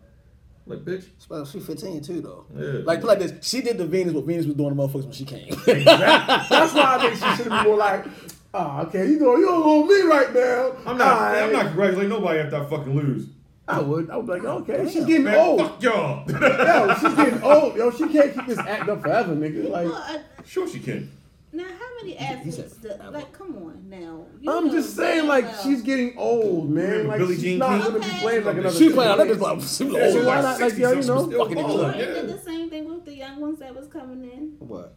S4: Like bitch.
S6: Well, she 15 too though.
S4: Yeah.
S6: Like put like this. She did the Venus what Venus was doing to motherfuckers when she came.
S5: That's why I think she should be more like, ah, okay, you know, you don't want me right now.
S4: I'm not
S5: All right.
S4: I'm not congratulating nobody after I fucking lose.
S5: I would. I would be like, okay, she's getting old. Fuck y'all. Yo, she's getting old. Yo, she can't keep this act up forever, nigga.
S10: Well,
S5: Like,
S10: I,
S4: Sure she can.
S10: now, how many athletes? do- like, come on now. You
S5: I'm
S10: know
S5: just saying,
S10: damn
S5: like,
S10: well.
S5: she's getting old, man. Like,
S4: Billie
S5: she's
S4: Jean
S5: not
S4: King?
S5: gonna be playing like another.
S14: She playing. I just like she
S6: Oh.
S14: was
S5: Yeah, she
S14: old.
S5: why
S14: Like,
S5: not? Like, yo, you know,
S4: Fucking
S10: Oh,
S4: old.
S10: he did
S4: Yeah.
S10: the same thing with the young ones that was coming in.
S6: What?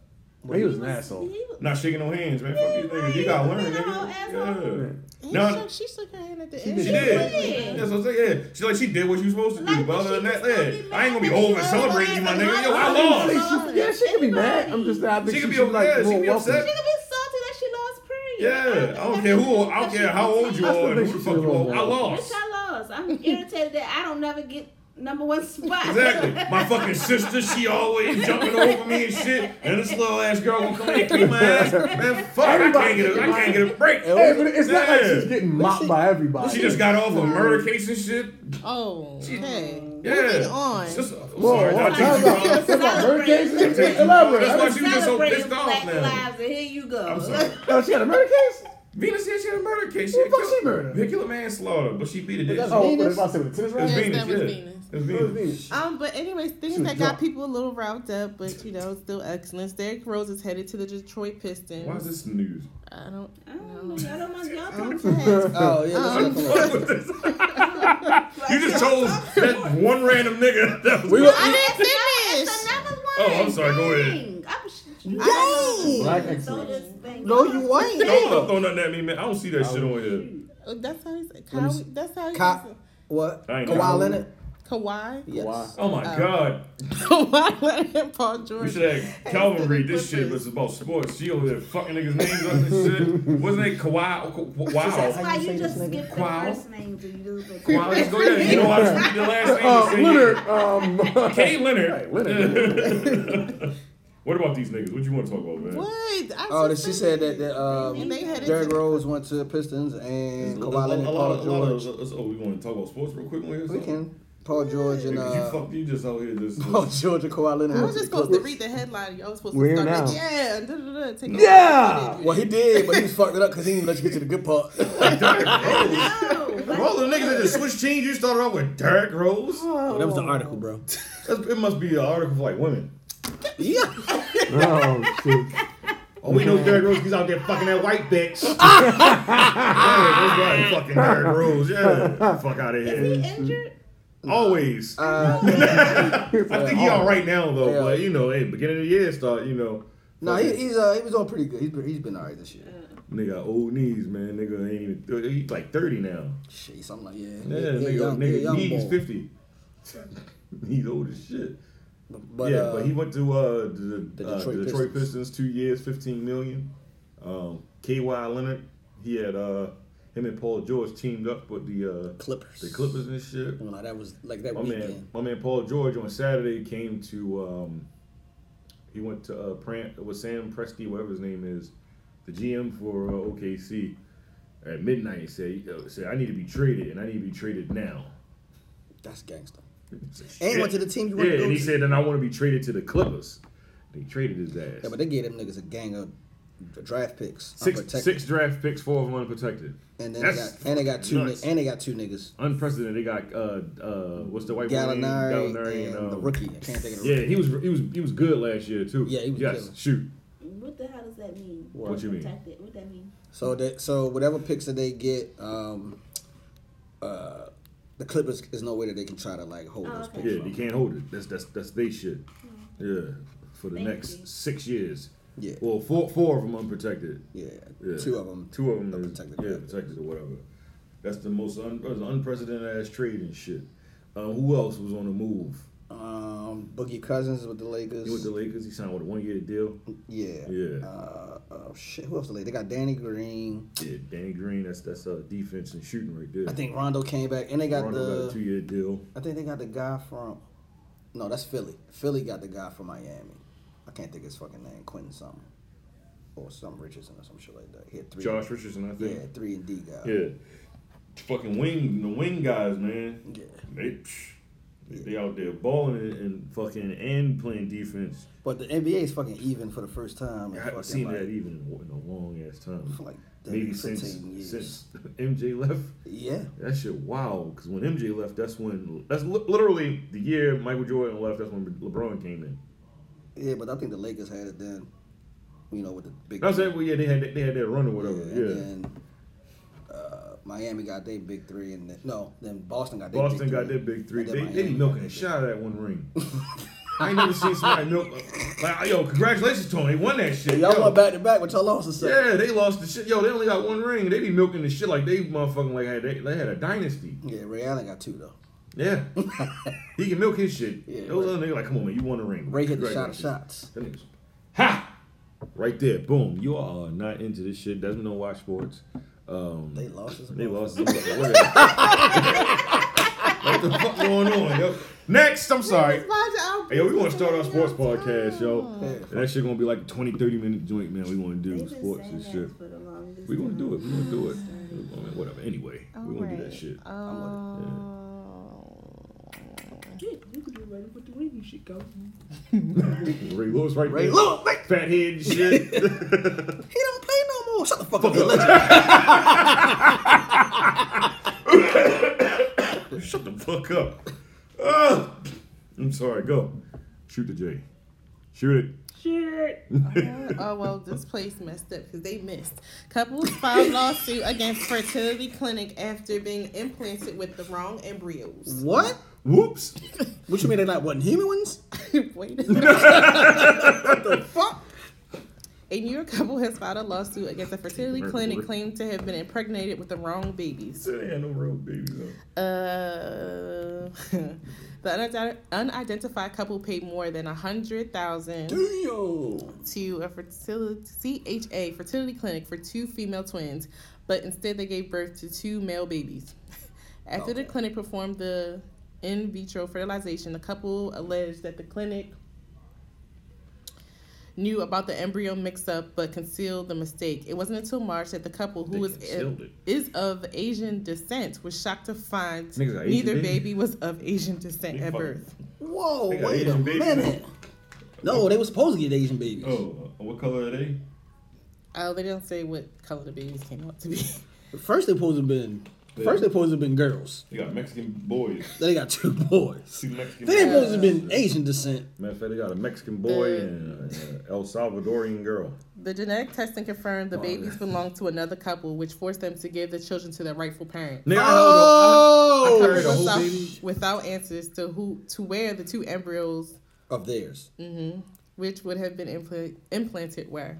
S5: he was an asshole.
S10: He was,
S4: Not shaking no hands, man. Fuck these niggas. You gotta learn,
S10: Yeah,
S4: nigga. Yeah.
S7: He
S4: No,
S7: shook- she shook her hand at the
S4: she
S7: end.
S4: did. That's what I'm saying. Yeah, she like she did what she was supposed to do.
S10: Like,
S4: But other than
S10: she
S4: that,
S10: was gonna be
S4: yeah, I ain't gonna be
S10: mad
S4: over
S10: because
S4: celebrating you, my
S10: everybody
S4: nigga. Yo, I
S10: was
S5: I
S4: lost.
S10: like-
S5: didn't say she- yeah, she could be mad. I'm just saying, I think
S4: She
S5: she
S4: could be
S5: should like
S4: yeah, she
S5: more
S4: could be
S5: welcome.
S10: She
S4: upset.
S10: could be salty that she lost period.
S4: Yeah, I don't care who, I don't care how old you
S5: I
S4: are,
S5: still
S4: and
S5: think
S4: who the
S5: she
S4: fuck
S5: should
S4: you are.
S5: have
S4: I
S5: won.
S10: Bitch,
S4: lost.
S10: I lost. I'm irritated that I don't never get number one spot.
S4: Exactly. My fucking sister, she always jumping over me and shit. And this little ass girl gonna come in and kick my ass. Man, fuck, I can't get a, I can't get a break.
S5: Hey, but it's not like
S4: Yeah.
S5: she's getting mocked by everybody.
S4: She just got off a murder case and shit.
S7: Oh, hey.
S4: Yeah.
S7: Moving on.
S4: Sis- I'm
S5: Whoa,
S4: sorry,
S5: whoa,
S4: I
S5: time
S4: think
S5: out.
S4: you wrong.
S5: That's about murder cases.
S4: Take you-
S5: Elaborate.
S4: That's
S5: I
S4: why
S5: mean,
S4: she was just so
S10: Celebrating
S4: pissed off
S10: black
S4: now.
S10: lives, and here you go.
S4: I'm sorry.
S5: no, she got a murder case.
S4: Venus said she had a murder case. She
S5: Who
S4: had
S5: the fuck
S4: killed-
S5: she murdered?
S4: They killed a manslaughter, but she beat
S14: Was
S4: it. didn't
S14: that
S4: she?
S5: Oh, what
S14: Venus?
S5: if I say with the tennis
S4: It was
S5: racket?
S7: Yes,
S4: Venus.
S7: that was
S4: yeah.
S7: Venus.
S4: It was
S5: What if
S4: Venus.
S5: Venus?
S7: Um, but anyways, things
S5: She was
S7: that got
S5: drunk.
S7: people a little riled up, but you know, still excellence. Derrick Rose is headed to the Detroit Pistons.
S4: Why is this news?
S7: I don't.
S10: I don't know. Y'all don't want y'all talking
S14: Oh yeah.
S7: Um,
S14: that's-
S4: Fuck with this. You just told that one random nigga that was.
S14: We were.
S7: I didn't
S10: That's
S7: finish.
S10: another one.
S4: Oh, I'm sorry, go ahead.
S10: Dang. I'm sh-
S5: Black
S10: throw
S5: excellence.
S10: this thing.
S6: No, you ain't.
S4: Don't don't throw nothing at me, man. I don't see that shit on here.
S7: Oh, That's how he's. Kawhi, that's how he's.
S6: Ka- what?
S4: I ain't
S6: Kawhi
S4: know.
S6: Leonard?
S7: Kawhi.
S6: Yes.
S5: Why?
S4: Oh my god.
S7: Kawhi Leonard and Paul
S4: We
S7: George.
S4: should have Calvin read this shit, but it's about sports. She over there fucking niggas' names up and shit. Wasn't it Kawhi? Ka-
S10: That's
S4: Wow.
S10: why you just skip the
S4: Wow.
S10: first name to you.
S4: Wow, let's go there. You know, I just read the last name.
S5: Uh,
S4: and say-
S5: Leonard. Um,
S4: Hey, Leonard.
S5: Hey, Leonard.
S4: what about these niggas? What you want to talk about, man?
S7: What? I
S6: Oh, that
S7: just
S6: she
S7: said
S6: said that that
S7: And they
S6: um,
S7: headed
S6: Derrick
S7: to-
S6: Rose went to the Pistons and
S4: A, a,
S6: Kawhi Leonard,
S4: a lot
S6: Paul
S4: of, a lot of,
S6: George.
S4: oh, we want to talk about sports real quick, man.
S6: We can. Oh, Paul George and
S4: you
S6: uh,
S4: fuck, you just out here just.
S6: Paul George and Kawhi Leonard.
S7: I
S6: went
S7: was just
S6: the
S7: supposed to
S6: Clippers.
S7: read the headline. Y'all was supposed
S5: We're
S7: to start
S5: here now.
S7: like, yeah, da, da, da, take it
S5: yeah.
S6: Well, he did, but he fucked it up because he didn't let you get to the good part.
S4: Of all the niggas that just switched teams, you started off with Derrick Rose.
S14: Oh, that was the article, bro.
S4: That's, it must be an article for like women.
S14: Yeah.
S5: Oh shit.
S4: Oh, we know Derrick Rose. He's out there fucking that white bitch. yeah, that's right, fucking Derrick Rose. Yeah, fuck out of
S10: He
S4: here.
S10: injured.
S4: Always.
S14: Uh,
S4: I think he all right now though,
S6: Yeah.
S4: but you know, hey, beginning of the year start, you know.
S6: No, he, he's uh, he was on pretty good. He's been, he's been all right this year.
S4: Nigga got old knees, man. Nigga ain't even. He's like thirty now.
S6: Shit, something like yeah.
S4: Yeah,
S6: yeah,
S4: nigga,
S6: young- yeah,
S4: nigga
S6: young
S4: knees
S6: ball.
S4: fifty. he's old as shit.
S6: But,
S4: yeah,
S6: uh,
S4: but he went to uh, the, the, uh,
S6: Detroit
S4: Detroit, Detroit
S6: Pistons.
S4: Pistons. two years, fifteen million. Um, Ky Leonard, he had uh, him and Paul George teamed up with the uh,
S6: Clippers.
S4: the Clippers and shit.
S6: Well, that was like that
S4: My man,
S6: weekend.
S4: my man Paul George on Saturday came to um, he went to uh, Prant with Sam Presti, whatever his name is, the GM for uh, OKC. At midnight, and said, uh, said, I need to be traded, and I need to be traded now.
S6: That's gangster.
S4: And
S6: went to the team you wanted to
S4: Yeah,
S6: go
S4: and he
S6: to.
S4: said, and I want to be traded to the Clippers. They traded his ass.
S6: Yeah, but they gave them niggas a gang of draft picks.
S4: six,
S6: unprotected.
S4: six draft picks, four of them unprotected.
S6: And then they
S4: That's
S6: got and they got two
S4: nuts.
S6: ni- and they got two niggas.
S4: Unprecedented. They got uh uh what's the white boy name?
S6: Gallinari,
S4: Gallinari
S6: and,
S4: um,
S6: the rookie. I can't think of the
S4: Yeah,
S6: rookie.
S4: he was he was he was good last year too.
S6: Yeah, he was
S4: yes.
S6: killing.
S4: Shoot,
S10: What the hell does that mean?
S4: What you mean?
S10: Protected. What that mean?
S6: So that so whatever picks that they get, um, uh, the Clippers is no way that they can try to like hold
S10: Oh,
S6: those
S10: okay.
S6: picks.
S4: yeah, they can't hold it. That's that's that's they shit. Yeah, for the
S10: Hmm. Thank
S4: next
S10: you.
S4: six years.
S6: Yeah.
S4: Well, four four of them unprotected.
S6: Yeah,
S4: Yeah.
S6: two of them.
S4: Two of them
S6: are
S4: is-
S6: protected.
S4: Yeah, protected or whatever. That's the most un, that's an unprecedented ass trade and shit. Um, who else was on the move?
S6: Um, Boogie Cousins with the Lakers.
S4: He went to the Lakers. He signed with a one year deal.
S6: yeah.
S4: Yeah.
S6: Uh, oh shit, who else? The Lakers? They got Danny Green.
S4: Yeah, Danny Green. That's that's uh, defense and shooting right there.
S6: I think Rondo came back, and they got
S4: Rondo got a
S6: the.
S4: two year deal.
S6: I think they got the guy from. No, that's Philly. Philly got the guy from Miami. I can't think of his fucking name. Quentin something. Or some Richardson or some shit like that. He had three.
S4: Josh Richardson, I
S6: Yeah,
S4: think.
S6: three and D guy.
S4: Yeah. Fucking wing, the wing guys, man.
S6: Yeah.
S4: They, psh, They out there balling and, and fucking and playing defense.
S6: But the NBA is fucking even for the first time. in
S4: I
S6: fucking,
S4: haven't seen
S6: like-
S4: that even in a long ass time.
S6: For like
S4: Maybe
S6: 15
S4: since
S6: years.
S4: since MJ left.
S6: Yeah.
S4: That shit wow. Because when MJ left, that's when that's li- literally the year Michael Jordan left. That's when LeBron came in.
S6: Yeah, but I think the Lakers had it then. You know, with the big.
S4: That's it. Well, yeah, they had that, they had that run or whatever. Yeah.
S6: And then, uh, Miami got their big three, and then, no, then Boston got their
S4: Boston
S6: big
S4: got
S6: three.
S4: their big three.
S6: And
S4: They
S6: then
S4: they be
S6: Miami
S4: milking
S6: got
S4: a shot of that one ring. I ain't never seen somebody milk. Like, yo, congratulations, Tony. They won that shit.
S6: Y'all
S4: yo.
S6: went back to back, but y'all lost the second.
S4: Yeah, they lost the shit. Yo, they only got one ring. They be milking the shit like they motherfucking like had they, they had a dynasty.
S6: Yeah, Ray Allen got two though.
S4: Yeah, he can milk his shit.
S6: Yeah,
S4: Those
S6: Ray-
S4: other niggas like, come on, man, you won a ring.
S6: Ray hit the shot of
S4: Congratulations.
S6: shots.
S4: That nigga's ha right there. Boom. You are not into this shit. Desmond don't watch sports. Um,
S6: They lost this
S4: they lost. this motherfucker. what the fuck going on? Yo? Next, I'm sorry. Hey, yo, we want to start our sports podcast, yo. And that shit gonna be like a 20, 30 minute joint, man. We want to do sports and shit. We gonna do it. We gonna do it. I mean, Whatever. Anyway, we gonna do that shit.
S10: You could do ready with the ring. You should go.
S4: Ray Lewis, right
S6: Ray
S4: there.
S6: Lewis, like,
S4: fat head and shit.
S6: he don't play no more. Shut the fuck, up. Listen,
S4: Shut the fuck up. Ah! I'm sorry. Go. Shoot the J. Shoot it.
S7: oh well, this place messed up because they missed. Couples filed lawsuit against fertility clinic after being implanted with the wrong embryos.
S6: what?
S4: Whoops.
S6: What you mean they not wasn't human ones?
S7: Wait a minute.
S6: Fuck.
S7: A New York couple has filed a lawsuit against a fertility clinic claimed to have been impregnated with the wrong babies.
S4: They had no real baby though.
S7: Uh, the unident- unidentified couple paid more than a hundred thousand to a fertility CHA fertility clinic for two female twins, but instead they gave birth to two male babies. After the clinic performed the in vitro fertilization, the couple alleged that the clinic knew about the embryo mix-up but concealed the mistake. It wasn't until March that the couple, who
S4: They
S7: was
S4: concealed it.
S7: is of Asian descent, was shocked to find
S4: Niggas got
S7: neither
S4: Asian babies?
S7: baby was of Asian descent
S4: They
S7: at
S4: fuck-
S7: birth.
S6: Whoa,
S4: They got
S6: wait a
S4: Asian babies.
S6: minute. No, they were supposed to get Asian babies.
S4: Oh, uh, what color are they?
S7: Oh, they don't say what color the babies came out to be.
S6: First they supposed to been. First they supposed to been girls.
S4: They got Mexican boys.
S6: Then they got two boys.
S4: Two Mexican.
S6: Then they supposed to
S4: boys.
S6: been Asian descent.
S4: Matter of fact, they got a Mexican boy and an El Salvadorian girl.
S7: The genetic testing confirmed
S4: Oh,
S7: the babies belonged to another couple, which forced them to give the children to their rightful parents.
S4: Nigga,
S6: Oh,
S4: I, I carried a whole
S7: Without,
S4: baby.
S7: without answers to who to where the two embryos,
S6: Of theirs.
S7: which would have been implant, implanted, were.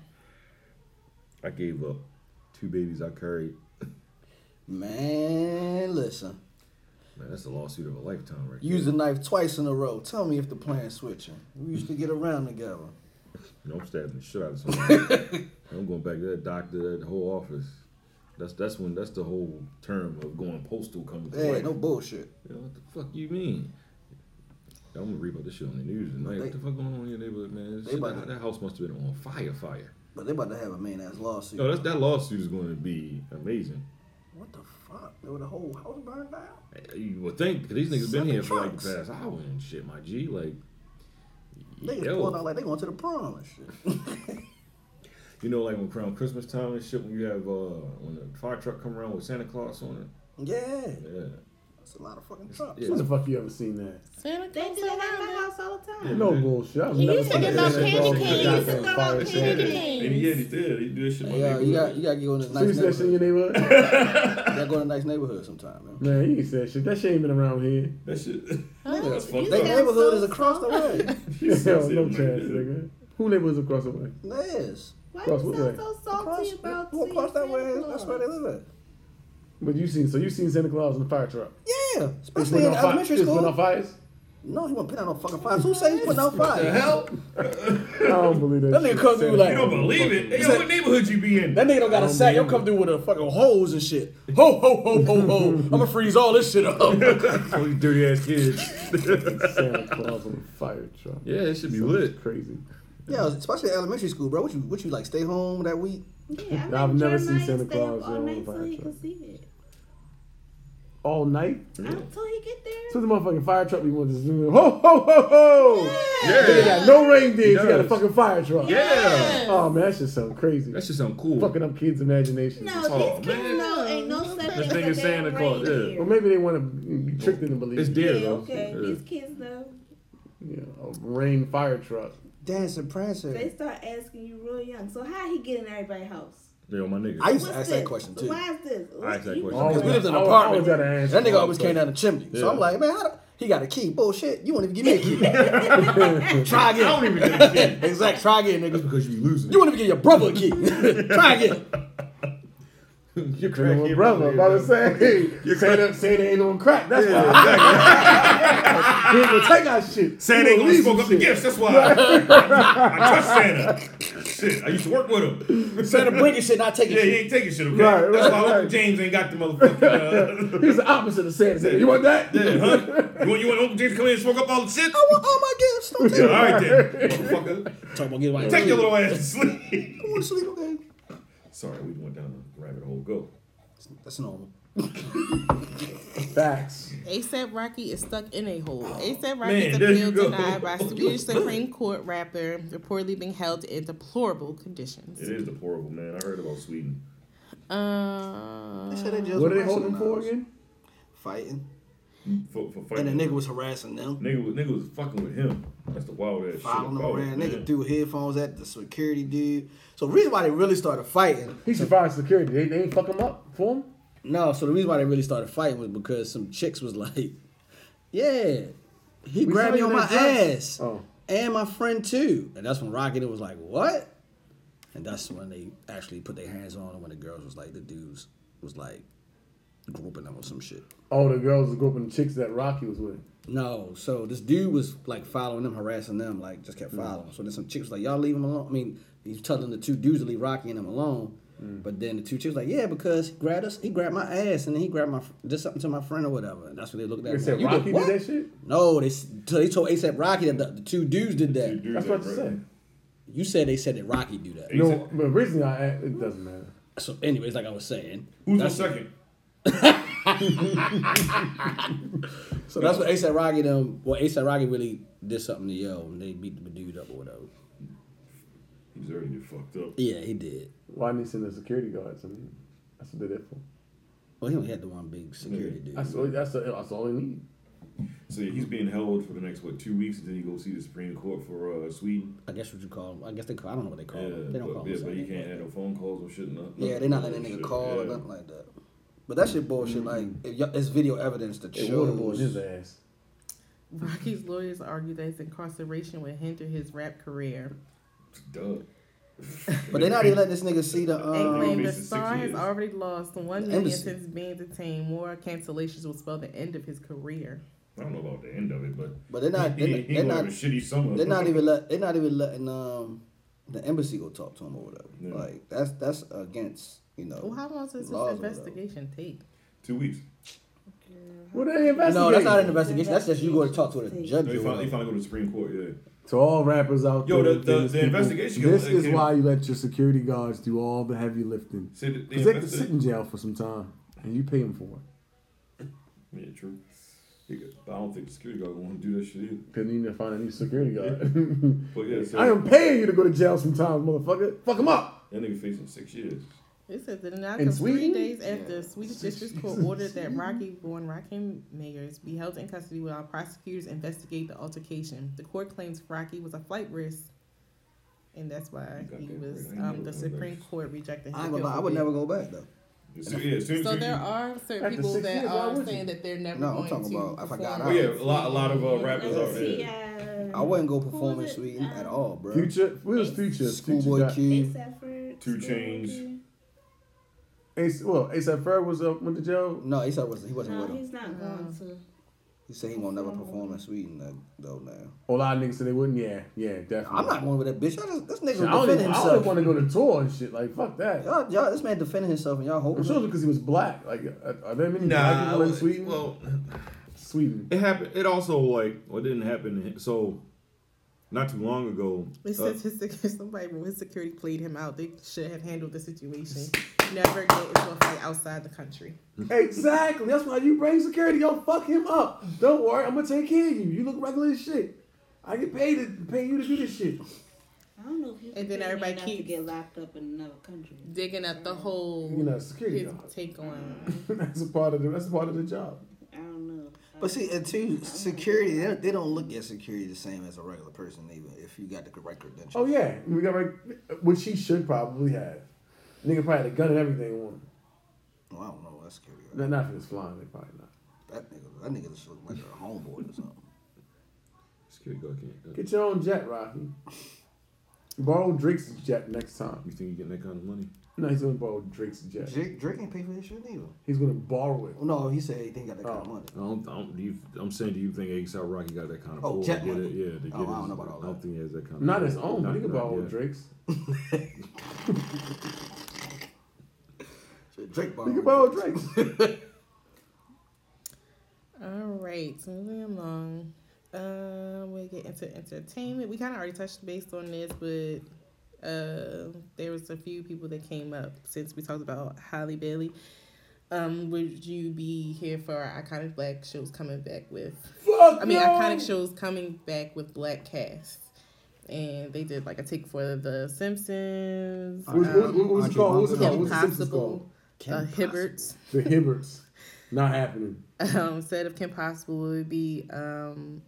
S4: I gave up. Two babies I carried.
S6: Man, listen.
S4: Man, that's the lawsuit of a lifetime, right?
S6: Use
S4: there.
S6: the knife twice in a row. Tell me if the plan's switching. We used to get around together.
S4: You know, I'm stabbing the shit out of somebody. I'm going back to that doctor, that whole office. That's that's when that's the whole term of going postal comes to
S6: Hey,
S4: play.
S6: no bullshit.
S4: You know, what the fuck you mean? Yo, I'm gonna read about this shit on the news tonight.
S6: They-
S4: what the fuck going on in your neighborhood, man? This
S6: They
S4: shit-
S6: about
S4: that,
S6: to-
S4: that house must have been on fire, fire.
S6: But they about to have a main ass lawsuit.
S4: Yo, that's, that lawsuit is going to be amazing.
S6: What the fuck? They were the whole house burned down?
S4: You would think 'cause these niggas been
S6: Seven
S4: here for like the
S6: trucks.
S4: past hour and shit, my G. Like,
S6: Niggas
S4: yo.
S6: pulling out like they going to the prom and shit.
S4: you know, like when around Christmas time and shit, when you have uh when the fire truck come around with Santa Claus on
S6: yeah.
S4: it. Yeah,
S6: That's a lot of fucking trucks.
S4: yeah.
S5: When the fuck you ever seen that?
S7: Santa
S10: They
S7: Claus
S10: do that at
S7: around
S10: my
S7: now.
S10: house all the time.
S5: No bullshit. I've
S10: He
S5: never
S10: used to
S5: seen
S10: give
S5: that.
S10: out candy canes. He used to
S5: Goddamn
S10: throw out
S5: fire shit.
S10: candy
S4: And
S10: canes.
S4: yeah, they did. They do that shit. in my
S6: Hey, yo, you got
S4: neighborhood.
S6: you gotta go in this
S5: So you
S6: nice
S5: see that shit in
S6: neighborhood.
S5: your neighborhood?
S6: You gotta go in a nice neighborhood sometime, man.
S5: Man, you can say that shit. That shit ain't been around here.
S4: That shit.
S6: Nigga,
S4: fucked
S6: Their
S4: up.
S6: neighborhood is across the way.
S5: Hell,
S4: said
S5: no
S4: it,
S5: chance,
S4: man.
S5: nigga. Who neighborhoods across the way?
S6: Yes.
S10: Why
S5: Cross
S10: you
S5: what way?
S10: sound so
S6: Across,
S10: salty about
S6: well, across that
S10: seeing
S6: way,
S10: Santa
S6: that's where they
S10: Claus?
S6: live at.
S5: But you seen so you seen Santa Claus in the fire truck.
S6: Yeah,
S5: It's
S6: especially
S5: been
S6: in
S5: on fire.
S6: elementary
S5: It's been on
S6: school.
S5: fires.
S6: No, he wasn't putting out no fucking fires. Who say he's putting out fires?
S4: Hell,
S5: I don't believe that.
S6: That
S5: shit.
S6: nigga comes through like,
S4: you don't believe it. Hey, yo, what neighborhood you be in?
S6: That nigga don't got a sack. He'll come through with a fucking hose and shit. Ho ho ho ho ho. I'm gonna freeze all this shit up.
S4: All these dirty ass kids.
S5: Santa Claus on the fire truck.
S4: yeah, it should be lit.
S5: Crazy.
S6: yeah, especially at elementary school, bro. What you what you like stay home that week?
S10: Yeah, I
S5: I've
S10: think
S5: never seen
S10: Jeremiah stay
S5: Santa
S10: up
S5: Claus
S10: all
S5: in
S10: night
S5: a
S10: so he
S5: fire
S10: could
S5: truck.
S10: see it.
S5: all night.
S10: Until he get there.
S5: So the motherfucking fire truck, we want to zoom in. Ho, ho, ho, ho!
S4: Yeah.
S5: He got no rain
S4: He
S5: days, he got a
S4: does.
S5: fucking fire truck.
S4: Yeah.
S5: Oh, man, that shit sound crazy.
S4: That shit sound cool.
S5: Fucking up kids' imagination.
S10: No,
S4: Oh,
S10: these
S4: man.
S10: kids know ain't no such
S4: This
S10: thing
S4: thing
S10: as
S4: is Santa
S10: damn
S4: Claus, yeah.
S5: Well,
S10: reindeer.
S5: maybe they want to be tricked into believing.
S4: It's
S10: Yeah,
S4: deer though.
S10: okay.
S4: Yeah.
S10: These kids though,
S5: Yeah, a rain fire truck.
S6: Dancing Prancer.
S10: they start asking you real young. So how he get in everybody's house?
S4: Yo, my nigga.
S6: I
S10: What's
S6: used to ask
S10: this?
S6: that question too.
S10: Why is this?
S4: I asked that
S10: You-
S4: question.
S5: Oh,
S6: Because we
S5: yeah.
S6: lived in
S5: I always-
S6: an
S5: I
S6: apartment.
S5: always gotta ask
S6: That
S5: that
S6: nigga always
S5: question.
S6: came down the chimney. So I'm
S4: Yeah.
S6: like, man, how, he got a key. Bullshit. You won't even give me a key. Try
S4: I don't
S6: again.
S4: even get a kid.
S6: Exactly. Try again,
S4: That's
S6: nigga.
S4: because you losing.
S6: You won't even give your brother a key. Try again.
S4: You're
S5: Been on brother, I was saying,
S4: You're
S5: say
S4: crack-
S5: that, say they ain't on crack. That's
S4: Yeah,
S5: why. He ain't gonna take our shit.
S4: Santa
S5: He
S4: ain't gonna
S5: leave
S4: smoke
S5: some
S4: up the
S5: shit.
S4: gifts. That's why I, I, trust Santa. Shit, I used to work with him.
S6: Santa bring shit, not take
S4: Yeah, he
S6: it.
S4: ain't taking shit. Okay,
S5: Right,
S4: that's why
S5: right,
S4: Uncle
S5: right.
S4: James ain't got the motherfucking. Uh,
S5: He's the opposite of Santa. You want that?
S4: yeah, huh? You want, you want Uncle James to come in and smoke up all the shit?
S6: I want all my gifts. Don't
S4: Yeah,
S6: take
S4: all
S6: it.
S4: right then, motherfucker.
S14: Talk about getting my
S4: Take your little ass to sleep.
S6: I want to sleep, okay?
S4: Sorry, we went down the rabbit hole. Go.
S6: That's normal.
S5: Facts.
S7: ASAP Rocky is stuck in a hole. ASAP
S4: Man,
S7: Rocky's
S4: there you go.
S7: appeal denied by Swedish Supreme Court rapper reportedly being held in deplorable conditions.
S4: It is deplorable, man. I heard about Sweden.
S7: Um,
S5: What are they holding for again?
S6: Fighting.
S4: For, for
S6: And
S4: fighting.
S6: the nigga was harassing them.
S4: Nigga was, nigga was fucking with him. That's the wild ass shit.
S6: Following them
S5: Oh,
S4: about it,
S6: around. Nigga
S4: man.
S6: threw headphones at the security dude. So the reason why they really started fighting
S5: He should fire security. They, they ain't fuck him up for him?
S14: No, so the reason why they really started fighting was because some chicks was like, "Yeah, he
S5: saw
S14: grabbed me
S5: you
S14: on
S5: in
S14: my
S5: that
S14: ass,
S5: dress." Oh.
S14: and my friend too." And that's when Rocket was like, "What?" And that's when they actually put their hands on him. When the girls was like, the dudes was like grouping them or some shit.
S5: All Oh, the girls was grouping the chicks that Rocky was with.
S14: No, so this dude was like following them, harassing them, like just kept following. So then some chicks was like, "Y'all leave him alone." I mean, he's telling the two dudes to leave Rocky and him alone. But then the two chicks like, "Yeah, because he grabbed us, he grabbed my ass, and then he grabbed my did something to my friend or whatever." And that's what they looked at.
S5: They
S14: him
S5: said
S14: like,
S5: Rocky did
S14: what?"
S5: that shit?
S14: No, they s- so they told ASAP Rocky that the, the two dudes did that.
S4: Dude,
S5: That's
S4: that
S5: what you
S4: right.
S5: said.
S14: You said they said that Rocky do that.
S5: No, but originally I asked, it doesn't matter.
S14: So, anyways, like I was saying,
S4: Who's on
S14: that's-
S4: second?
S14: So that's what ASAP Rocky them. Well, ASAP Rocky really did something to Yo, and they beat the dude up or whatever.
S4: He was already fucked up.
S14: Yeah, he did.
S5: Why didn't he send the security guards? I mean, that's what they did for.
S14: Well, he only had the one big security dude.
S5: That's all, that's, all, that's all they need.
S4: So yeah, he's being held for the next what two weeks, and then he go see the Supreme Court for uh, Sweden.
S14: I guess what you call them. I guess they call. I don't know what they call
S4: Yeah,
S14: them. They don't
S4: but,
S14: call
S4: yeah,
S14: them.
S4: but he
S14: something.
S4: can't have no phone calls or shit. No,
S6: Yeah, they're not letting that nigga
S4: shit,
S6: call or
S4: yeah.
S6: nothing like that. But that shit bullshit. Like, if y'all, it's video evidence that
S5: They
S6: shows.
S5: waterboarded his ass.
S7: Rocky's lawyers argue that his incarceration would hinder his rap career.
S4: Duh.
S6: But they not even letting this nigga see the.
S7: They
S6: Um,
S7: claim
S4: he's in
S7: the
S4: six
S7: star has
S4: years.
S7: already lost one million
S6: Embassy.
S7: since being detained. More cancellations will spell the end of his career.
S4: I don't know about the end of it, but
S6: But they're not-
S4: He,
S6: they're-
S4: he
S6: they're
S4: gonna
S6: not-
S4: have a shitty summer.
S6: they're not even let. They're not even letting um, the embassy go talk to him or whatever.
S4: Yeah.
S6: Like that's that's against you know.
S7: Well, Oh, how long does this
S6: laws or
S7: investigation take?
S4: two weeks.
S5: What they
S6: whatever.
S5: investigate?
S6: No, that's not an investigation. That's just you go to talk to the judge.
S4: No, he finally, he
S6: or whatever.
S4: finally go to the Supreme Court. Yeah.
S5: To all rappers out
S4: Yo,
S5: there,
S4: the- the-
S5: business
S4: the
S5: people,
S4: investigation
S5: This
S4: came-
S5: is why you let your security guards do all the heavy lifting.
S4: Say that they
S5: Because they could
S4: invested-
S5: sit in jail for some time, and you pay them for it.
S4: Yeah, true. He go- But I don't think the security guard gonna want to do that shit either.
S5: Because you need to find a new security guard.
S4: But yeah, so
S5: I am paying you to go to jail sometimes, motherfucker. Fuck them up.
S4: that nigga facing six years.
S7: It says that not
S5: In
S7: three
S5: Sweden?
S7: days after Swedish District Court ordered that Rocky born Rakim Mayors be held in custody while prosecutors investigate the altercation. The court claims Rocky was a flight risk, and that's why
S4: got
S7: he
S4: that
S7: was.
S4: right. I ain't
S7: Um,
S4: never
S7: the
S4: heard of
S7: Supreme
S4: that.
S7: Court rejected his
S6: I ain't gonna lie. I
S7: guilty
S6: would
S7: plea.
S6: never go back though.
S4: As soon- yeah, as soon as
S7: So
S4: you-
S7: there are certain
S5: After
S7: people
S5: six
S7: that
S5: years, why
S7: are
S5: would
S7: saying
S5: you?
S7: that they're never
S6: No, I'm
S7: going
S6: talking
S7: to
S6: about if I got
S7: perform.
S6: out.
S4: Oh, yeah, a lot, a lot of uh, rappers out there.
S10: Yeah.
S6: I wouldn't go
S10: Who
S6: perform in
S10: was it?
S6: Sweden
S10: Uh,
S6: at all, bro.
S5: Future, where's Future?
S6: Schoolboy
S5: Future
S6: Q.
S10: Except for
S4: Two
S10: Schoolboy
S4: Chainz.
S10: Q.
S5: got- Ace, well, ASAP Ferg was up went to jail.
S6: No, he said wasn't. He wasn't
S10: No,
S6: with him.
S10: he's not
S7: Uh,
S10: going to.
S6: He said he won't never perform in Sweden uh, though. Now
S5: A lot of niggas said they wouldn't. Yeah, yeah, definitely.
S6: I'm not going with that bitch. I just, this nigga
S5: I don't, even,
S6: defending
S5: I don't
S6: himself.
S5: even want to go to tour and shit. Like, fuck that.
S6: Y'all, y'all, this man defending himself and y'all holding.
S5: I'm
S6: him.
S5: sure it's because he was black. Like, are- are there many black
S4: Nah,
S5: people in
S4: well,
S5: Sweden?
S4: well,
S5: Sweden.
S4: it happened. It also like what didn't happen. So not too long ago.
S7: It
S4: uh,
S7: says his sec- somebody from his security played him out. They should have handled the situation. Never go into a fight outside the country.
S5: Exactly. That's why you bring security. Yo, fuck him up. Don't worry. I'm gonna take care of you. You look regular as shit. I get paid to pay you to do this shit.
S10: I don't know if you
S7: And then
S10: pay
S7: everybody
S10: enough to
S7: keeps-
S10: get locked up in another country.
S7: Digging up the whole
S5: You know, security
S7: his
S5: guard.
S7: take on
S5: that's a part of the. That's a part of the job.
S10: I don't know.
S6: But see, and two, security, they don't, they don't look at security the same as a regular person, even if you got the right credentials.
S5: Oh yeah, we got right, which he should probably have. Nigga probably had a gun and everything on. him.
S6: Well, I don't know, that's scary.
S5: No, not if it's flying. They probably not.
S6: That nigga, that nigga just look like a homeboy or something.
S4: security guard can't. uh,
S5: Get your own jet, Rocky. Borrow Drake's jet next time.
S4: you think you getting that kind of money?
S5: No, he's gonna borrow Drake's jet.
S6: Drake, Drake ain't pay for this shit either.
S5: He's gonna borrow it.
S6: Well, no, he said he didn't got that kind of
S5: Oh.
S6: money.
S4: I don't, I don't, do you, I'm saying, do you think ASAP Rocky got that kind of
S6: Oh,
S4: pull to
S6: jet
S4: get
S6: money.
S4: it? Yeah, to get
S6: Oh, I don't
S4: his-
S6: know about all
S4: I don't
S6: that.
S4: think he has that kind of
S5: Not
S4: money.
S5: his own, but
S4: Not-
S5: he can
S4: not
S5: borrow
S4: yet.
S5: Drake's.
S6: Shit, Drake
S5: He
S6: borrowed.
S5: can borrow Drake's.
S7: him. All right, so moving along. Uh, we get into entertainment. We kind of already touched based on this, but uh, there was a few people that came up since we talked about Holly Bailey. Um, would you be here for our iconic black shows coming back with
S5: Fuck
S7: I mean,
S5: no!
S7: iconic shows coming back with black cast, and they did like a take for The Simpsons,
S5: What- what- what- What's it
S6: Andre
S5: called? What's it
S6: Montano.
S5: called?
S7: Kim
S5: What's the Simpsons
S7: Possible,
S5: called?
S7: uh, Hibberts.
S5: The Hibberts. Not happening.
S7: Um, instead of Kim Possible, it would be um,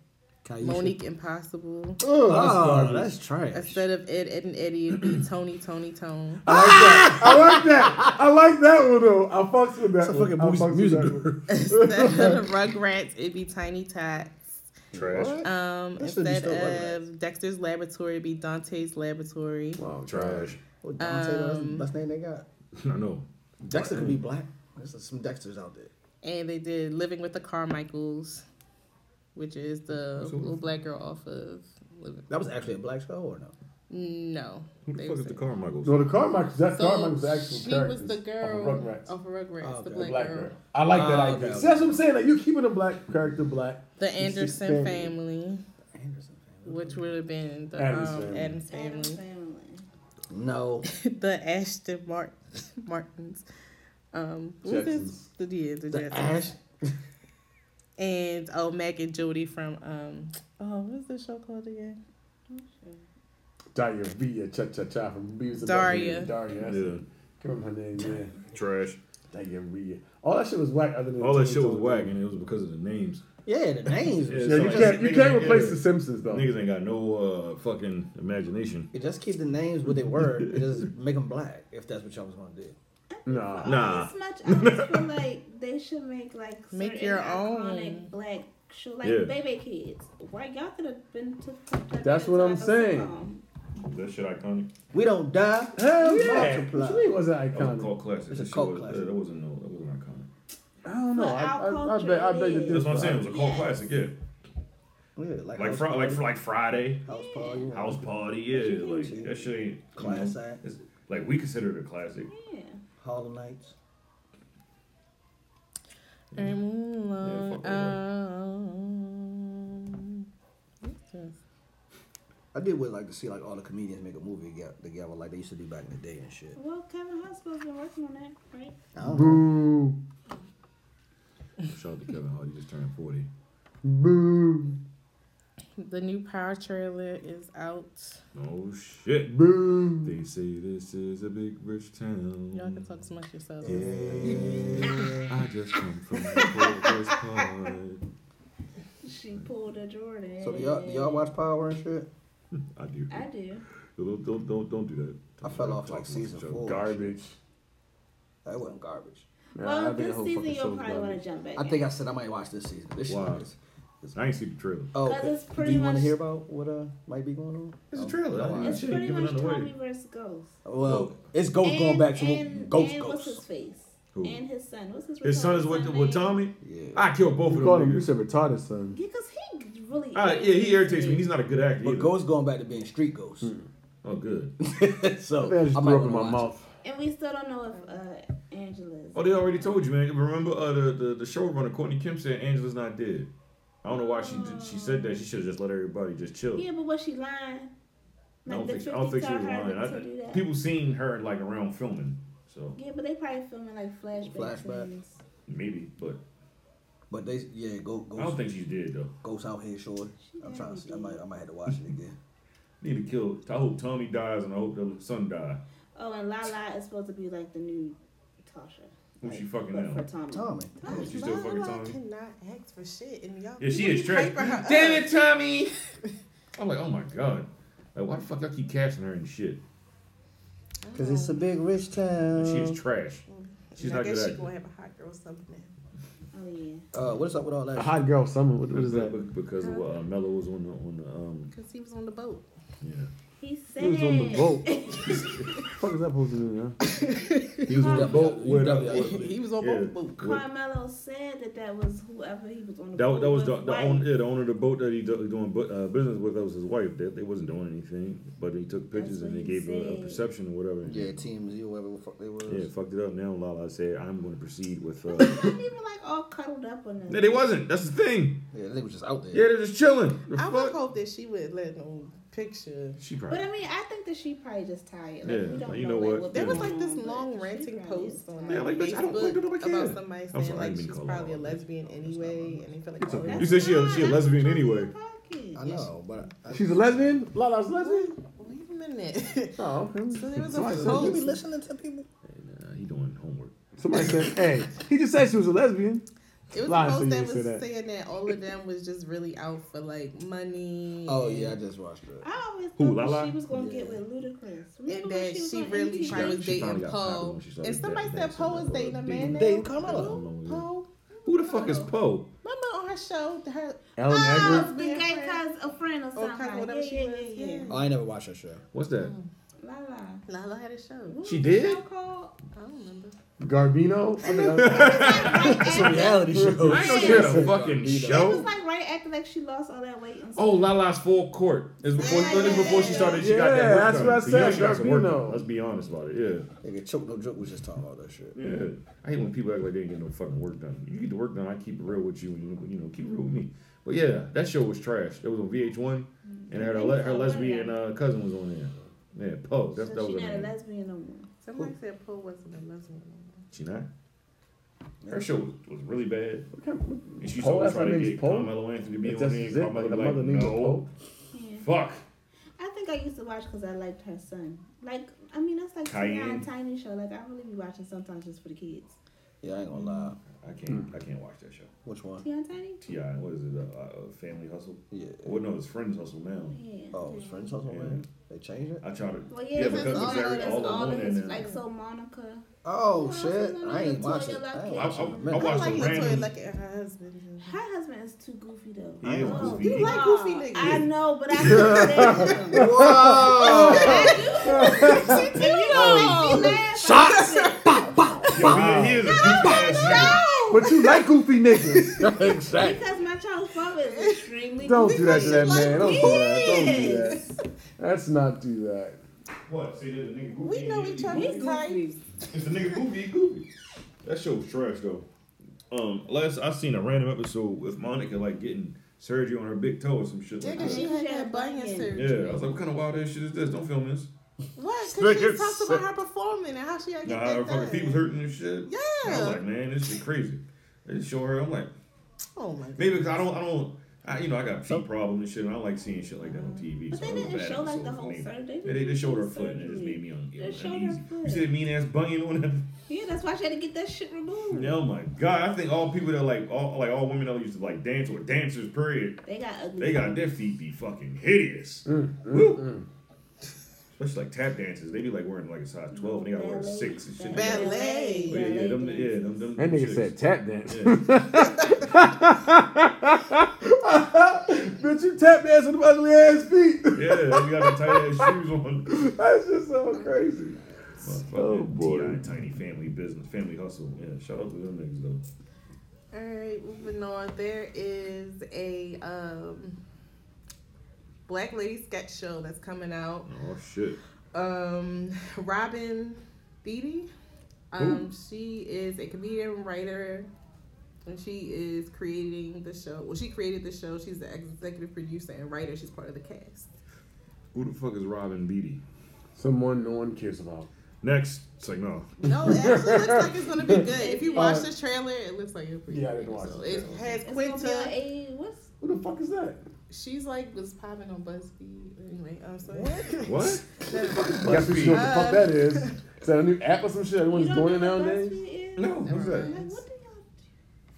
S14: Kaisha.
S7: Monique Impossible.
S5: Oh, that's
S14: Oh,
S5: garbage.
S14: that's trash.
S7: Instead of Ed, Ed, and Eddie, it'd be Tony, Tony, Tone.
S5: I like that. I like that. I like that one though. I fucks with that
S14: a
S5: one.
S14: fucking
S5: I
S14: music-
S5: fucks with
S14: music
S5: that one.
S7: Instead of Rugrats, it'd be Tiny Tots.
S4: Trash.
S7: Um,
S14: That should be
S7: instead
S14: still
S7: of Dexter's Laboratory, it'd be Dante's Laboratory.
S4: Wow, trash.
S14: What Dante, that's the best name they got.
S4: Oh, I know.
S14: Dexter could be black. There's some Dexters out there.
S7: and they did Living with the Carmichaels, which is the little black girl off of. Living.
S14: That was actually a black show or no?
S7: No,
S4: Who the
S7: they
S4: fuck
S7: was
S4: is the
S7: like-
S4: Carmichaels?
S5: No, the Carmichael's. That
S7: So
S5: Carmichael's actual
S7: she
S5: characters.
S7: was the girl
S5: Off of Rugrats.
S7: off of Rugrats,
S14: Oh,
S7: the
S14: okay.
S7: black,
S5: black
S7: girl.
S5: girl. I like that
S14: Oh,
S5: idea.
S14: okay,
S5: See, that's what I'm saying. Like you're keeping a black character black.
S7: The
S5: It's just
S7: Anderson family, which would have been the
S5: Addams
S7: um,
S5: family.
S7: Adams
S10: Adam
S7: family,
S10: Family.
S14: No.
S7: the Ashton Mart- Martins, um, what
S5: Jacksons.
S7: is the yeah, the,
S14: The
S7: Jacksons.
S14: Ash.
S7: and oh Mac and Jody from um, oh what's the show called again?
S5: Daria Villa, cha cha cha from Beavis and
S7: Daria.
S5: Butthead. Daria. that's
S4: Yeah.
S5: it. Give him her name, man.
S4: Trash.
S5: Daria Villa. All that shit was whack. Other than
S4: All that
S5: Tony
S4: shit was
S5: Tony.
S4: whack, and it was because of the names.
S14: Yeah, the names.
S4: Yeah,
S14: was-
S5: Yeah, you
S4: Sorry.
S5: can't you
S4: Niggas
S5: can't
S4: ain't-
S5: replace
S4: yeah.
S5: the Simpsons though.
S4: Niggas ain't got no uh, fucking imagination.
S14: You just keep the names what they were. and just make them black if that's what y'all was gonna do.
S5: Nah.
S4: Nah.
S10: This much, I just feel like they should make like
S7: Make
S10: certain
S7: your
S10: iconic
S7: own.
S10: black show, like
S4: Yeah.
S10: Baby Kids. Right, y'all could have been to. like,
S5: That's what
S10: to,
S5: I'm
S10: like, a
S5: saying.
S10: sitcom.
S4: That shit iconic.
S14: We don't die.
S5: Hell
S14: we
S5: yeah. What
S14: multiply.
S5: you mean was that
S4: That was a
S5: iconic?
S4: cult classic.
S14: It's a
S4: That shit
S14: cult
S4: was-
S14: classic.
S4: That wasn't no. That wasn't iconic.
S5: I don't know.
S10: For our
S5: I, I, I
S10: culture,
S5: bet I
S10: it
S5: bet you
S10: is.
S4: That's what I'm saying. It was a cult
S10: Yes.
S4: classic. Yeah.
S14: Yeah, like
S4: Like
S14: House
S4: fr- like
S14: Party,
S4: like Friday.
S14: House Party. you know.
S4: House party, yeah, like that shit ain't you
S14: Class
S4: know,
S14: act.
S4: it's- Like we consider it a classic.
S10: Yeah.
S14: Harlem Nights.
S7: And moving
S4: Yeah, fuck
S7: along,
S4: all
S7: um, what's this?
S14: I did would like to see like all the comedians make a movie toge- together like they used to do back in the day and shit.
S10: Well, Kevin Hustler's been working on that, right?
S14: I don't know.
S5: Boo.
S4: Shout out to Kevin Hart, he just turned forty.
S5: Boo.
S7: The new Power trailer is out.
S4: Oh shit.
S5: Boo.
S4: They say this is a big rich town.
S7: Y'all can talk so much yourselves.
S4: I just come from the poorest part.
S10: She pulled a Jordan.
S14: So do y'all do y'all watch Power and shit?
S4: I do.
S10: I do.
S4: Don't don't don't, don't do that.
S14: I fell off
S4: Talk
S14: like
S4: amongst
S14: season
S4: each other.
S14: four.
S5: Garbage.
S14: That wasn't garbage.
S10: well,
S5: I think the
S10: this
S5: whole
S10: season
S5: fucking
S10: you'll
S5: show's
S10: probably want
S5: garbage.
S10: to jump back.
S14: I think I said I might watch this season. This shit
S4: Why?
S14: is.
S4: I ain't see the trailer.
S14: Oh,
S10: Because
S14: okay.
S10: it's pretty
S14: do you want
S10: much-
S14: to hear about what uh might be going on? Oh,
S4: It's a trailer. I
S10: in.
S4: didn't
S10: It's
S4: see it.
S10: pretty
S4: Give it
S10: much
S4: another
S10: Tommy
S4: way.
S10: versus Ghost.
S14: Well, it's Ghost going back to
S10: and,
S14: Ghost
S10: and what's his
S14: Ghost.
S10: face?
S4: Who?
S10: And his son. What's his
S4: His son
S10: retarded
S4: is with
S10: son
S4: with
S10: name?
S4: Tommy.
S14: Yeah.
S4: I killed both
S5: You
S4: of
S5: call
S4: them.
S5: him you
S4: niggas.
S5: said retarded son.
S10: Yeah, because he really.
S4: Ah, yeah, he irritates me. He's not a good actor.
S14: But
S4: either.
S14: Ghost going back to being Street Ghost.
S4: Oh, good.
S14: so
S5: Man, I just
S14: I might
S5: threw up
S14: want
S5: in
S14: to
S5: my
S14: watch. it.
S5: mouth.
S10: And we still don't know if uh, Angela's.
S4: Oh, they already told you, man. Remember uh, the, the the showrunner Courtney Kemp said Angela's not dead. I don't know why she did- she said that. She should have just let everybody just chill.
S10: Yeah, but was she lying?
S4: I don't
S10: the
S4: think, I don't
S10: 50
S4: think she
S10: told
S4: was
S10: her
S4: lying.
S10: not to do
S4: I,
S10: that.
S4: people seen her like around filming, so
S10: Yeah, but they probably filming like flashback.
S14: Flashback.
S10: scenes.
S4: maybe. But
S14: But they, yeah, go. Ghost,
S4: I don't think she did though.
S14: Ghost out here short. I'm trying to. See, I might. I might have to watch it again.
S4: Need to kill. I hope Tony dies and I hope the son die.
S10: Oh, and Lala is supposed to be like the new Tasha.
S4: Who she fucking
S10: but
S4: now?
S10: For Tommy.
S14: Tommy.
S4: Yeah, she still fucking Tommy.
S7: cannot ask for shit, and y'all.
S4: Yeah, she is trash. Damn it, Tommy! I'm like, oh my god. Like, why the fuck y'all keep casting her and shit?
S14: Cause it's a big rich town.
S4: She is trash. She's
S7: Mm. I
S4: not good
S7: guess she
S4: at
S7: gonna have a hot girl something.
S10: Oh yeah.
S14: Uh, what's up with all that?
S5: A hot girl summer. What, what is that?
S4: it. Because of what, uh, Mello was on the, on the um,
S7: Cause he was on the boat.
S4: yeah.
S10: He said.
S5: He was on the boat. fuck is that supposed to do, huh?
S4: He was on the boat with, uh,
S14: He-
S4: with-
S7: he was on
S4: yeah,
S7: both boats.
S4: with-
S10: Carmelo said that that was whoever he was on the
S4: That,
S10: boat
S4: was- that was the,
S10: with,
S4: the,
S10: white.
S4: owner, yeah, the owner of the boat that he do, doing bu- uh, business with. That was his wife. They, they wasn't doing anything, but he took pictures
S10: That's
S4: and they
S10: what he
S4: gave a, a
S10: said.
S4: perception or whatever.
S14: Yeah, TMZ or whatever the fuck they was.
S4: yeah, fucked it up. Now Lala said, "I'm going to proceed with." Uh...
S10: They not even like all cuddled up on
S4: no,
S10: them.
S4: they wasn't. That's the thing.
S14: Yeah, they was just out there.
S4: Yeah, they're just chilling. The
S7: I would
S4: fuck?
S7: hope that she would let no picture.
S4: She
S10: But
S4: probably.
S10: I mean, I think that she probably just tired. Like,
S4: Yeah,
S10: we don't
S4: like, you know
S10: like,
S4: what?
S7: There was
S4: Yeah.
S10: going
S7: like this
S10: on, but
S7: long
S10: she
S7: ranting
S10: probably is
S7: post on
S4: Yeah,
S10: tired.
S4: like,
S7: like,
S4: bitch, I don't
S7: Facebook
S4: think nobody
S7: about
S4: care.
S7: somebody
S4: I'm sorry,
S7: saying
S4: I
S7: like
S4: didn't mean
S7: she's
S4: to call her
S7: probably a
S4: out.
S7: lesbian anyway, and they feel like
S4: It's
S7: oh,
S4: okay.
S7: that's
S4: You said she a, she a
S10: Nah,
S4: lesbian
S10: that's
S4: anyway.
S10: what I'm talking
S14: I
S10: about.
S14: know, but I,
S5: She's a lesbian? Lala's lesbian?
S7: Wait a minute.
S5: Oh, okay.
S7: So there was a
S5: Somebody said-
S14: you be
S7: post.
S14: listening to people.
S4: Nah, he doing homework.
S5: Somebody said, hey, he just said she was a lesbian.
S7: It was
S5: Lies
S7: a post
S5: when
S7: that
S5: you
S7: was
S5: say that.
S7: saying that all of them was just really out for like money.
S14: Oh
S7: and-
S14: yeah, I just watched it.
S10: I always thought
S4: Who,
S10: that
S4: Lala?
S10: she was gonna get with Ludacris. Remember
S7: And
S10: when
S7: that
S10: she was
S7: she
S10: on
S7: really
S10: MTV?
S7: probably was
S4: She
S7: dating
S4: finally got popular
S7: Poe.
S4: when she started
S7: And somebody
S4: dating-
S7: said Poe was
S4: dating
S7: dating a
S4: Dating-
S7: man
S14: dating
S7: named
S14: Carmelo.
S7: Poe.
S4: Who the fuck is Poe?
S7: Remember on her show, her
S5: Ellen
S10: Oh,
S5: Egger?
S10: the gay cousin, a friend or
S7: or
S10: something.
S7: whatever
S10: yeah,
S7: she
S10: yeah,
S7: was.
S10: yeah, yeah.
S14: Oh, I ain't never watched that show.
S4: What's that?
S10: Lala.
S7: Lala had a show.
S4: She did?
S7: I don't remember.
S5: Garbino? I think that-
S14: It's a reality show.
S4: I ain't no shit a fucking
S10: It was
S4: show.
S10: like right after like she lost all that weight and stuff.
S4: Oh, Lala's full court. It's before, this is before she started. She got that
S5: Yeah,
S4: work
S5: that's
S4: done.
S5: what I
S4: So, yeah,
S5: said,
S4: she got some work
S5: Garbino.
S4: done. Let's be honest about it.
S14: Nigga, choke no joke was just talking about that shit.
S4: Yeah. Yeah. I hate when people act like they ain't getting no fucking work done. You get the work done, I keep it real with you, and you, you know, keep it real with me. But yeah, that show was trash. That was on VH1,
S10: Mm-hmm.
S4: and her le- her lesbian uh, cousin was on there. Yeah, Poe. That's that
S10: so
S4: was
S10: she
S4: her
S10: not a
S4: name.
S10: lesbian no more.
S7: Somebody said Poe wasn't a lesbian.
S4: She not. Her show was, was really bad. And she's
S5: Poe?
S4: always
S5: That's her
S4: trying to
S5: name's
S4: get
S5: Poe?
S4: Carmelo Anthony to be
S5: If
S4: on
S5: that's
S4: there. And
S5: it,
S4: Carmelo
S5: like a
S4: be like,
S5: mother named
S4: no,
S10: Yeah.
S4: fuck.
S10: I think I used to watch because I liked her son. Like, I mean, that's like
S4: Cayenne.
S10: Cayenne. and Tiny show. Like, I really be watching sometimes just for the kids.
S14: Yeah, I ain't gonna lie.
S4: I can't. I can't watch that show.
S14: Which one?
S10: Tea and Tiny?
S4: Ti, what is it? Uh, uh, Family Hustle?
S14: Yeah.
S4: Well, no, it's Friends Hustle now.
S10: Yeah.
S14: Oh, it's Friends Hustle,
S4: Yeah.
S14: man. They changed it.
S4: I try to.
S10: Well, yeah, that's all,
S4: they're
S10: that's all,
S4: on uh,
S10: of
S4: there
S10: his,
S4: now.
S10: like, so Monica.
S14: Oh
S10: No,
S14: shit,
S10: it's not
S14: I ain't
S10: like
S14: watch it.
S10: Toya
S14: I ain't
S10: Lucky.
S14: watch it.
S4: I- I-
S14: Man,
S4: I
S7: I
S4: watched
S7: like
S4: some
S7: Latoya
S4: random-
S7: Lucky and her husband.
S10: Her husband is too goofy, though.
S4: He is
S10: Oh.
S4: goofy.
S7: You like goofy niggas.
S10: I know, but I can't stand him. If you don't make me laugh, Shots!
S4: Yo, he, he is a goofy ass nigga.
S5: But you like goofy niggas.
S10: Because my child's father is extremely
S5: Don't
S10: goofy.
S5: do that to that
S7: Because
S5: man. Don't do that. Don't do that. Let's not do that.
S4: What? See, there's a nigga goofy.
S7: We know each other's types.
S4: It's a nigga goofy, he goofy. That show was trash though. Um, last I seen a random episode with Monica like getting surgery on her big toe or some shit like
S7: Nigga,
S4: that.
S7: she had that bunion surgery.
S4: Yeah, I was like, what kind of wild ass shit is this? Don't film this.
S7: What? Because she talks about her performing and how she had to
S4: Nah,
S7: get
S4: her
S7: that
S4: fucking
S7: done.
S4: feet was hurting and shit. I was
S7: Yeah.
S4: like, man, this shit crazy. They just show her. I'm like,
S7: Oh my god.
S4: maybe because I don't, I don't, I, you know, I got feet problems and shit, and I like seeing shit like that on TV.
S10: Mm. But they
S4: it was
S10: didn't
S4: bad
S10: show, like, the
S4: episodes for
S10: whole
S4: me.
S10: surgery. They
S4: They, they
S10: didn't
S4: just showed
S10: show
S4: her foot, and it just
S10: surgery.
S4: made me un-
S10: They showed her
S4: uneasy. You
S10: foot.
S4: see the mean ass bunion on that
S10: Yeah, that's why she had to get that shit removed.
S4: Yeah, Oh my god! I think all people that like all like all women that used to like dance or dancers, period,
S10: They got ugly.
S4: they got their feet be fucking hideous.
S5: Mm,
S4: Woo. Especially like tap dancers, they be like wearing like a size twelve, and they gotta wear a
S10: Mm, Ballet.
S4: six and shit.
S7: Ballet.
S4: Yeah, yeah, them, yeah, them, them. them
S5: That nigga
S4: chicks.
S5: said tap dance.
S4: Yeah.
S5: Bitch, you tap dancing with ugly ass feet.
S4: yeah, they got the tight ass shoes on.
S5: That's just so crazy.
S4: oh
S5: boy.
S4: boy, tiny family business, family hustle. Yeah, shout out to them niggas though.
S7: All right, moving on. There is a um, black lady sketch show that's coming out.
S4: Oh shit.
S7: Um, Robin Beatty. Um, she is a comedian, writer, And she is creating the show. Well, she created the show. She's the executive producer and writer. She's part of the cast.
S4: Who the fuck is Robin Beatty?
S5: Someone no one cares about.
S4: Next, it's like no.
S7: No, it actually looks like it's gonna be good. If you watch the trailer, it looks like it's pretty
S5: Uh, Yeah, I
S7: good.
S5: didn't watch
S7: so
S5: the
S7: it
S5: trailer.
S7: has
S10: It's gonna be on
S7: Quinta.
S10: a what's
S5: Who the fuck is that?
S7: She's like was popping on BuzzFeed. Anyway, Uh, I'm sorry.
S4: What?
S5: Guess we know what the fuck that is. Is that a new app or some shit? Everyone's
S10: you don't
S5: doing it
S10: know what
S5: nowadays.
S10: BuzzFeed is?
S4: No, who's that?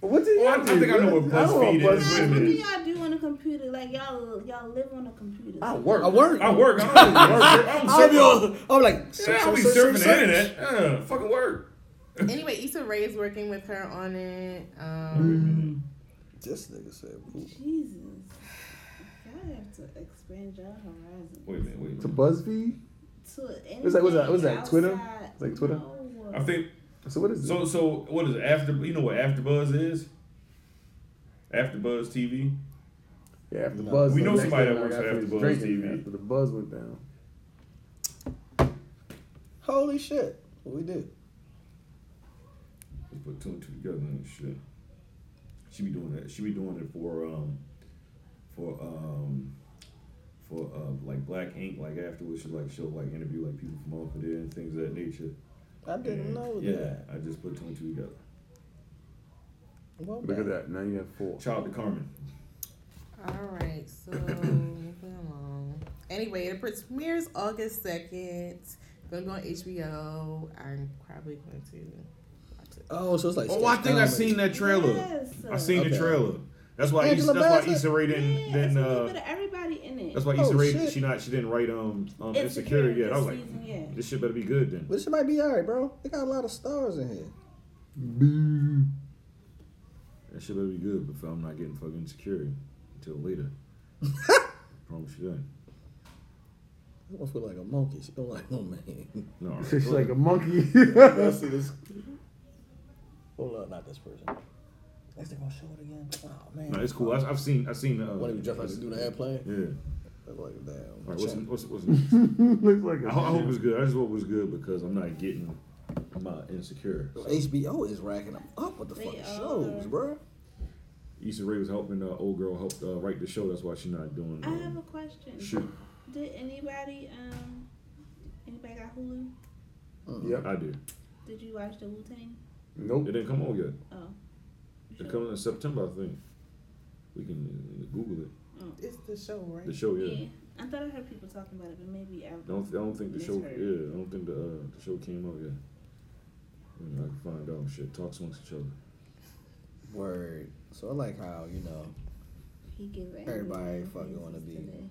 S10: Like, what do y'all
S5: What do you?
S10: Oh,
S4: I think I know what
S5: I don't know
S4: BuzzFeed
S5: what
S4: is.
S10: Guys,
S4: Wait
S10: what
S4: a
S5: BuzzFeed
S10: do
S4: minute.
S10: y'all do on a computer? Like y'all, y'all live on a computer.
S5: I work.
S14: I work.
S4: I work. I don't even work. I'm
S14: I'll be
S4: serving.
S14: on. I'm like,
S4: Yeah, I'll be
S14: search,
S4: serving
S14: search.
S4: the internet. Yeah, fucking work.
S7: anyway, Issa Rae is working with her on it. Um,
S5: Mm.
S14: This nigga said, ooh.
S10: Jesus, y'all have to expand your horizon.
S4: Wait a minute. Wait. A
S5: To
S4: minute.
S5: BuzzFeed.
S10: To
S5: What's that? What's that? What's that?
S10: anything
S5: Twitter?
S10: outside-
S5: It's like Twitter.
S10: No.
S4: I think
S5: So what is it?
S4: so. So what is it? after? You know what AfterBuzz is? AfterBuzz TV.
S5: yeah, after Buzz.
S4: We
S5: the
S4: know
S5: next
S4: somebody
S5: thing
S4: that
S5: I
S4: works
S5: got
S4: at
S5: finished
S4: AfterBuzz
S5: drinking
S4: TV.
S5: After the buzz went down.
S14: holy shit. What we do?
S4: Let's put two and two together and shit. She be doing that. She be doing it for um for um for uh like Black Ink. Like afterwards, she like she'll like interview like people from over there and things of that nature.
S14: I didn't
S6: Mm-hmm.
S4: And,
S14: know
S4: yeah,
S14: that.
S4: I just put two and two together.
S14: Well,
S5: Look at
S14: man.
S5: that. Now you have four.
S4: Child to Carmen.
S7: all right, so moving along. Anyway, it premieres August second. Gonna be on HBO. I'm probably going to.
S14: Oh, so it's like.
S4: Oh, I
S14: sketch
S4: think I
S14: comedy.
S4: seen that trailer.
S10: Yes.
S4: I seen
S14: Okay.
S4: the trailer. That's why Issa,
S14: Angela
S4: that's why
S14: Bassett?
S4: Issa Rae didn't
S10: Yeah, it's
S4: didn't
S10: a little bit
S4: uh
S10: of everybody in it.
S4: that's why
S14: Oh,
S4: Issa Rae
S14: shit.
S4: she not she didn't write um, um
S10: Insecure
S4: insecure yet. I was
S10: this
S4: like,
S10: season, yeah.
S4: this shit better be good then.
S14: But this shit might be alright, bro. They got a lot of stars in here.
S4: That shit better be good, but if I'm not getting fucking insecure until later. Promise you that.
S14: I don't feel like a monkey. She don't like oh man.
S4: No, all right,
S5: It's
S4: go
S5: like a
S4: ahead.
S5: monkey.
S14: Hold up, not this person. Is they gonna show it again? Oh man.
S4: no, it's cool. I, I've seen, I've seen. Uh,
S14: What if you just like to do the airplane?
S4: Yeah.
S14: I'm like damn.
S4: All right, what's,
S14: Check.
S4: what's, what's next?
S5: Looks like a
S4: I, ho- I hope it's good. I just hope it's good because I'm not getting, I'm not insecure. So,
S14: HBO is racking them up with the
S10: They
S14: fucking
S10: are.
S14: shows, bro.
S4: Issa Rae was helping uh, old girl help uh, write the show. That's why she's not doing.
S10: I have a
S4: Um,
S10: question.
S4: shoot,
S10: Did anybody um anybody got Hulu?
S5: Yep.
S4: I do.
S10: Did you watch the Wu Tang?
S4: It
S5: Nope.
S4: didn't come on yet.
S10: Oh,
S4: It comes in September, I think. We can uh, Google it.
S7: It's the show, right?
S4: The show, yeah.
S10: yeah. Oh. I thought I heard people talking about it, but maybe I
S4: I don't, I don't think the show.
S10: misheard.
S4: Yeah, I don't think the uh, the show came out yet. You know, I can find out. Shit, talks amongst each other.
S14: Word. So I like how you know.
S10: He gave angry
S14: Everybody
S10: reviews
S14: fucking wanna be-
S10: today.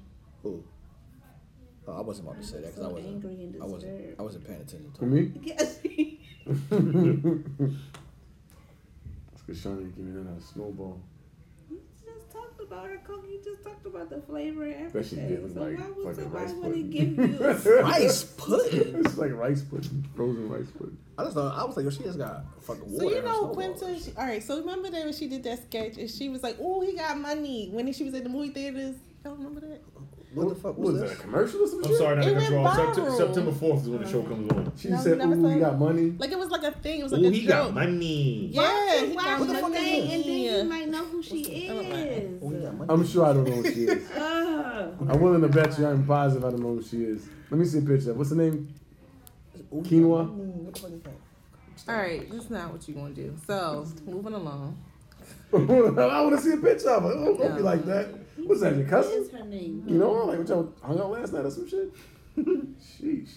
S14: Who? Oh, I wasn't about to say that because I
S10: So
S14: wasn't.
S10: angry and
S14: I wasn't.
S10: disturbed.
S14: I wasn't paying attention to
S5: For
S14: it.
S5: me.
S10: Yes.
S5: That's because Shawnee gave me that snowball.
S10: You just talked about her cook. You just talked about the flavor and
S5: That shit
S10: everything.
S5: did look
S10: so
S5: like
S10: why would
S5: fucking
S10: somebody
S5: rice
S10: want to
S5: pudding.
S10: give you a
S14: Rice pudding.
S5: It's like rice pudding, frozen rice pudding.
S14: I just thought I was like, yo, she just got fucking water.
S7: So you
S14: in her
S7: know
S14: snowball.
S7: Quinta. She, all right. So remember that when she did that sketch and she was like, "Oh, he got money." When she was at the movie theaters, y'all remember that?
S14: What the fuck was,
S5: was
S14: this?
S5: that? A commercial or some
S4: I'm
S5: shit?
S4: sorry, not
S7: It
S4: to
S7: went
S4: cut you off. Sept-
S7: viral.
S4: September 4th is when the show comes on.
S5: She
S7: No,
S5: said,
S7: never
S5: "Ooh,
S7: saw
S5: we
S7: it.
S5: got money."
S7: Like it was like a thing. It was like
S4: Oh,
S7: a
S4: he
S7: joke.
S4: got money.
S7: Yeah, he
S10: Why
S7: got
S10: would you watch the
S7: money.
S10: thing and then you
S7: Yeah.
S10: might know who she is?
S14: Oh, you got money.
S5: I'm sure I don't know who she is.
S10: Ugh.
S5: I'm willing to bet you I'm positive I don't know who she is. Let me see a picture. What's her name?
S14: Ooh, you
S5: Quinoa?
S14: got money. What the fuck is that?
S7: All right, that's not what you want to do. So moving along.
S5: I want to see a picture of her. Don't, don't be
S7: No.
S5: like that. What's that, your cousin?
S10: What is her name?
S5: You know, like what y'all hung out last night or some shit? Sheesh.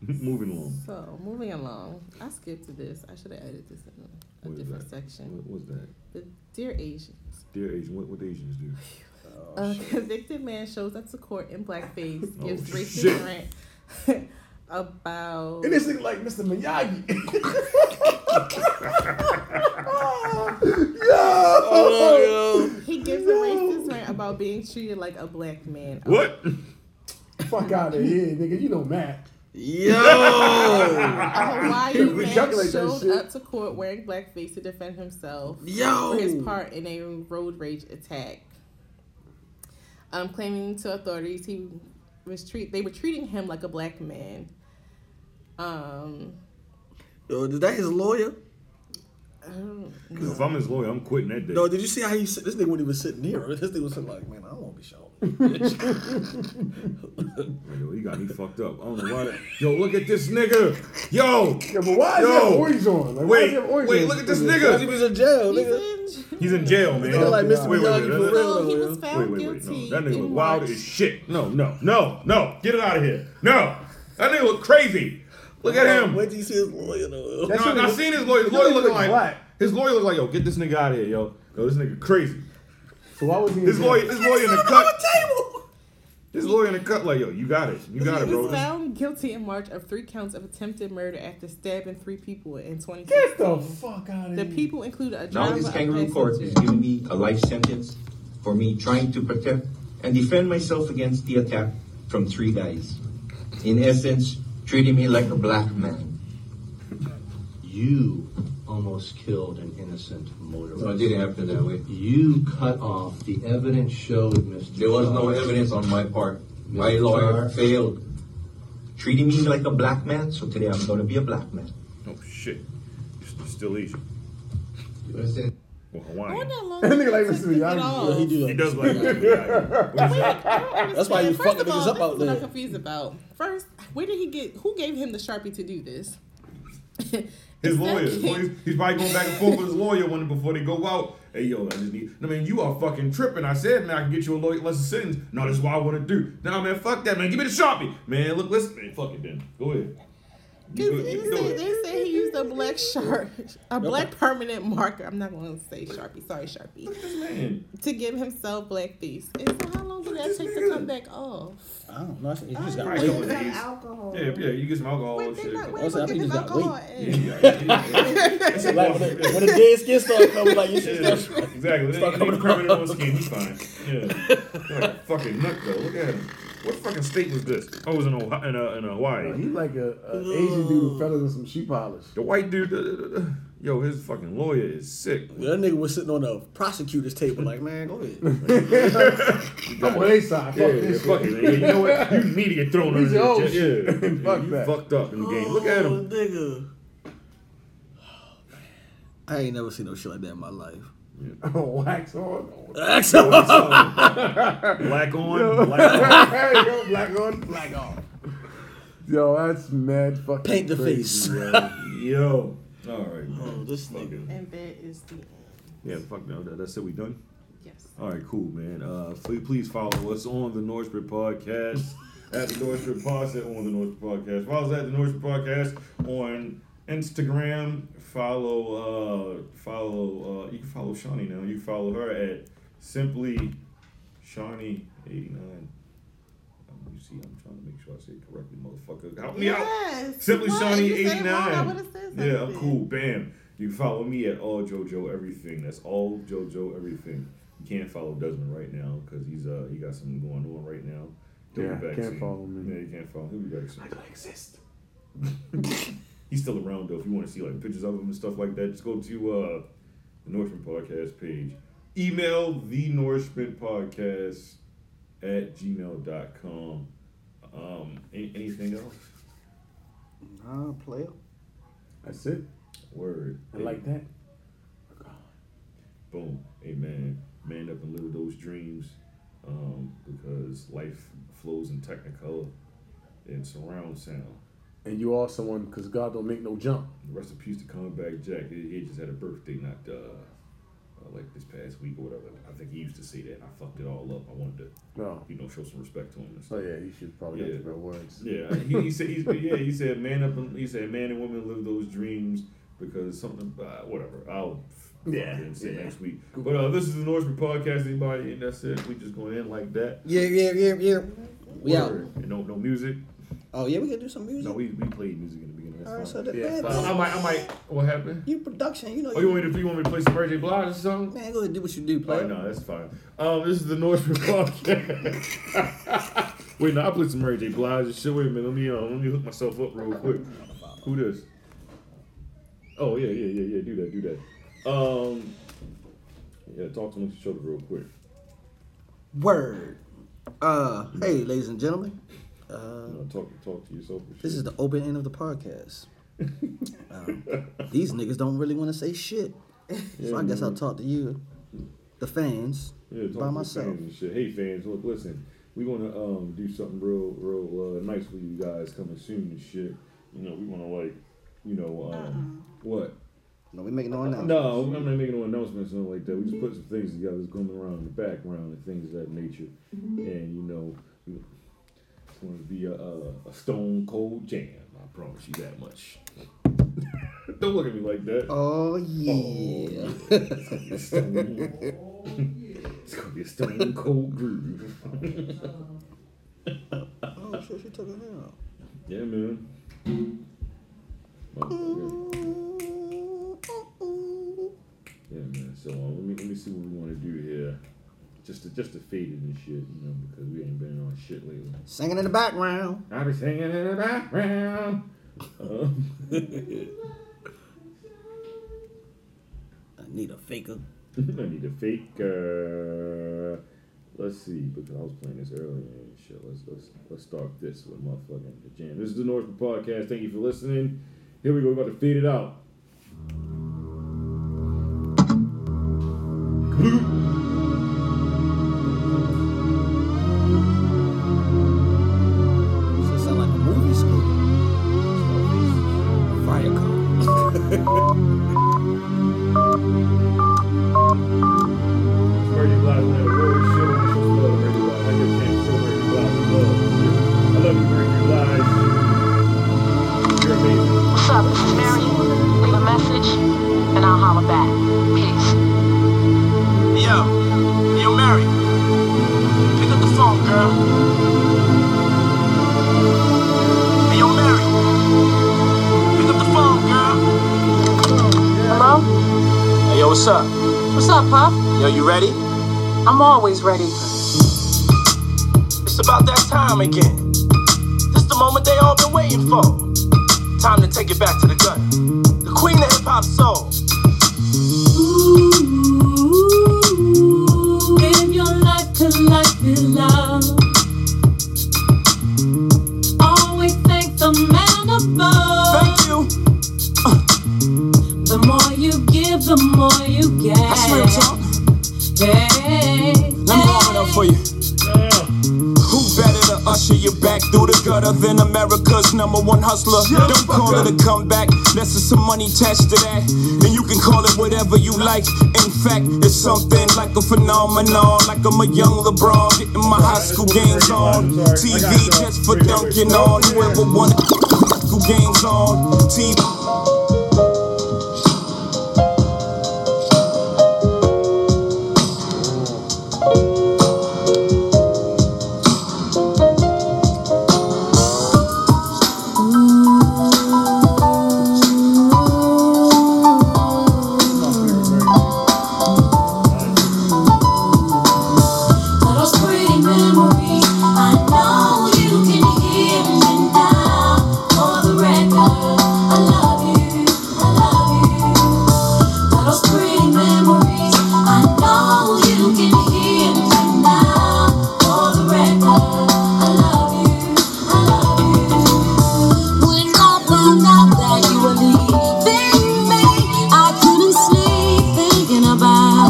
S4: Moving along.
S7: So moving along. I skipped to this. I should have added this in a
S4: What is
S7: different
S4: that?
S7: section.
S4: What was that?
S7: But dear Asians,
S4: Dear Asian, what would Asians do?
S5: Oh,
S7: a convicted man shows up to court in blackface,
S4: Oh,
S7: gives
S4: shit.
S7: racist rant about.
S5: And this nigga like Mr. Miyagi.
S7: He gives a racist rant about being treated like a black man.
S4: What?
S5: Fuck out of here, nigga. You know Matt.
S14: Yo,
S7: A Hawaiian
S5: We
S7: man
S5: calculate that
S7: showed
S5: shit.
S7: up to court wearing blackface to defend himself
S14: yo.
S7: for his
S4: Oh.
S7: part in a road rage attack. Um, claiming to authorities he was treat they were treating him like a black man. Um,
S14: Yo, is that his lawyer?
S4: Oh. If I'm his lawyer, I'm quitting that day.
S15: No, did you see how he sit? This nigga wouldn't even sit near her. This nigga was sitting like, man, I don't want to be shot.
S4: Yo, he got me fucked up. I don't know why. That, yo, look at this nigga. Yo.
S5: Yeah, but why is he have orange on? Like, why does
S4: wait,
S5: he have orange
S4: wait.
S5: on?
S4: Look at this
S15: Because he
S4: nigga.
S15: was in jail, nigga.
S4: He's in jail, man.
S15: Nigga like Mr.
S4: Wait, wait,
S15: Miyagi
S4: wait,
S15: for
S4: wait.
S15: real.
S7: he was
S15: yo.
S4: Wait,
S7: found
S4: wait, wait.
S7: guilty.
S4: No, that nigga
S7: in
S4: look wild
S7: March.
S4: as shit. No, no, no, no. Get it out of here. No. That nigga look crazy. Look at him.
S15: Wait till you see his lawyer, though.
S5: That
S4: No,
S5: shit
S4: I
S5: was-
S4: seen his lawyer. His
S5: that
S4: lawyer
S5: nigga
S4: looking
S5: was
S4: like
S5: black.
S4: his lawyer look like yo, get this nigga out of here, yo. Yo, this nigga crazy.
S5: So why was he? in
S4: This
S5: jail?
S4: lawyer, this lawyer in the cut. This lawyer in the cut, like yo, you got it, you got it,
S7: He
S4: bro.
S7: was
S4: This-
S7: found guilty in March of three counts of attempted murder after stabbing three people in 2016.
S5: Get the fuck out of
S7: The
S5: here.
S7: people include a
S16: Now
S7: driver.
S16: this
S7: a
S16: kangaroo
S7: passenger-
S16: court is giving me a life sentence for me trying to protect and defend myself against the attack from three guys. In essence, treating me like a black man.
S17: You almost killed an innocent motorist.
S16: So it didn't happen that way.
S17: You cut off the evidence showed, Mr.
S16: There was no
S17: Charles.
S16: evidence on my part. My
S17: Mr.
S16: lawyer
S17: Carr.
S16: failed. Treating me like a black man, so today I'm gonna be a black man.
S4: Oh shit, It's still Asian.
S16: You understand?
S4: Well,
S7: I
S4: Hawaiian.
S7: wonder how long
S5: That nigga
S7: it
S5: like
S7: took
S5: Mr.
S7: to get
S5: Miyagi.
S7: off.
S15: Yeah, he do
S4: He
S15: that.
S4: does like. Yeah.
S15: That's why he was
S7: First
S15: fucking
S7: of all,
S15: niggas up
S7: this
S15: out
S7: is what I'm
S15: there.
S7: confused about. First, where did he get? Who gave him the sharpie to do this?
S4: His
S7: Is that
S4: lawyer,
S7: kid-
S4: he's, he's probably going back and forth with his lawyer one before they go out. Hey yo, I just need. I mean, you are fucking tripping. I said, man, I can get you a lawyer lesser sentence. No, this is what I want to do. Nah, man, fuck that, man. Give me the sharpie, man. Look, listen, man, fuck it, then. Go ahead. You do
S7: Cause
S4: it,
S7: they
S4: you do
S7: say,
S4: it.
S7: they say he used a black sharp, a black permanent marker. I'm not going to say sharpie. Sorry, sharpie.
S4: Man,
S7: To give himself blackface. And so, how long did that take to come back off?
S14: I don't know. I think He just got
S4: Probably
S14: waved.
S4: couple
S10: Without
S4: days.
S10: alcohol.
S4: Yeah, yeah, you get some alcohol
S7: Wait,
S4: and
S7: they
S4: shit.
S7: not
S14: Also, I
S7: waiting
S14: think
S7: to
S14: he
S7: get
S14: got
S7: alcohol
S4: Yeah,
S7: in.
S4: yeah, yeah. It's a
S14: Like
S4: wash,
S14: when, the,
S4: yeah.
S14: when the dead skin started coming, like you
S4: Yeah,
S14: should
S4: exactly. It ain't even permanent on his skin. He's fine. Yeah. Like a fucking nut though. Look at him. What fucking state was this? Oh, it was in Ohio, in, uh, in uh,
S5: Yo,
S4: Hawaii.
S5: He like a, a Asian dude fell in some shoe polish.
S4: The white dude. uh, uh, uh, Yo, his fucking lawyer is sick.
S15: Yeah, that nigga was sitting on the prosecutor's table, like, man, go ahead.
S5: I'm on their side. Fuck
S4: Yeah, yeah,
S5: this
S4: fuck
S5: shit.
S4: it. man. You know what? You need to get thrown under
S5: He's
S4: the
S5: your
S4: jet.
S5: own
S4: Yeah.
S5: shit. Fuck
S4: you
S5: that.
S4: fucked up in the game. Look at him.
S15: Oh, nigga.
S14: I ain't never seen no shit like that in my life.
S5: Oh, wax on.
S4: Black on. Black on.
S5: Yo, black on, black off. Yo, that's mad fucking
S14: Paint the
S5: crazy,
S14: face.
S5: Yo.
S4: Yo. All right. Man.
S15: Oh, this nigga.
S4: Fucking-
S7: And that is the end.
S4: Yeah. Fuck no. That- That's it. We done.
S7: Yes.
S4: All right, cool, man. Uh, please, please follow us on the Northbridge Podcast at the Northbridge Podcast on the Northbridge Podcast. Follow us at the Northbridge Podcast on Instagram. Follow, uh, follow. Uh, you can follow Shawnee now. You can follow her at simply Shawnee eighty nine. You see, I'm trying to make sure I say it correctly, motherfucker. Help me out.
S7: Yes.
S4: Simply
S7: What?
S4: Shawnee
S7: You said it wrong. I
S4: 89.
S7: would've said
S4: Yeah, I'm
S7: something.
S4: cool. Bam. You can follow me at all JoJo everything. That's all JoJo everything. You can't follow Desmond right now because he's uh he got something going on right now. He'll be
S5: Yeah,
S4: back
S5: can't
S4: soon.
S5: follow me.
S4: Yeah, you can't follow. He'll be back soon. I don't exist. he's still around though. If you want to see like pictures of him and stuff like that, just go to uh the Norseman Podcast page. Email the Norseman Podcast at gmail.com. Um, any- anything else?
S14: Nah, player.
S5: That's it.
S4: Word.
S5: I like that.
S4: Boom. Amen. Man up and live those dreams um, because life flows in technicolor and surround sound.
S5: And you are someone, because God don't make no jump.
S4: Rest in peace to Comeback Jack. He, he just had a birthday, not uh, uh, like this past week or whatever. I think he used to say that and I fucked it all up. I wanted to,
S5: No.
S4: you know, show some respect to him and stuff.
S5: So Oh, yeah, you should probably get
S4: Yeah.
S5: the real words.
S4: Yeah, he, he said. He's, yeah, he said, "Man up." and- He said, "Man and women live those dreams because something, uh, whatever." I'll
S5: Yeah,
S4: and say
S5: yeah.
S4: next week. But uh, this is the Norseman podcast. Anybody, and that's it. We just going to end like that.
S14: Yeah, yeah, yeah, yeah. We out.
S4: Word. And no, no music.
S14: Oh yeah, we can do some music.
S4: No, we, we played music in the beginning. That's
S14: All right,
S4: fine.
S14: so that
S5: Yeah,
S14: man,
S5: fine.
S4: I, I might, I might. What happened?
S14: you production, you know.
S4: Oh, you want me to, you want me to play some Mary J. Blige or something?
S14: man, go ahead and do what you do,
S4: Oh,
S14: player.
S4: no, that's fine. Um, this is the Norseman podcast. Wait, no, I played some Mary J. Blige and shit. Wait a minute, let me uh, let me hook myself up real quick. Who this? Oh yeah, yeah, yeah, yeah. Do that, do that. Um, yeah, talk to each other real quick.
S14: Word. Uh, hey, ladies and gentlemen,
S4: You know, talk, talk to yourself. and
S14: this
S4: shit.
S14: is the open end of the podcast. Um,
S6: These niggas don't really want to say shit. so I
S4: Yeah,
S6: guess I'll
S4: man.
S6: talk to you, the fans,
S4: Yeah, talk
S6: by
S4: to
S6: myself.
S4: Fans and shit. Hey fans, look, listen, we want to um, do something real, real uh, nice for you guys coming soon and shit. You know, we want to like, you know, um, what?
S6: No, we making no
S4: No,
S6: announcements.
S4: I'm not making no announcements or nothing like that. We just put some things together that's going around in the background and things of that nature. And you know, it's going to be a, a, a stone cold jam. I promise you that much. Don't look at me like that.
S6: Oh yeah.
S4: Oh. It's gonna be a stone- it's gonna be a stone cold groove.
S6: Oh shit, she took it out.
S4: yeah, man. Oh, Motherfucker. Yeah, man. So uh, let me let me see what we want to do here. Just to just to fade it and shit, you know, because we ain't been on shit lately.
S6: Singing in the background.
S4: I be singing in the background. Um,
S6: I need a faker.
S4: I need a fake. Uh, let's see, because I was playing this earlier and shit. Let's let's let's start this with motherfucking the jam. This is the Northman Podcast. Thank you for listening. Here we go. We're about to feed it out.
S6: This sound like a movie score. Fire
S4: Bernie Black, man, really shit on this show, Bernie Black. I just can't show Bernie Black love. I love you, Bernie Black. You're amazing.
S18: What's up? This is Mary. Leave a message, and I'll holler back. Peace.
S3: Yo, yo, Mary. Pick up the phone, girl. Hey, yo, Mary. Pick up the phone, girl.
S18: Hello?
S3: Hey, yo, what's up?
S18: What's up, Puff?
S3: Yo, you ready?
S18: I'm always ready.
S3: It's about that time again. This the moment they all been waiting for. Time to take it back to the gun. The queen of hip hop soul.
S7: Give your life to life you love. Always thank the man above. Thank
S3: you.
S7: The more you give, the more you get. That's real talk. Hey,
S3: Let me warm it up for you. Who better to usher you back through the gutter than America's number one hustler? Don't call it a comeback, that's just some money attached to that. And you can call it whatever you like. In fact, it's something like a phenomenon, like I'm a young LeBron getting my high school games on. TV just for dunking on whoever wanted high school games on. TV.
S7: those pretty memories. I know you can hear me now. For the record, I love Ah.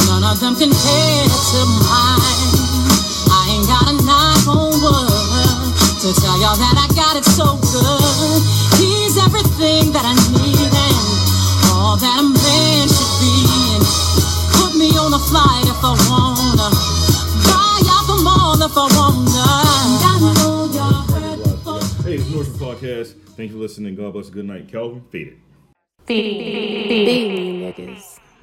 S2: head to mine. I ain't got a knock on wood to tell y'all that I got it so good. He's everything that I need and all that a man should be. And put me on a flight if I wanna. Buy out the mall if I wanna. And I know y'all heard before.
S4: Hey, it's Northern Podcast. Thank you for listening. God bless. Good night. Calvin, feed it.
S10: Feed me niggas.